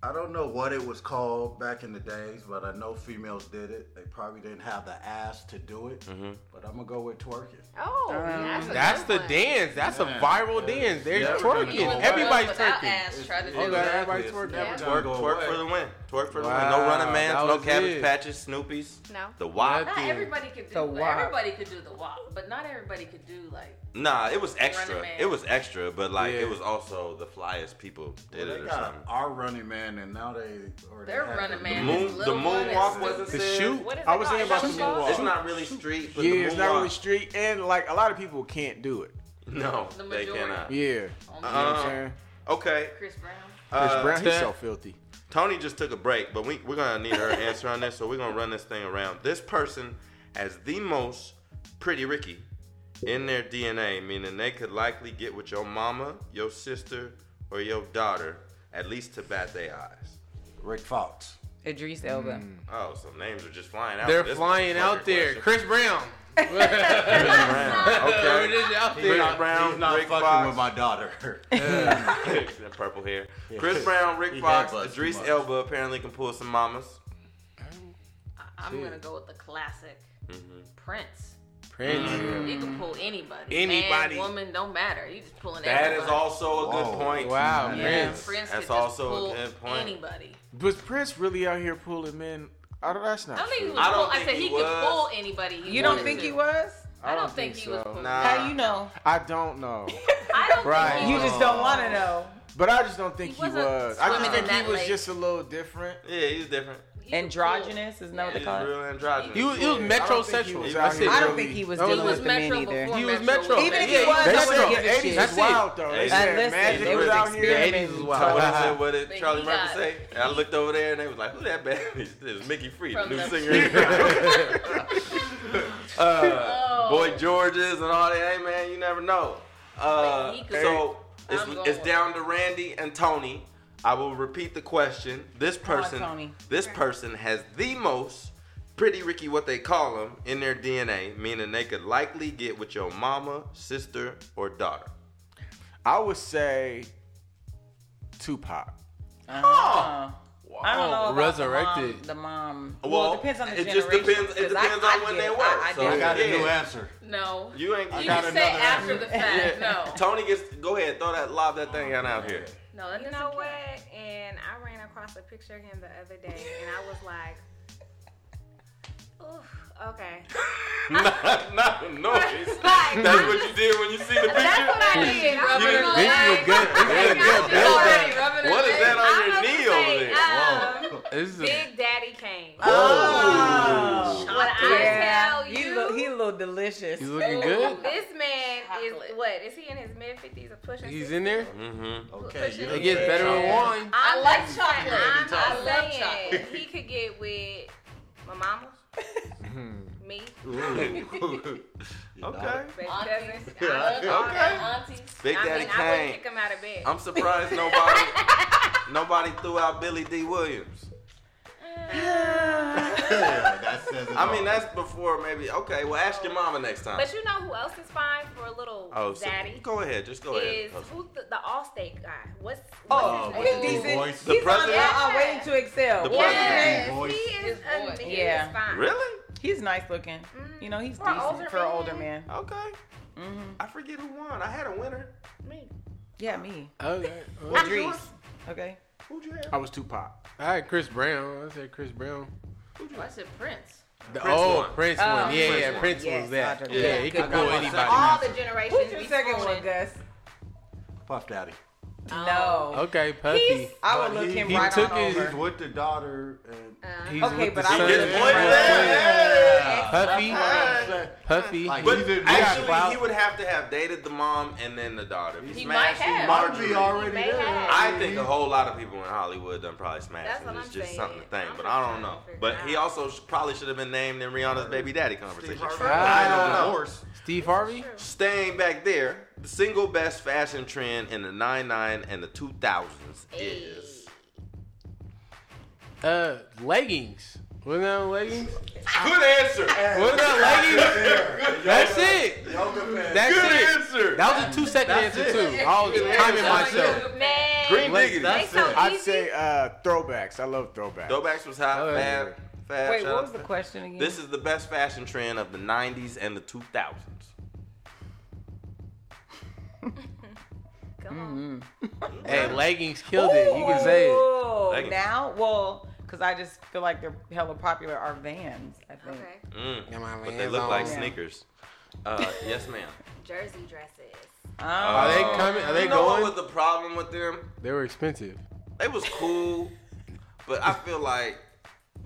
Speaker 8: I don't know what it was called back in the days, but I know females did it. They probably didn't have the ass to do it, but I'm gonna go with twerking.
Speaker 6: Oh,
Speaker 9: Um,
Speaker 6: that's, a
Speaker 5: That's
Speaker 6: good
Speaker 5: the
Speaker 6: one.
Speaker 5: dance. That's
Speaker 8: Yeah.
Speaker 5: a viral dance. They're
Speaker 8: Yeah.
Speaker 5: twerking. Everybody's
Speaker 9: Without
Speaker 5: twerking.
Speaker 9: Ass, try
Speaker 3: Oh,
Speaker 9: to do
Speaker 5: Okay,
Speaker 9: that.
Speaker 5: everybody's
Speaker 8: It's
Speaker 5: twerking.
Speaker 8: never
Speaker 6: Yeah.
Speaker 8: gonna
Speaker 3: Twerk,
Speaker 8: go
Speaker 3: twerk
Speaker 8: away.
Speaker 3: for the win. Twerk for the win.
Speaker 5: Wow,
Speaker 3: No running mans,
Speaker 5: that
Speaker 3: no
Speaker 5: was
Speaker 3: cabbage
Speaker 5: it.
Speaker 3: patches, Snoopies.
Speaker 6: No.
Speaker 3: The WAP.
Speaker 9: Not everybody could do
Speaker 7: The
Speaker 9: like,
Speaker 7: walk.
Speaker 9: everybody could do the walk, but not everybody could do like
Speaker 3: Nah, it was extra.
Speaker 9: Running Man.
Speaker 3: It was extra, but like
Speaker 5: Yeah.
Speaker 3: it was also the flyest people
Speaker 8: Well,
Speaker 3: did
Speaker 8: they
Speaker 3: it or
Speaker 8: got
Speaker 3: something.
Speaker 8: our running man, and now they or they
Speaker 9: Their
Speaker 8: have
Speaker 9: running
Speaker 8: the
Speaker 9: man
Speaker 8: new-
Speaker 9: is
Speaker 3: Moon, the
Speaker 9: little one is-
Speaker 3: moonwalk wasn't
Speaker 5: The
Speaker 3: said.
Speaker 5: shoot.
Speaker 6: What is
Speaker 4: I
Speaker 6: it
Speaker 4: was
Speaker 6: called?
Speaker 4: thinking about the
Speaker 6: Shuffle?
Speaker 4: moonwalk.
Speaker 3: It's not really street, but
Speaker 4: yeah,
Speaker 3: the moonwalk.
Speaker 4: it's not really street, and like a lot of people can't do it.
Speaker 3: No,
Speaker 9: The
Speaker 3: they
Speaker 9: majority.
Speaker 3: cannot.
Speaker 4: Yeah,
Speaker 9: on
Speaker 4: you know what I'm
Speaker 3: Uh-uh.
Speaker 4: saying.
Speaker 3: Okay,
Speaker 9: Chris Brown.
Speaker 4: Chris
Speaker 3: uh,
Speaker 4: Brown, he's
Speaker 5: that-
Speaker 4: so filthy.
Speaker 3: Tony just took a break, but we, we're gonna need her answer on this, so we're gonna run this thing around. This person has the most pretty Ricky in their DNA, meaning they could likely get with your mama, your sister, or your daughter, at least to bat their eyes.
Speaker 8: Rick Fox.
Speaker 7: Idris Elba.
Speaker 3: Oh, so names are just flying out.
Speaker 5: They're
Speaker 3: This
Speaker 5: flying
Speaker 3: motherfucker
Speaker 5: out there.
Speaker 3: question.
Speaker 5: Chris Brown. Chris
Speaker 3: Brown. Okay.
Speaker 5: [LAUGHS] out
Speaker 3: Chris
Speaker 5: there.
Speaker 3: Brown,
Speaker 8: He's not
Speaker 3: Rick
Speaker 8: fucking
Speaker 3: Fox. [LAUGHS]
Speaker 8: with my daughter. [LAUGHS]
Speaker 3: That purple hair. Chris Brown, Rick
Speaker 8: He
Speaker 3: Fox,
Speaker 8: headbutts too
Speaker 3: Idris
Speaker 8: much.
Speaker 3: Elba apparently can pull some mamas.
Speaker 9: I- I'm gonna go with the classic
Speaker 3: Mm-hmm.
Speaker 9: Prince.
Speaker 4: Mm-hmm.
Speaker 5: Prince.
Speaker 9: You can pull anybody.
Speaker 5: Anybody.
Speaker 9: Man, woman, don't matter. You just pulling
Speaker 3: That
Speaker 9: everybody.
Speaker 3: is also a good
Speaker 8: Whoa.
Speaker 3: point.
Speaker 5: Wow,
Speaker 9: Yeah,
Speaker 5: Prince.
Speaker 9: Prince
Speaker 3: That's
Speaker 9: could just
Speaker 3: also a
Speaker 9: pull
Speaker 3: good point.
Speaker 9: Anybody.
Speaker 4: Was Prince really out here pulling men? I don't, that's not.
Speaker 9: I don't think he
Speaker 4: true.
Speaker 9: was
Speaker 3: I don't
Speaker 9: pull. I
Speaker 3: think
Speaker 9: said
Speaker 3: he
Speaker 9: he, could
Speaker 3: was.
Speaker 9: pull anybody.
Speaker 7: You don't
Speaker 9: wanted
Speaker 7: think
Speaker 9: to.
Speaker 7: he was?
Speaker 9: I don't think he was. pull-
Speaker 3: Nah.
Speaker 7: How you know?
Speaker 4: I don't know,
Speaker 9: I don't
Speaker 4: Right.
Speaker 9: think he
Speaker 7: You
Speaker 9: was.
Speaker 7: just don't want to know.
Speaker 4: but I just don't think
Speaker 9: He
Speaker 4: he,
Speaker 9: wasn't
Speaker 4: was. I just
Speaker 9: swimming
Speaker 4: think
Speaker 9: in
Speaker 4: he
Speaker 9: that
Speaker 4: was
Speaker 9: lake.
Speaker 4: just a little different.
Speaker 3: Yeah, he's different.
Speaker 9: He could pull.
Speaker 7: Androgynous, isn't that what they
Speaker 3: He's
Speaker 7: call it?
Speaker 3: real androgynous.
Speaker 5: He was, he
Speaker 4: I
Speaker 5: was
Speaker 4: don't think he
Speaker 5: metrosexual.
Speaker 4: was
Speaker 5: I
Speaker 4: out
Speaker 5: said
Speaker 4: here
Speaker 7: I don't
Speaker 4: really-
Speaker 7: think he was
Speaker 5: That was
Speaker 7: dealing
Speaker 5: was
Speaker 7: with the men
Speaker 9: Metro
Speaker 7: either.
Speaker 9: before
Speaker 5: He was
Speaker 9: Metro.
Speaker 5: metro.
Speaker 7: Even if he was,
Speaker 4: They
Speaker 7: I
Speaker 4: said the
Speaker 7: wouldn't give a shit.
Speaker 4: eighties was
Speaker 5: That's it.
Speaker 4: wild though. They
Speaker 3: And
Speaker 4: said
Speaker 7: listen,
Speaker 4: Magic
Speaker 7: they
Speaker 4: was
Speaker 7: was
Speaker 4: out here.
Speaker 7: experimenting.
Speaker 5: was
Speaker 3: So
Speaker 5: wild.
Speaker 3: what is it? What did
Speaker 9: But
Speaker 3: Charlie
Speaker 9: he
Speaker 3: Murphy
Speaker 9: got-
Speaker 3: say? And I looked over there and they was like, "Who that bad bitch?" It was Mickey Free, the
Speaker 9: From
Speaker 3: new
Speaker 9: the-
Speaker 3: singer. [LAUGHS]
Speaker 9: Oh.
Speaker 3: uh, Boy Georges and all that. Hey man, you never know. Uh,
Speaker 9: But he could-
Speaker 3: so it's,
Speaker 9: I'm going
Speaker 3: it's
Speaker 9: with-
Speaker 3: down to Randy and Tony. I will repeat the question. This person,
Speaker 7: Tony.
Speaker 3: this person has the most pretty Ricky, what they call them, in their DNA, meaning they could likely get with your mama, sister, or daughter.
Speaker 4: I would say Tupac.
Speaker 7: Uh-huh. I don't know about
Speaker 5: Resurrected.
Speaker 7: the mom. The mom.
Speaker 3: Well,
Speaker 7: it depends on the
Speaker 3: it just
Speaker 7: generation.
Speaker 3: depends- it
Speaker 7: 'cause I-
Speaker 3: depends
Speaker 7: I
Speaker 3: on when
Speaker 7: did-
Speaker 3: they
Speaker 7: I-
Speaker 3: were,
Speaker 7: I
Speaker 3: so-
Speaker 7: did.
Speaker 8: I got a new
Speaker 3: Yeah.
Speaker 8: answer.
Speaker 9: No.
Speaker 3: You ain't.
Speaker 9: You
Speaker 3: You
Speaker 9: can
Speaker 8: got
Speaker 3: [LAUGHS]
Speaker 9: say
Speaker 8: another
Speaker 9: after the fact. No.
Speaker 3: Tony gets go ahead, throw that lob that thing out out here.
Speaker 9: No, that
Speaker 6: You
Speaker 9: doesn't
Speaker 6: know
Speaker 9: count.
Speaker 6: what? And I ran across a picture of him the other day, and I was like, "Oof, okay." [LAUGHS]
Speaker 3: not, not a noise.
Speaker 6: Like,
Speaker 3: That's what you did when you see the
Speaker 6: that's
Speaker 3: picture.
Speaker 6: what I did. I was
Speaker 9: Rubbing her
Speaker 6: like,
Speaker 9: leg.
Speaker 6: good build
Speaker 9: Already rubbing her
Speaker 3: What is
Speaker 9: leg.
Speaker 3: that on your
Speaker 6: I'm
Speaker 3: knee
Speaker 6: gonna
Speaker 3: over
Speaker 6: say,
Speaker 3: there?
Speaker 6: um,
Speaker 5: This is a,
Speaker 6: Big Daddy came.
Speaker 7: Oh,
Speaker 9: Shocker.
Speaker 6: When I
Speaker 7: yeah.
Speaker 6: tell
Speaker 7: He
Speaker 6: you,
Speaker 7: look, he look delicious.
Speaker 5: he's looking good.
Speaker 6: this man
Speaker 9: Chocolate.
Speaker 6: is what? Is he in his mid fifties or pushing?
Speaker 5: He's
Speaker 6: 60?
Speaker 5: in there.
Speaker 3: Mm-hmm.
Speaker 8: Okay, you
Speaker 5: It gets better with wine.
Speaker 9: I
Speaker 6: I'm
Speaker 9: like
Speaker 6: just
Speaker 9: chocolate.
Speaker 6: saying- I'm
Speaker 9: I
Speaker 6: just
Speaker 9: love
Speaker 6: saying,
Speaker 9: chocolate.
Speaker 6: He could get with my mama,
Speaker 3: Mm-hmm.
Speaker 6: me,
Speaker 3: [LAUGHS] Okay.
Speaker 6: but he
Speaker 9: Aunties.
Speaker 6: doesn't.
Speaker 9: I love
Speaker 3: Okay.
Speaker 9: chocolate. Aunties.
Speaker 3: Big
Speaker 6: I
Speaker 3: Daddy
Speaker 6: mean, I wouldn't
Speaker 3: Kane.
Speaker 6: kick him out of bed.
Speaker 3: I'm surprised nobody nobody threw out Billy D. Williams.
Speaker 8: that says it
Speaker 3: I mean,
Speaker 8: all.
Speaker 3: that's before maybe. Okay, well, ask your mama next time.
Speaker 6: But you know who else is fine for a little
Speaker 3: Oh, so-
Speaker 6: daddy?
Speaker 3: go ahead, just go ahead.
Speaker 6: is who's the, the Allstate guy? What's, what's
Speaker 7: Oh,
Speaker 6: his
Speaker 7: he's
Speaker 6: name?
Speaker 7: decent.
Speaker 8: voice.
Speaker 3: The
Speaker 7: he's on
Speaker 3: president?
Speaker 7: uh, waiting to excel.
Speaker 3: The
Speaker 7: What's his
Speaker 6: Yes,
Speaker 7: name?
Speaker 8: Voice.
Speaker 6: he is.
Speaker 9: His
Speaker 6: A,
Speaker 9: voice.
Speaker 6: he
Speaker 7: Yeah.
Speaker 6: is fine.
Speaker 3: Really?
Speaker 7: He's nice looking. You know, he's
Speaker 6: For an
Speaker 7: decent
Speaker 6: older
Speaker 7: for an
Speaker 6: man.
Speaker 7: older man.
Speaker 3: Okay. I forget who won. I had a winner.
Speaker 7: Yeah, me.
Speaker 5: Okay.
Speaker 7: Idris. Okay.
Speaker 3: Who'd you have?
Speaker 4: I was Tupac.
Speaker 5: I had Chris Brown. I said Chris Brown.
Speaker 9: I said Prince.
Speaker 5: The,
Speaker 3: Prince
Speaker 5: oh,
Speaker 3: one.
Speaker 5: Prince
Speaker 7: Oh.
Speaker 5: one. Yeah,
Speaker 3: Prince
Speaker 5: yeah.
Speaker 3: one.
Speaker 5: Prince
Speaker 7: Yes,
Speaker 5: was that.
Speaker 7: Roger.
Speaker 5: Yeah,
Speaker 7: Yeah.
Speaker 5: he could
Speaker 8: I
Speaker 5: pull
Speaker 8: got my second
Speaker 5: anybody.
Speaker 6: All
Speaker 8: answer.
Speaker 6: the generations.
Speaker 7: Who's your
Speaker 6: be
Speaker 7: second one,
Speaker 6: fooling.
Speaker 7: Gus?
Speaker 8: Puff Daddy.
Speaker 7: No.
Speaker 5: Okay, Puffy.
Speaker 6: He's
Speaker 7: I would
Speaker 8: But
Speaker 7: look
Speaker 8: he-
Speaker 7: him
Speaker 8: he
Speaker 7: right
Speaker 5: took
Speaker 7: on
Speaker 5: his-
Speaker 8: He's
Speaker 7: over.
Speaker 8: with the daughter and.
Speaker 5: He's
Speaker 7: Okay,
Speaker 5: with
Speaker 7: but
Speaker 5: the
Speaker 7: I
Speaker 5: son.
Speaker 7: would look
Speaker 3: His
Speaker 7: him
Speaker 3: voice
Speaker 7: right on over.
Speaker 5: Puffy. Puffy.
Speaker 8: Like,
Speaker 3: But
Speaker 8: He did- we
Speaker 3: actually,
Speaker 5: got
Speaker 3: he would have to have dated the mom and then the daughter. He,
Speaker 9: might have.
Speaker 8: Marjorie already
Speaker 6: may
Speaker 8: there.
Speaker 6: have.
Speaker 3: I think a whole lot of people in Hollywood done probably smashed
Speaker 6: That's
Speaker 3: him.
Speaker 6: what
Speaker 3: It's
Speaker 6: I'm
Speaker 3: just
Speaker 6: saying.
Speaker 3: something to think,
Speaker 6: I'm
Speaker 3: but
Speaker 6: just
Speaker 3: I don't
Speaker 6: trying to
Speaker 3: know.
Speaker 6: figure
Speaker 3: But
Speaker 6: it
Speaker 3: he
Speaker 6: out.
Speaker 3: also sh- probably should have been named in Rihanna's baby daddy conversation.
Speaker 5: Ah.
Speaker 8: Divorce.
Speaker 5: Steve Harvey.
Speaker 3: Staying back there, the single best fashion trend in the 99 and the 2000s is.
Speaker 5: Uh, leggings. What's that leggings?
Speaker 3: Good answer.
Speaker 5: What's that leggings? That's it. That's
Speaker 3: Good
Speaker 5: it.
Speaker 3: answer.
Speaker 5: That was a two second
Speaker 2: That's
Speaker 5: answer
Speaker 2: it.
Speaker 5: too. I was
Speaker 9: Yeah,
Speaker 5: timing
Speaker 9: that's
Speaker 5: myself.
Speaker 9: good,
Speaker 3: Green
Speaker 9: Man,
Speaker 2: Like,
Speaker 3: diggity.
Speaker 2: that's-
Speaker 9: they so
Speaker 6: it.
Speaker 4: I'd
Speaker 9: easy.
Speaker 4: say uh, throwbacks. I love throwbacks.
Speaker 3: Throwbacks was hot.
Speaker 5: Oh, yeah.
Speaker 3: Fab. Fab.
Speaker 7: Wait,
Speaker 3: shout
Speaker 7: what
Speaker 3: out
Speaker 7: was the
Speaker 3: to-
Speaker 7: question again?
Speaker 3: This is the best fashion trend of the 90s and the 2000s.
Speaker 6: Come on.
Speaker 5: Hey, leggings killed it. You can say it.
Speaker 7: Ooh,
Speaker 3: Leggings.
Speaker 7: Now, well, because I just feel like they're hella popular are Vans. I think.
Speaker 9: Mm-hmm.
Speaker 6: Okay.
Speaker 3: Mm.
Speaker 5: Got my
Speaker 3: But they
Speaker 5: leggings
Speaker 3: look
Speaker 5: on.
Speaker 3: like
Speaker 7: Yeah.
Speaker 3: sneakers. Uh, yes, ma'am.
Speaker 6: Jersey dresses.
Speaker 7: Um,
Speaker 5: Are they coming? Are they
Speaker 3: [LAUGHS] you know what
Speaker 5: going?
Speaker 3: was the problem with them?
Speaker 5: They were expensive.
Speaker 3: They was cool, but I feel like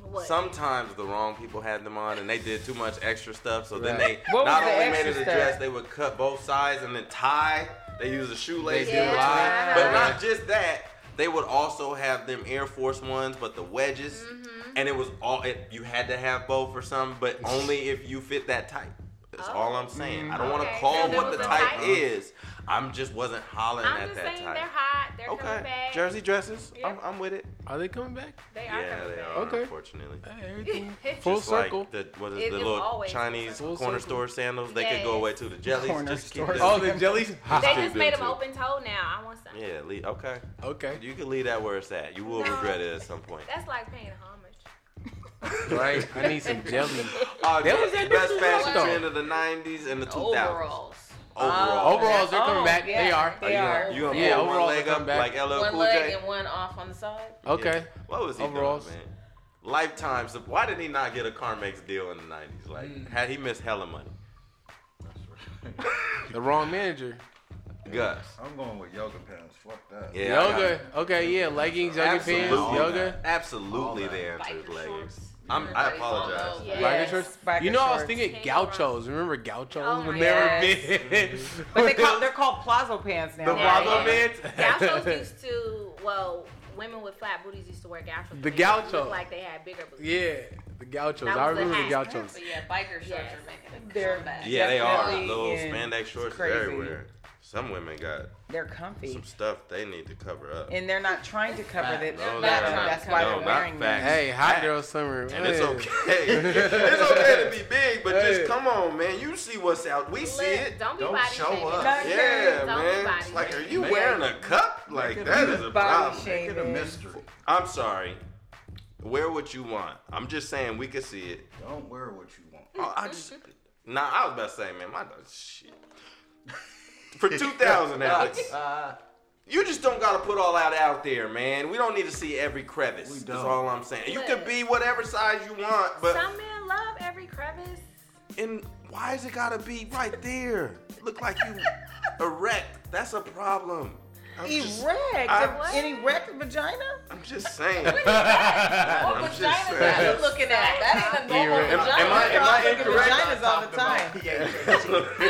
Speaker 6: What?
Speaker 3: sometimes the wrong people had them on and they did too much extra stuff. So then they
Speaker 5: Right.
Speaker 7: What was
Speaker 3: not
Speaker 7: the
Speaker 3: only made it
Speaker 7: extra
Speaker 3: a dress,
Speaker 7: stuff?
Speaker 3: they would cut both sides and then tie. They used a shoelace.
Speaker 5: They
Speaker 3: to
Speaker 5: do
Speaker 3: it.
Speaker 5: a lot.
Speaker 3: But
Speaker 5: Yeah.
Speaker 3: not just that, they would also have them Air Force ones, but the wedges,
Speaker 6: Mm-hmm.
Speaker 3: and it was all it. You had to have both or something, but only if you fit that type. That's all I'm saying. I don't want
Speaker 6: Oh. Okay,
Speaker 3: to call
Speaker 6: so there
Speaker 3: what
Speaker 6: was
Speaker 3: the
Speaker 6: a
Speaker 3: type
Speaker 6: type?
Speaker 3: is. I'm just wasn't hollering
Speaker 6: I'm
Speaker 3: at
Speaker 6: just
Speaker 3: that
Speaker 6: saying
Speaker 3: type.
Speaker 6: they're hot. They're coming
Speaker 3: Okay,
Speaker 6: back.
Speaker 3: jersey dresses.
Speaker 6: Yeah.
Speaker 3: I'm, I'm with it.
Speaker 5: Are they coming back?
Speaker 6: They are
Speaker 3: Yeah,
Speaker 6: coming
Speaker 3: they
Speaker 6: back.
Speaker 3: are.
Speaker 5: Okay.
Speaker 3: Unfortunately,
Speaker 5: Hey, everything.
Speaker 6: [LAUGHS] It's
Speaker 5: Full
Speaker 3: just like
Speaker 5: circle.
Speaker 3: the what is
Speaker 6: It
Speaker 3: the
Speaker 6: is
Speaker 3: little
Speaker 6: always full
Speaker 3: Chinese
Speaker 6: circle.
Speaker 3: corner
Speaker 5: Full
Speaker 3: store sandals? They could go
Speaker 6: Yes.
Speaker 3: away too. The jellies
Speaker 7: Corner
Speaker 3: just keep
Speaker 7: store
Speaker 3: them.
Speaker 5: oh, the jellies.
Speaker 6: They
Speaker 5: Ha.
Speaker 3: They
Speaker 6: just
Speaker 3: do
Speaker 6: made them
Speaker 3: too.
Speaker 6: open toe now. I want some.
Speaker 3: yeah. Leave, okay,
Speaker 5: Okay.
Speaker 3: you can leave that where it's at. You will
Speaker 6: No.
Speaker 3: regret it at some
Speaker 6: [LAUGHS]
Speaker 3: point.
Speaker 6: That's like paying homage.
Speaker 5: Right. I need some jellies.
Speaker 3: Uh,
Speaker 5: That was that
Speaker 3: best
Speaker 5: different
Speaker 3: fashion
Speaker 5: though.
Speaker 3: trend of the '90s and the 2000s.
Speaker 9: Overalls.
Speaker 3: Overall.
Speaker 5: Overalls, they're coming
Speaker 7: Oh,
Speaker 5: back.
Speaker 7: yeah,
Speaker 5: They are.
Speaker 7: They are.
Speaker 3: You gonna
Speaker 5: Yeah,
Speaker 3: pull one
Speaker 5: overalls
Speaker 3: leg
Speaker 5: will come
Speaker 3: up
Speaker 5: back.
Speaker 3: like LL
Speaker 9: One
Speaker 3: Cool
Speaker 9: leg
Speaker 3: J?
Speaker 9: and one off on the side.
Speaker 5: Okay.
Speaker 3: Yeah. What was he
Speaker 5: Overalls.
Speaker 3: doing, man? Lifetime. sup- Why did he not get a Carmex deal in the '90s? Like,
Speaker 5: Mm.
Speaker 3: had he missed hella money?
Speaker 5: The wrong manager.
Speaker 3: Gus.
Speaker 8: I'm going with yoga pants. Fuck that.
Speaker 3: Yeah. I got
Speaker 5: Yoga.
Speaker 3: it.
Speaker 5: Okay. Yeah. Leggings, yoga pants,
Speaker 3: Absolutely.
Speaker 5: yoga.
Speaker 3: Absolutely, the answer is
Speaker 9: Biker
Speaker 3: leggings.
Speaker 9: shorts.
Speaker 3: I'm, I
Speaker 9: Everybody's all
Speaker 3: apologize.
Speaker 9: over.
Speaker 7: Yeah.
Speaker 5: Biker
Speaker 7: Yes,
Speaker 5: shorts.
Speaker 7: biker
Speaker 5: you know, I was
Speaker 7: shorts.
Speaker 5: thinking
Speaker 6: Can't go wrong.
Speaker 5: gauchos. Remember gauchos
Speaker 6: Oh
Speaker 5: when
Speaker 6: my
Speaker 5: they were
Speaker 6: God.
Speaker 5: big?
Speaker 7: but they call, they're called plazo pants now.
Speaker 5: the
Speaker 6: Yeah,
Speaker 5: Bravo
Speaker 6: yeah.
Speaker 5: Mans?
Speaker 6: Mm-hmm.
Speaker 5: [LAUGHS]
Speaker 6: Gauchos used to, well, women with flat booties used to wear gauchos.
Speaker 5: The
Speaker 6: but they looked
Speaker 5: gaucho.
Speaker 6: Like they had bigger booties.
Speaker 5: yeah, the gauchos.
Speaker 6: That
Speaker 5: I
Speaker 6: was the
Speaker 5: remember the
Speaker 6: hat.
Speaker 5: gauchos.
Speaker 9: But yeah, biker shorts
Speaker 6: Yes.
Speaker 9: are making a
Speaker 7: They're-
Speaker 9: comeback.
Speaker 3: Yeah, they are.
Speaker 7: Definitely,
Speaker 3: Those
Speaker 7: yeah.
Speaker 3: spandex shorts are
Speaker 7: crazy.
Speaker 3: everywhere. Some women got
Speaker 7: They're comfy,
Speaker 3: some stuff they need to cover up.
Speaker 7: and they're not trying to cover that.
Speaker 3: No,
Speaker 7: that-
Speaker 3: they're not.
Speaker 7: that's why
Speaker 3: No,
Speaker 7: they're
Speaker 3: not
Speaker 7: wearing
Speaker 3: facts.
Speaker 7: them.
Speaker 5: Oh, Hey, hot
Speaker 3: Hey.
Speaker 5: girl summer.
Speaker 3: And it's
Speaker 5: Hey. [LAUGHS]
Speaker 3: okay. it's okay to be big, but
Speaker 5: Hey.
Speaker 3: just come on, man. You see what's out. We see
Speaker 6: Look,
Speaker 3: it.
Speaker 6: don't be
Speaker 8: Don't
Speaker 6: body
Speaker 8: show
Speaker 6: shaming.
Speaker 8: up.
Speaker 7: Not
Speaker 3: Yeah,
Speaker 6: Don't be
Speaker 3: man.
Speaker 6: body
Speaker 3: It's Like, are
Speaker 6: shaming.
Speaker 3: you wearing a cup? Like, that is a
Speaker 7: Body
Speaker 3: problem.
Speaker 8: Make it a
Speaker 7: shaving.
Speaker 8: mystery.
Speaker 3: I'm sorry. Wear what you want. I'm just saying, we could see it.
Speaker 8: Don't wear what you [LAUGHS] want.
Speaker 3: Oh, I just nah. I was about to say, man, my dog- shit.
Speaker 8: [LAUGHS]
Speaker 3: For two thousand, Alex,
Speaker 8: Uh,
Speaker 3: you just don't gotta put all that out there, man. We don't need to see every crevice.
Speaker 8: We
Speaker 3: That's
Speaker 8: don't.
Speaker 3: all I'm saying. You could be whatever size you want, but
Speaker 6: Some men love
Speaker 3: [LAUGHS]
Speaker 6: every crevice.
Speaker 3: and why is it gotta be right there? Look like you erect. That's a problem. I'm just,
Speaker 7: Erect?
Speaker 3: I-
Speaker 7: An erect vagina?
Speaker 3: I'm just saying.
Speaker 9: What
Speaker 3: I'm
Speaker 9: vagina
Speaker 3: just
Speaker 9: is that
Speaker 3: saying.
Speaker 9: you looking at? That ain't a normal
Speaker 5: Am-
Speaker 3: Am,
Speaker 9: vagina.
Speaker 3: am I am I
Speaker 7: Look at
Speaker 3: incorrect?
Speaker 7: Vaginas all the time.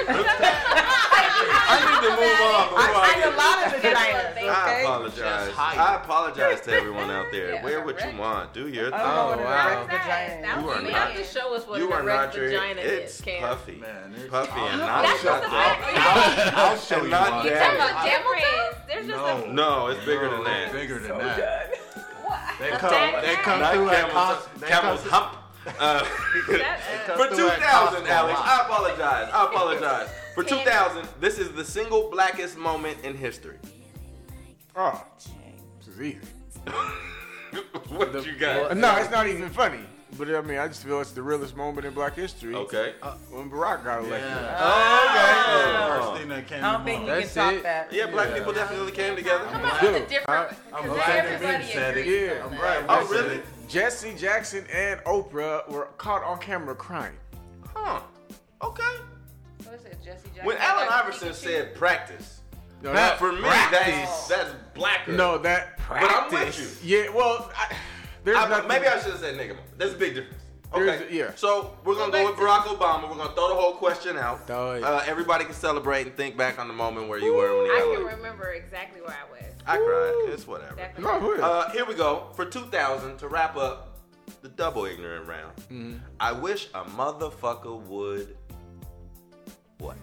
Speaker 3: I need to move on. Move on.
Speaker 7: I see a lot of
Speaker 6: That's what they-
Speaker 7: vaginas.
Speaker 3: I
Speaker 7: Okay.
Speaker 3: apologize. I apologize to everyone out there.
Speaker 9: Yeah,
Speaker 3: Wear what you
Speaker 9: correct.
Speaker 3: want. Do your thing.
Speaker 7: I don't know what an
Speaker 5: wow.
Speaker 7: erect vagina is.
Speaker 6: That
Speaker 3: You
Speaker 6: was
Speaker 3: are
Speaker 9: You
Speaker 6: men.
Speaker 9: have to show us what
Speaker 3: You
Speaker 9: an
Speaker 3: are not
Speaker 9: erect
Speaker 3: your.
Speaker 9: vagina
Speaker 3: It's
Speaker 9: is, Cam.
Speaker 3: puffy,
Speaker 8: Man, it's-
Speaker 3: puffy, and not
Speaker 6: That's just
Speaker 3: that.
Speaker 6: a fact.
Speaker 2: I'll show
Speaker 3: And
Speaker 2: you
Speaker 3: not
Speaker 2: why.
Speaker 3: that.
Speaker 9: Talking about
Speaker 6: Different.
Speaker 9: Hamilton?
Speaker 6: There's just
Speaker 8: No.
Speaker 6: a
Speaker 3: No, it's bigger than
Speaker 8: No,
Speaker 3: that.
Speaker 8: Bigger than that. They
Speaker 6: A
Speaker 8: come.
Speaker 6: fat
Speaker 8: They
Speaker 6: ass.
Speaker 8: come
Speaker 3: Not
Speaker 8: through at
Speaker 3: camel's,
Speaker 8: Costco. They come
Speaker 3: camel's
Speaker 8: through- [LAUGHS]
Speaker 3: hump. Uh,
Speaker 6: That-
Speaker 3: for
Speaker 8: through at
Speaker 3: 2000,
Speaker 8: Costco
Speaker 3: Alex,
Speaker 8: a lot.
Speaker 3: I apologize. I apologize. For 2000, this is the single blackest moment in history. [LAUGHS]
Speaker 4: Oh, this is easy.
Speaker 3: what you got?
Speaker 4: No, it's not even funny. But I mean, I just feel it's the realest moment in Black history.
Speaker 3: Okay.
Speaker 8: Oh,
Speaker 4: When Barack got elected.
Speaker 8: First
Speaker 3: Okay.
Speaker 8: thing that came
Speaker 7: I
Speaker 8: to
Speaker 7: don't think
Speaker 8: mind.
Speaker 7: you can
Speaker 5: That's
Speaker 7: top
Speaker 5: it.
Speaker 7: that.
Speaker 3: Oh. Yeah, black people definitely came together.
Speaker 9: Come on, the different.
Speaker 8: I'm
Speaker 9: because
Speaker 8: glad that
Speaker 9: everybody
Speaker 8: Ben said it.
Speaker 9: agrees
Speaker 4: Yeah,
Speaker 9: on
Speaker 4: I'm
Speaker 9: that.
Speaker 8: Right,
Speaker 3: Oh,
Speaker 8: I said
Speaker 3: really?
Speaker 8: it.
Speaker 4: Jesse Jackson and Oprah were caught on camera crying.
Speaker 3: Huh. Okay.
Speaker 9: What was it, Jesse Jackson?
Speaker 3: When Allen
Speaker 9: Like
Speaker 3: Iverson
Speaker 9: Pikachu?
Speaker 3: said practice,
Speaker 4: No,
Speaker 5: That-
Speaker 4: that,
Speaker 3: for me that's
Speaker 5: Practice.
Speaker 3: that's blacker.
Speaker 4: no, that
Speaker 3: but I'm with
Speaker 5: practice.
Speaker 3: you.
Speaker 4: yeah. Well, I, there's
Speaker 3: I-
Speaker 4: nothing.
Speaker 3: maybe I should have said nigga. more. That's a big difference.
Speaker 4: There's-
Speaker 3: Okay.
Speaker 4: yeah.
Speaker 3: So we're gonna go with Barack Obama. We're gonna throw the whole question out.
Speaker 5: Throw it.
Speaker 3: Uh, everybody can celebrate and think back on the moment where you were when you
Speaker 6: I
Speaker 3: got
Speaker 6: can
Speaker 3: elected.
Speaker 6: remember exactly where I was.
Speaker 3: I cried. It's whatever.
Speaker 6: Definitely.
Speaker 4: No, who is?
Speaker 3: Uh, here we go for 2000 to wrap up the double ignorant round.
Speaker 4: Mm-hmm.
Speaker 3: I wish a motherfucker would. What?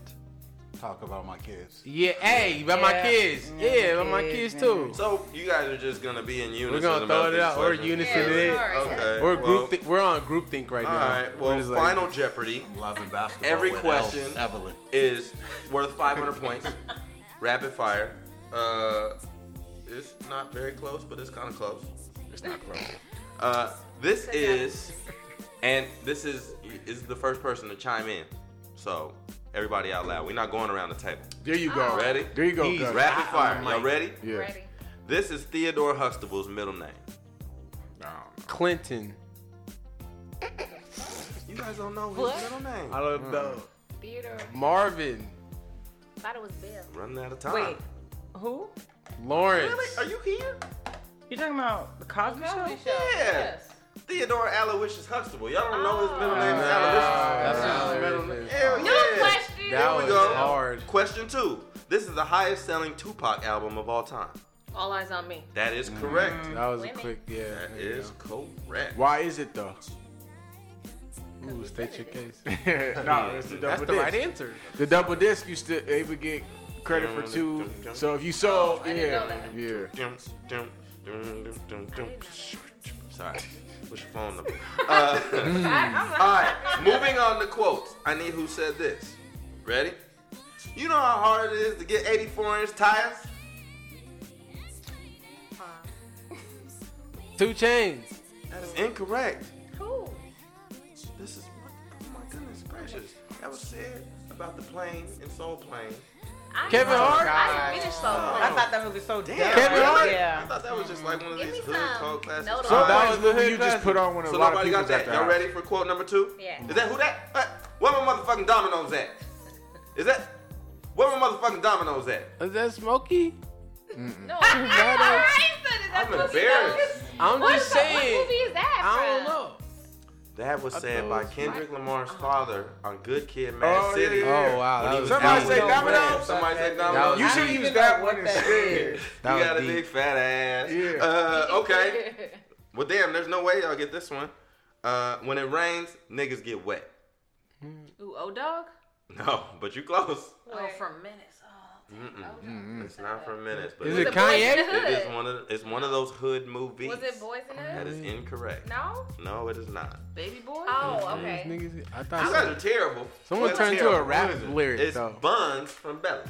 Speaker 8: talk about my kids.
Speaker 5: Yeah, hey, about my
Speaker 7: Yeah.
Speaker 5: kids.
Speaker 6: Mm-hmm.
Speaker 5: Yeah, about my kids
Speaker 7: kids,
Speaker 5: too.
Speaker 3: So you guys are just gonna be in unison.
Speaker 5: We're gonna
Speaker 3: about
Speaker 5: throw it
Speaker 3: these
Speaker 5: out. We're
Speaker 3: questions?
Speaker 5: unison
Speaker 9: Yeah, it. sorry.
Speaker 3: Okay.
Speaker 5: We're group.
Speaker 3: well,
Speaker 5: thi- we're on group think right
Speaker 3: All
Speaker 5: now.
Speaker 3: right. Well,
Speaker 5: We're just like-
Speaker 3: final Jeopardy
Speaker 8: I'm loving basketball.
Speaker 3: Every
Speaker 8: with
Speaker 3: question-
Speaker 8: El- Evelyn.
Speaker 3: is worth 500 points. Rapid fire. Uh, it's not very close, but it's kind of close.
Speaker 4: It's not close.
Speaker 3: Uh, this is, and this is is the first person to chime in. So everybody out loud. We're not going around the table.
Speaker 4: There you go.
Speaker 3: Ready?
Speaker 4: There you go.
Speaker 5: He's
Speaker 4: Gus.
Speaker 3: Rapid fire.
Speaker 5: on the
Speaker 3: Y'all
Speaker 5: mic.
Speaker 3: ready?
Speaker 4: Yeah.
Speaker 6: Ready?
Speaker 3: This is Theodore Huxtable's middle name.
Speaker 4: No.
Speaker 5: Clinton.
Speaker 3: You guys don't know his
Speaker 6: What?
Speaker 3: middle name.
Speaker 5: I don't know.
Speaker 6: Theater.
Speaker 5: Marvin.
Speaker 6: Thought it was Bill.
Speaker 3: Running out of time.
Speaker 7: Wait, who?
Speaker 5: Lawrence.
Speaker 3: Are you here?
Speaker 7: You're talking about the Cosby Show?
Speaker 9: Show. Yes.
Speaker 3: Theodore Aloysius Huxtable. Y'all don't know his middle
Speaker 9: Ah.
Speaker 3: name is
Speaker 5: Nah,
Speaker 3: Aloysius.
Speaker 5: that's
Speaker 3: That's his
Speaker 5: hilarious.
Speaker 3: middle name. Hell
Speaker 6: New
Speaker 3: yeah.
Speaker 6: question.
Speaker 5: That
Speaker 3: Here
Speaker 5: was
Speaker 3: we go.
Speaker 5: hard.
Speaker 3: Question two. This is the highest selling Tupac album of all time.
Speaker 9: All eyes on me.
Speaker 3: That is correct.
Speaker 5: That was a
Speaker 6: Women.
Speaker 5: quick. Mm. Yeah.
Speaker 3: That
Speaker 5: there you
Speaker 3: is correct.
Speaker 4: Why is it though?
Speaker 5: go. Ooh, state your
Speaker 4: [LAUGHS]
Speaker 5: case.
Speaker 4: no, it's the double
Speaker 5: That's
Speaker 4: disc.
Speaker 5: the right answer.
Speaker 4: The double disc, you still able to get credit for two. So if you sold,
Speaker 9: Oh, I didn't know
Speaker 4: yeah,
Speaker 9: that.
Speaker 4: yeah.
Speaker 3: Dum, dum, dum, dum, dum, dum. Sorry. What's your
Speaker 6: [LAUGHS]
Speaker 3: phone number?
Speaker 6: Mm.
Speaker 3: All right, moving on to quotes. I need who said this. Ready? You know how hard it is to get 84 inch tires?
Speaker 5: Two chains.
Speaker 3: That is incorrect.
Speaker 6: Who?
Speaker 3: This is oh my goodness gracious. That was said about the plane and Soul Plane.
Speaker 6: I
Speaker 5: Kevin
Speaker 6: know.
Speaker 5: Hart?
Speaker 6: I didn't finish so
Speaker 3: Oh.
Speaker 7: I thought that movie was so
Speaker 3: Damn.
Speaker 7: dumb.
Speaker 5: Kevin Hart?
Speaker 3: I
Speaker 7: Yeah.
Speaker 3: thought that was just like one of
Speaker 6: Give
Speaker 3: these
Speaker 6: me
Speaker 3: hood
Speaker 6: some.
Speaker 3: cult classics.
Speaker 6: No,
Speaker 4: So
Speaker 6: Oh,
Speaker 4: that
Speaker 5: it's
Speaker 4: was the
Speaker 5: the
Speaker 4: movie you
Speaker 5: hood
Speaker 4: just put on when a
Speaker 3: So
Speaker 4: lot of
Speaker 3: nobody
Speaker 4: people
Speaker 3: got that. Y'all ready for quote number two?
Speaker 6: Yeah.
Speaker 3: Is that who that? Uh, where my motherfucking dominoes at? Is that where my motherfucking dominoes at?
Speaker 5: Is that Smokey?
Speaker 9: No, I
Speaker 6: [LAUGHS]
Speaker 9: said it.
Speaker 3: I'm
Speaker 9: That's what we know.
Speaker 3: embarrassed.
Speaker 5: I'm
Speaker 6: What
Speaker 5: just
Speaker 6: is that?
Speaker 5: saying.
Speaker 6: What movie is that?
Speaker 5: I don't
Speaker 6: from?
Speaker 5: know.
Speaker 3: That was said by Kendrick Lamar's
Speaker 6: Uh-huh.
Speaker 3: father on Good Kid, Mad
Speaker 4: Oh, yeah,
Speaker 3: City.
Speaker 4: yeah,
Speaker 5: Oh
Speaker 4: yeah.
Speaker 5: wow.
Speaker 3: When
Speaker 5: That
Speaker 3: he
Speaker 5: was
Speaker 3: was out
Speaker 4: Somebody say
Speaker 3: with
Speaker 5: that was-
Speaker 3: Domino.
Speaker 4: dominoes.
Speaker 3: Somebody said
Speaker 5: That
Speaker 3: dominoes.
Speaker 5: was-
Speaker 4: You should use that one instead.
Speaker 5: That
Speaker 3: you
Speaker 5: was
Speaker 3: got a
Speaker 5: deep.
Speaker 3: big fat ass.
Speaker 4: Yeah.
Speaker 3: Uh,
Speaker 6: [LAUGHS]
Speaker 3: okay. well, damn, there's no way y'all get this one. Uh, when it rains, niggas get wet. [LAUGHS]
Speaker 9: Ooh, O Dog?
Speaker 3: No, but you close.
Speaker 9: Oh, from Menace. Oh,
Speaker 3: It's not for minutes, but
Speaker 5: Mm. Is
Speaker 3: it
Speaker 5: it
Speaker 9: The Boys in the
Speaker 5: Kanye?
Speaker 9: Hood.
Speaker 3: It is one of the, it's one of those hood movies.
Speaker 6: Was it Boys in the
Speaker 3: That
Speaker 6: Hood?
Speaker 3: is
Speaker 5: Mm.
Speaker 3: incorrect.
Speaker 6: No.
Speaker 3: No, it is not.
Speaker 9: Baby Boy?
Speaker 6: Oh, okay.
Speaker 5: Niggas- I
Speaker 3: You
Speaker 5: thought
Speaker 3: guys are terrible.
Speaker 5: Someone
Speaker 3: You're
Speaker 5: turned to a
Speaker 3: terrible.
Speaker 5: rap
Speaker 3: Who is it?
Speaker 5: lyric,
Speaker 3: It's
Speaker 5: though.
Speaker 3: Buns from Belly.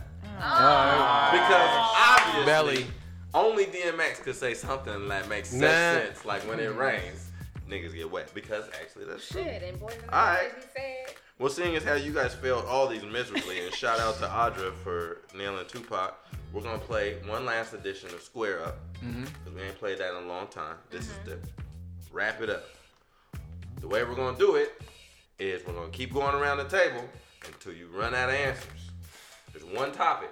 Speaker 5: Oh,
Speaker 3: Because obviously,
Speaker 5: Belly.
Speaker 3: only DMX could say something that makes
Speaker 5: Nah.
Speaker 3: sense. Like when it rains, niggas get wet. Because actually, that's true.
Speaker 6: Shit. And Boys in the
Speaker 3: Alright.
Speaker 6: Hood. He said.
Speaker 3: Well, seeing as how you guys failed all these miserably, and shout out to Audra for nailing Tupac, we're gonna play one last edition of Square Up because
Speaker 5: Mm-hmm.
Speaker 3: we ain't played that in a long time. This
Speaker 9: Mm-hmm.
Speaker 3: is the wrap it up. The way we're gonna do it is we're gonna keep going around the table until you run out of answers. There's one topic.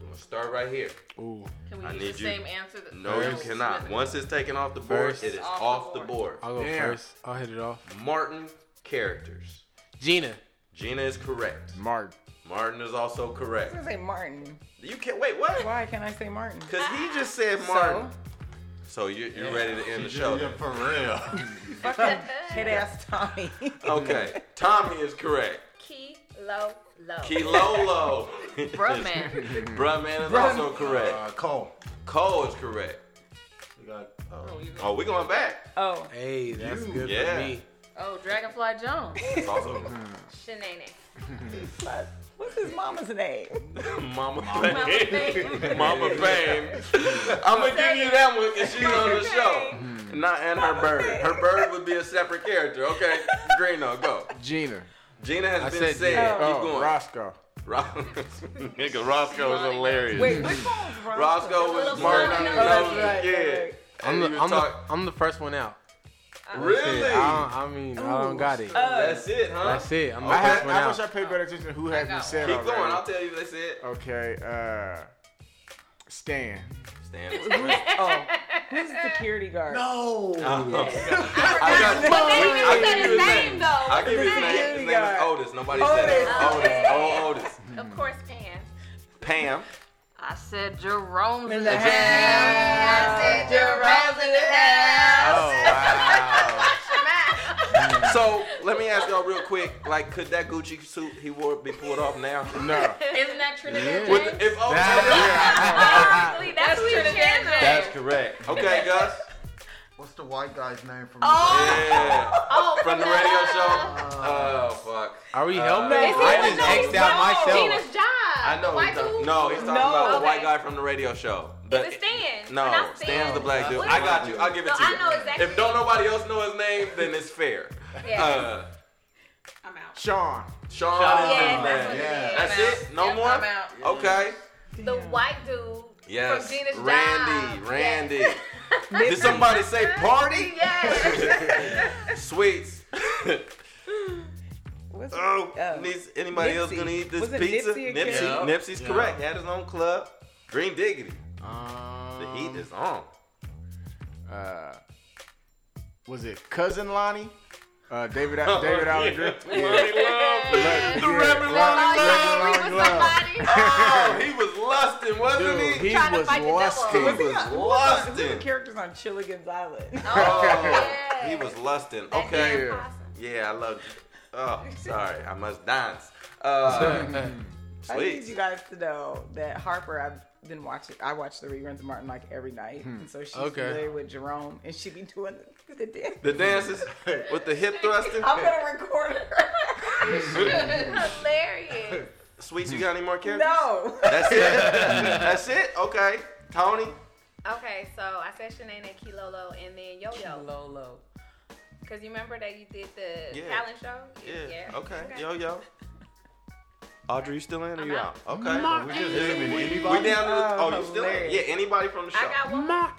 Speaker 3: We're gonna start right here.
Speaker 9: Can we
Speaker 3: I
Speaker 9: use
Speaker 3: need
Speaker 9: the
Speaker 3: you-
Speaker 9: same answer that
Speaker 3: No, you
Speaker 9: Will
Speaker 3: cannot.
Speaker 9: Smith-
Speaker 3: Once it's taken off the board,
Speaker 5: First.
Speaker 3: it is
Speaker 9: Off the
Speaker 3: off the
Speaker 9: board.
Speaker 3: board.
Speaker 5: I'll go
Speaker 4: Damn.
Speaker 5: first. I'll hit it off.
Speaker 3: Martin characters.
Speaker 5: Gina.
Speaker 3: Gina is correct.
Speaker 4: Martin.
Speaker 3: Martin is also correct.
Speaker 7: I say Martin.
Speaker 3: You can't wait. What?
Speaker 7: Why can't I say Martin?
Speaker 3: Because he just said Martin. So, you're, you're ready to end the show.
Speaker 8: Yeah, for real. [LAUGHS]
Speaker 7: Fucking kid ass Tommy.
Speaker 3: Okay, Tommy is correct.
Speaker 6: Key low low.
Speaker 3: Kilolo,
Speaker 9: Bruh Man.
Speaker 3: [LAUGHS] Bruh man is also correct.
Speaker 8: Uh, Cole,
Speaker 3: Cole is correct.
Speaker 8: you got uh,
Speaker 3: Oh, we going back.
Speaker 7: [LAUGHS] Oh,
Speaker 5: Hey, that's good
Speaker 3: Yeah.
Speaker 5: for me.
Speaker 9: Oh, Dragonfly Jones.
Speaker 3: It's also [LAUGHS]
Speaker 6: Shenanigans.
Speaker 7: what's his mama's name?
Speaker 3: Mama
Speaker 9: Mama
Speaker 3: Payne.
Speaker 9: Thing.
Speaker 3: Mama Payne. I'm gonna give you that one because she's on the show. Not and her bird. Her bird would be a separate character. Okay, Greeno, go.
Speaker 4: Gina.
Speaker 3: Gina has
Speaker 5: I
Speaker 3: been
Speaker 5: said
Speaker 3: said.
Speaker 5: Gina.
Speaker 3: Keep
Speaker 4: Oh,
Speaker 3: going. [LAUGHS]
Speaker 4: Roscoe.
Speaker 3: Ros- Nigga, Roscoe is hilarious.
Speaker 7: Wait, which one was Roscoe?
Speaker 3: Roscoe
Speaker 7: [LAUGHS]
Speaker 9: Little
Speaker 3: was Martin on
Speaker 9: Martin.
Speaker 3: the
Speaker 9: Oh,
Speaker 7: that's
Speaker 3: nose.
Speaker 7: right,
Speaker 3: yeah.
Speaker 7: right, right.
Speaker 5: I'm
Speaker 3: And
Speaker 5: the,
Speaker 3: you
Speaker 5: I'm, the,
Speaker 3: talk-
Speaker 5: [LAUGHS] I'm the first one out.
Speaker 3: really?
Speaker 5: I, don't, I mean, I don't got it.
Speaker 3: That's it, huh?
Speaker 5: That's it. I'm the
Speaker 4: I,
Speaker 5: first
Speaker 4: had,
Speaker 5: one
Speaker 4: I wish I
Speaker 5: out.
Speaker 4: paid better attention to who has been
Speaker 9: got
Speaker 4: said
Speaker 3: Keep
Speaker 4: already.
Speaker 3: going. I'll tell you that's it.
Speaker 4: Okay, uh, Stan.
Speaker 3: Stand. [LAUGHS]
Speaker 7: Oh, who's the security guard?
Speaker 8: no.
Speaker 3: I got
Speaker 6: But they even
Speaker 3: I
Speaker 6: said
Speaker 3: give
Speaker 6: his
Speaker 3: you his
Speaker 6: name
Speaker 3: I
Speaker 6: though.
Speaker 3: give you his
Speaker 7: This
Speaker 3: name. His
Speaker 7: kitty
Speaker 3: name is
Speaker 7: guy.
Speaker 3: Otis. Nobody said it. Otis.
Speaker 7: Otis.
Speaker 3: Oh, Otis.
Speaker 6: Of course, Pam.
Speaker 3: Pam.
Speaker 9: I said Jerome's in
Speaker 7: the
Speaker 9: the
Speaker 7: house.
Speaker 9: house.
Speaker 5: Oh,
Speaker 9: [LAUGHS]
Speaker 7: Jerome's in the house.
Speaker 3: Oh, wow. so let me ask y'all real quick. Like, could that Gucci suit he wore be pulled off now?
Speaker 4: No.
Speaker 9: Isn't that Trinidad?
Speaker 3: With,
Speaker 9: James?
Speaker 3: if
Speaker 9: Ironically, that's, Trinidad. James.
Speaker 3: that's correct. Okay, Gus.
Speaker 8: What's the white guy's name from?
Speaker 9: Oh,
Speaker 3: Yeah.
Speaker 9: oh,
Speaker 3: From the radio
Speaker 9: [LAUGHS]
Speaker 3: show. Oh fuck.
Speaker 5: Are we
Speaker 3: Uh,
Speaker 5: helping?
Speaker 3: Is he
Speaker 5: I
Speaker 3: one- no,
Speaker 5: just X'd out myself.
Speaker 9: Gina's job.
Speaker 3: I know.
Speaker 9: White
Speaker 3: he's talking,
Speaker 9: dude?
Speaker 3: no, he's talking
Speaker 7: No.
Speaker 3: about the white
Speaker 9: Okay.
Speaker 3: guy from the radio show. The,
Speaker 9: Is it Stan?
Speaker 3: No,
Speaker 9: Not Stan.
Speaker 3: Stan's the black dude.
Speaker 9: What
Speaker 3: I
Speaker 9: is-
Speaker 3: got you. I'll give it
Speaker 9: No,
Speaker 3: to
Speaker 9: I
Speaker 3: you.
Speaker 9: know exactly.
Speaker 3: If don't nobody else know his name, then it's fair.
Speaker 9: Yeah.
Speaker 3: Uh,
Speaker 9: I'm out.
Speaker 4: Sean.
Speaker 3: Sean. is
Speaker 9: Yeah,
Speaker 3: his
Speaker 9: that's, what
Speaker 3: name.
Speaker 9: it
Speaker 8: Yeah.
Speaker 9: is.
Speaker 3: That's
Speaker 9: I'm
Speaker 3: it.
Speaker 9: out.
Speaker 3: No
Speaker 9: Yep,
Speaker 3: more.
Speaker 9: I'm out.
Speaker 3: Okay.
Speaker 9: The white dude
Speaker 3: Yes.
Speaker 9: from Gina's
Speaker 3: Randy.
Speaker 9: job.
Speaker 3: Randy.
Speaker 9: Yes.
Speaker 3: Did somebody say party?
Speaker 9: [LAUGHS] Yes.
Speaker 3: [LAUGHS] Sweets. [LAUGHS]
Speaker 7: What's-
Speaker 3: Oh,
Speaker 7: uh,
Speaker 3: needs anybody else
Speaker 7: Nipsey.
Speaker 3: gonna eat this
Speaker 7: Was it
Speaker 3: pizza?
Speaker 7: Nipsey or
Speaker 3: Nipsey,
Speaker 7: Kim?
Speaker 3: Nipsey's correct. He had his own club. Green Diggity. The heat
Speaker 7: Um,
Speaker 3: is on.
Speaker 4: Um, uh, was it cousin Lonnie? Uh,
Speaker 5: [LAUGHS]
Speaker 4: David,
Speaker 5: Oh,
Speaker 3: [LAUGHS]
Speaker 4: David Alexander.
Speaker 3: The
Speaker 4: Yeah,
Speaker 3: rapper
Speaker 4: Lonnie Love, Lonnie
Speaker 9: Oh, yeah, we was
Speaker 4: Love.
Speaker 9: somebody.
Speaker 3: Oh, he was lusting, wasn't
Speaker 4: Dude,
Speaker 3: he?
Speaker 4: he
Speaker 9: Trying to
Speaker 4: was
Speaker 9: fight the devil.
Speaker 4: lusty.
Speaker 3: Was he was
Speaker 7: Who was the- who were the
Speaker 3: lusting.
Speaker 7: characters on Chilligan's Island?
Speaker 9: [LAUGHS] Oh,
Speaker 3: Oh, [LAUGHS]
Speaker 9: yeah.
Speaker 3: he was lusting.
Speaker 9: That
Speaker 3: Okay.
Speaker 9: damn
Speaker 4: Yeah.
Speaker 9: possum.
Speaker 3: Yeah, I love you. Oh, sorry. I must dance. [LAUGHS] Uh,
Speaker 7: I need you
Speaker 3: sweet.
Speaker 7: guys to know that Harper, I've been watching. I watch the reruns of Martin like every night, and so she's
Speaker 5: Okay.
Speaker 7: familiar with Jerome, and she be doing the, the dance.
Speaker 3: The dances with the hip thrusting.
Speaker 7: [LAUGHS] I'm gonna record her.
Speaker 9: [LAUGHS]
Speaker 3: [LAUGHS]
Speaker 9: Hilarious.
Speaker 3: Sweets, you got any more characters?
Speaker 7: no.
Speaker 3: That's it. That's it. Okay. Tony.
Speaker 9: Okay, so I said Shanae and Kilolo and then Yo Yo.
Speaker 7: Lolo.
Speaker 9: Because you remember that you did the
Speaker 3: Yeah.
Speaker 9: talent show?
Speaker 3: Yeah. Okay. Yo, yo. Audrey, you still in or
Speaker 9: I'm
Speaker 3: you out?
Speaker 9: out.
Speaker 3: Okay.
Speaker 8: We just naming
Speaker 3: We down
Speaker 8: anybody,
Speaker 3: to the. Oh,
Speaker 7: Oh,
Speaker 3: you still in?
Speaker 7: hilarious.
Speaker 3: Yeah. Anybody from the show?
Speaker 9: I got one more.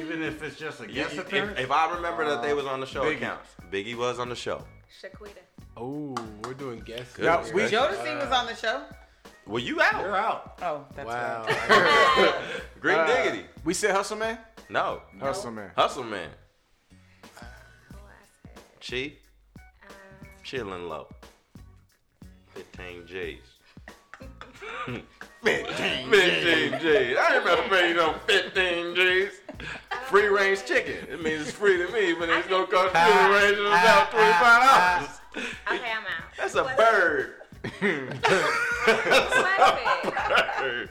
Speaker 8: even if it's just a
Speaker 3: Yeah,
Speaker 8: guest
Speaker 3: if,
Speaker 8: appearance.
Speaker 3: if I remember that they was on the show, it
Speaker 8: Biggie.
Speaker 3: counts. Biggie was on the show.
Speaker 9: Shaquita.
Speaker 5: Oh, we're doing guesses.
Speaker 3: Good.
Speaker 4: Now, we-
Speaker 3: gracious.
Speaker 7: Jodeci was on the show.
Speaker 3: well, you out?
Speaker 8: You're out.
Speaker 7: Oh, that's
Speaker 5: Wow.
Speaker 7: right.
Speaker 3: Green
Speaker 4: Uh,
Speaker 3: diggity.
Speaker 4: We said Hustle Man?
Speaker 3: No.
Speaker 4: Hustle Man.
Speaker 3: Hustle man.
Speaker 9: Uh, Who I
Speaker 3: Chi.
Speaker 9: said? Um,
Speaker 3: Chillin' low. 15 J's. 15 [LAUGHS] J's. I ain't about to pay you no 15 J's. Free range chicken. It means it's free to me, but it's gonna cost free range of about $25.
Speaker 9: okay, I'm out.
Speaker 3: That's a
Speaker 9: What-
Speaker 3: bird. [LAUGHS]
Speaker 9: what is it?
Speaker 3: Bird.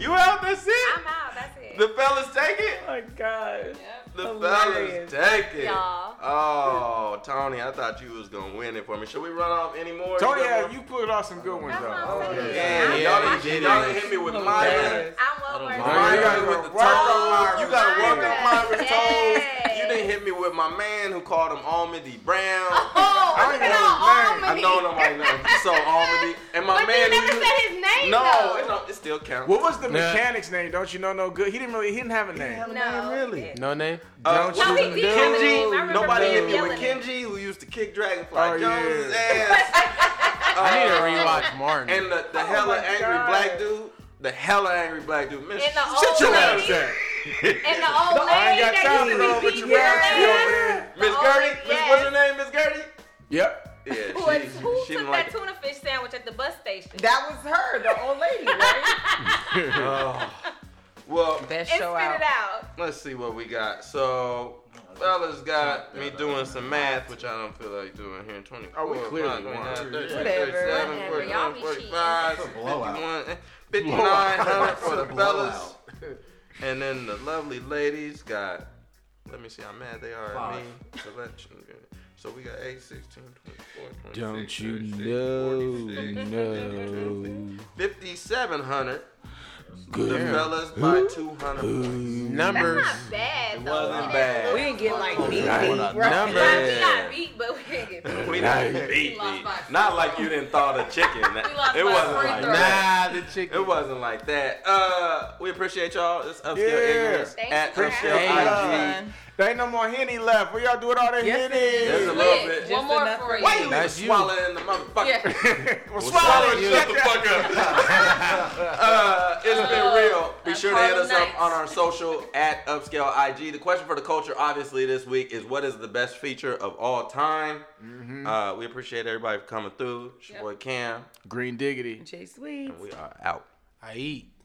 Speaker 3: You out? That's it?
Speaker 9: I'm out. That's it.
Speaker 3: The fellas take it?
Speaker 7: Oh my god.
Speaker 3: The
Speaker 7: Hilarious.
Speaker 3: fellas take it.
Speaker 9: Y'all.
Speaker 3: Oh, Tony, I thought you was gonna win it for me. Should we run off any more? got
Speaker 4: Tony, yeah,
Speaker 3: more?
Speaker 4: you pulled off some good ones,
Speaker 9: That's
Speaker 4: though.
Speaker 9: what I'm saying.
Speaker 3: Yeah,
Speaker 5: Yeah,
Speaker 3: y'all,
Speaker 5: he
Speaker 3: done-
Speaker 5: did
Speaker 3: y'all
Speaker 5: it.
Speaker 3: done hit me with
Speaker 7: Hilarious.
Speaker 3: Myra.
Speaker 9: I'm well versed.
Speaker 5: mind.
Speaker 3: Myra got
Speaker 4: You gotta
Speaker 3: me with the
Speaker 4: work on
Speaker 3: turbo. You gotta work on Myra
Speaker 9: Myra.
Speaker 3: toes.
Speaker 9: Yes.
Speaker 3: You didn't hit me with my man who called him Almondy Brown.
Speaker 9: [LAUGHS] Oh,
Speaker 4: I
Speaker 9: look
Speaker 4: know
Speaker 9: at all
Speaker 4: his name.
Speaker 9: Almond.
Speaker 3: I know nobody knows. So Almondy and my
Speaker 9: But
Speaker 3: man.
Speaker 9: you never
Speaker 3: who
Speaker 9: said his name.
Speaker 3: No,
Speaker 9: though.
Speaker 3: it, don't, it still counts.
Speaker 4: What was the
Speaker 5: Nah.
Speaker 4: mechanic's name? Don't you know no good? He didn't really, he didn't have a name.
Speaker 9: No,
Speaker 3: really?
Speaker 9: it-
Speaker 5: No name?
Speaker 3: Uh,
Speaker 4: Don't
Speaker 9: No,
Speaker 4: you
Speaker 9: he did. have a name.
Speaker 3: Kenji,
Speaker 9: I remember
Speaker 3: nobody
Speaker 9: him
Speaker 3: hit me with
Speaker 9: yelling it.
Speaker 3: Kenji, who used to kick Dragonfly
Speaker 4: Oh,
Speaker 3: Jones'
Speaker 4: yeah.
Speaker 9: [LAUGHS]
Speaker 3: ass. Uh,
Speaker 5: I need to rewatch Martin.
Speaker 3: And the,
Speaker 9: Oh
Speaker 3: the hella
Speaker 7: my
Speaker 3: angry
Speaker 7: God.
Speaker 3: black dude, the hella angry black dude. Man,
Speaker 9: And the
Speaker 3: shut
Speaker 9: old
Speaker 3: your
Speaker 9: lady.
Speaker 3: ass down.
Speaker 9: And the old lady
Speaker 4: I ain't got
Speaker 9: that
Speaker 4: time for
Speaker 9: used
Speaker 4: no
Speaker 9: to
Speaker 4: with
Speaker 9: be
Speaker 4: your
Speaker 9: beating
Speaker 4: mouth
Speaker 9: your
Speaker 4: you over
Speaker 9: ass.
Speaker 4: there.
Speaker 3: Miss
Speaker 9: Oh,
Speaker 3: Gertie, Miss,
Speaker 9: yes.
Speaker 3: what's her name, Miss Gertie?
Speaker 4: Yep.
Speaker 9: [LAUGHS]
Speaker 3: Yeah,
Speaker 9: Who,
Speaker 3: she,
Speaker 9: who
Speaker 3: she
Speaker 9: took
Speaker 3: didn't
Speaker 9: that
Speaker 3: like it.
Speaker 9: tuna fish sandwich at the bus station?
Speaker 7: That was her, the old lady, right?
Speaker 3: Well,
Speaker 7: [LAUGHS] Best
Speaker 9: and spit
Speaker 7: show out.
Speaker 9: it out.
Speaker 3: let's see what we got. So, fellas got me doing some math, which I don't feel like doing here in 24.
Speaker 4: Oh, we clearly won.
Speaker 9: Whatever. Y'all be cheating.
Speaker 8: It's a blowout.
Speaker 3: 5900 for the
Speaker 8: Blowout.
Speaker 3: fellas. [LAUGHS] And then the lovely ladies got, let me see how mad they are at me. Selection. So we got 8, 16, 24, 26, 36, 46, 5,700. The fellas by 200 points.
Speaker 5: Numbers.
Speaker 9: Not bad. though.
Speaker 3: Wasn't bad.
Speaker 7: We didn't get like beat.
Speaker 9: We
Speaker 5: Numbers.
Speaker 9: got- we got beat, but we didn't get beat.
Speaker 3: We didn't beat
Speaker 9: lost
Speaker 3: me.
Speaker 9: by four.
Speaker 3: Not like you didn't thaw the chicken.
Speaker 9: [LAUGHS] We lost
Speaker 3: it
Speaker 9: by
Speaker 3: wasn't
Speaker 9: free
Speaker 3: like
Speaker 9: throw.
Speaker 3: that.
Speaker 5: Nah, the chicken.
Speaker 3: It wasn't like that. Uh, we appreciate y'all. It's upscale
Speaker 4: Yeah.
Speaker 3: ignorance
Speaker 9: Thank
Speaker 3: at
Speaker 9: you for
Speaker 3: upscale
Speaker 5: having
Speaker 3: IG.
Speaker 4: There ain't no more Henny left. Where y'all doing all that
Speaker 7: Yes,
Speaker 3: There's a
Speaker 4: Henny?
Speaker 3: little
Speaker 9: Lit.
Speaker 3: bit.
Speaker 9: One more
Speaker 7: enough
Speaker 9: for you.
Speaker 3: Why you
Speaker 5: That's
Speaker 3: That's
Speaker 5: you.
Speaker 3: swallowing the motherfucker?
Speaker 9: Yeah.
Speaker 4: well,
Speaker 3: Swallow
Speaker 4: swallow
Speaker 3: and
Speaker 4: it,
Speaker 3: shut
Speaker 4: shut
Speaker 3: the
Speaker 4: that-
Speaker 3: fuck up. uh, it's been real. Be
Speaker 9: That's
Speaker 3: sure to hit
Speaker 9: Harlem
Speaker 3: us up
Speaker 9: Nights.
Speaker 3: on our social at Upscale IG. The question for the culture, obviously, this week is what is the best feature of all time? Uh, we appreciate everybody for coming through. It's your boy Cam,
Speaker 4: Green Diggity.
Speaker 7: Jay Sweet.
Speaker 3: and we are out.
Speaker 5: I eat.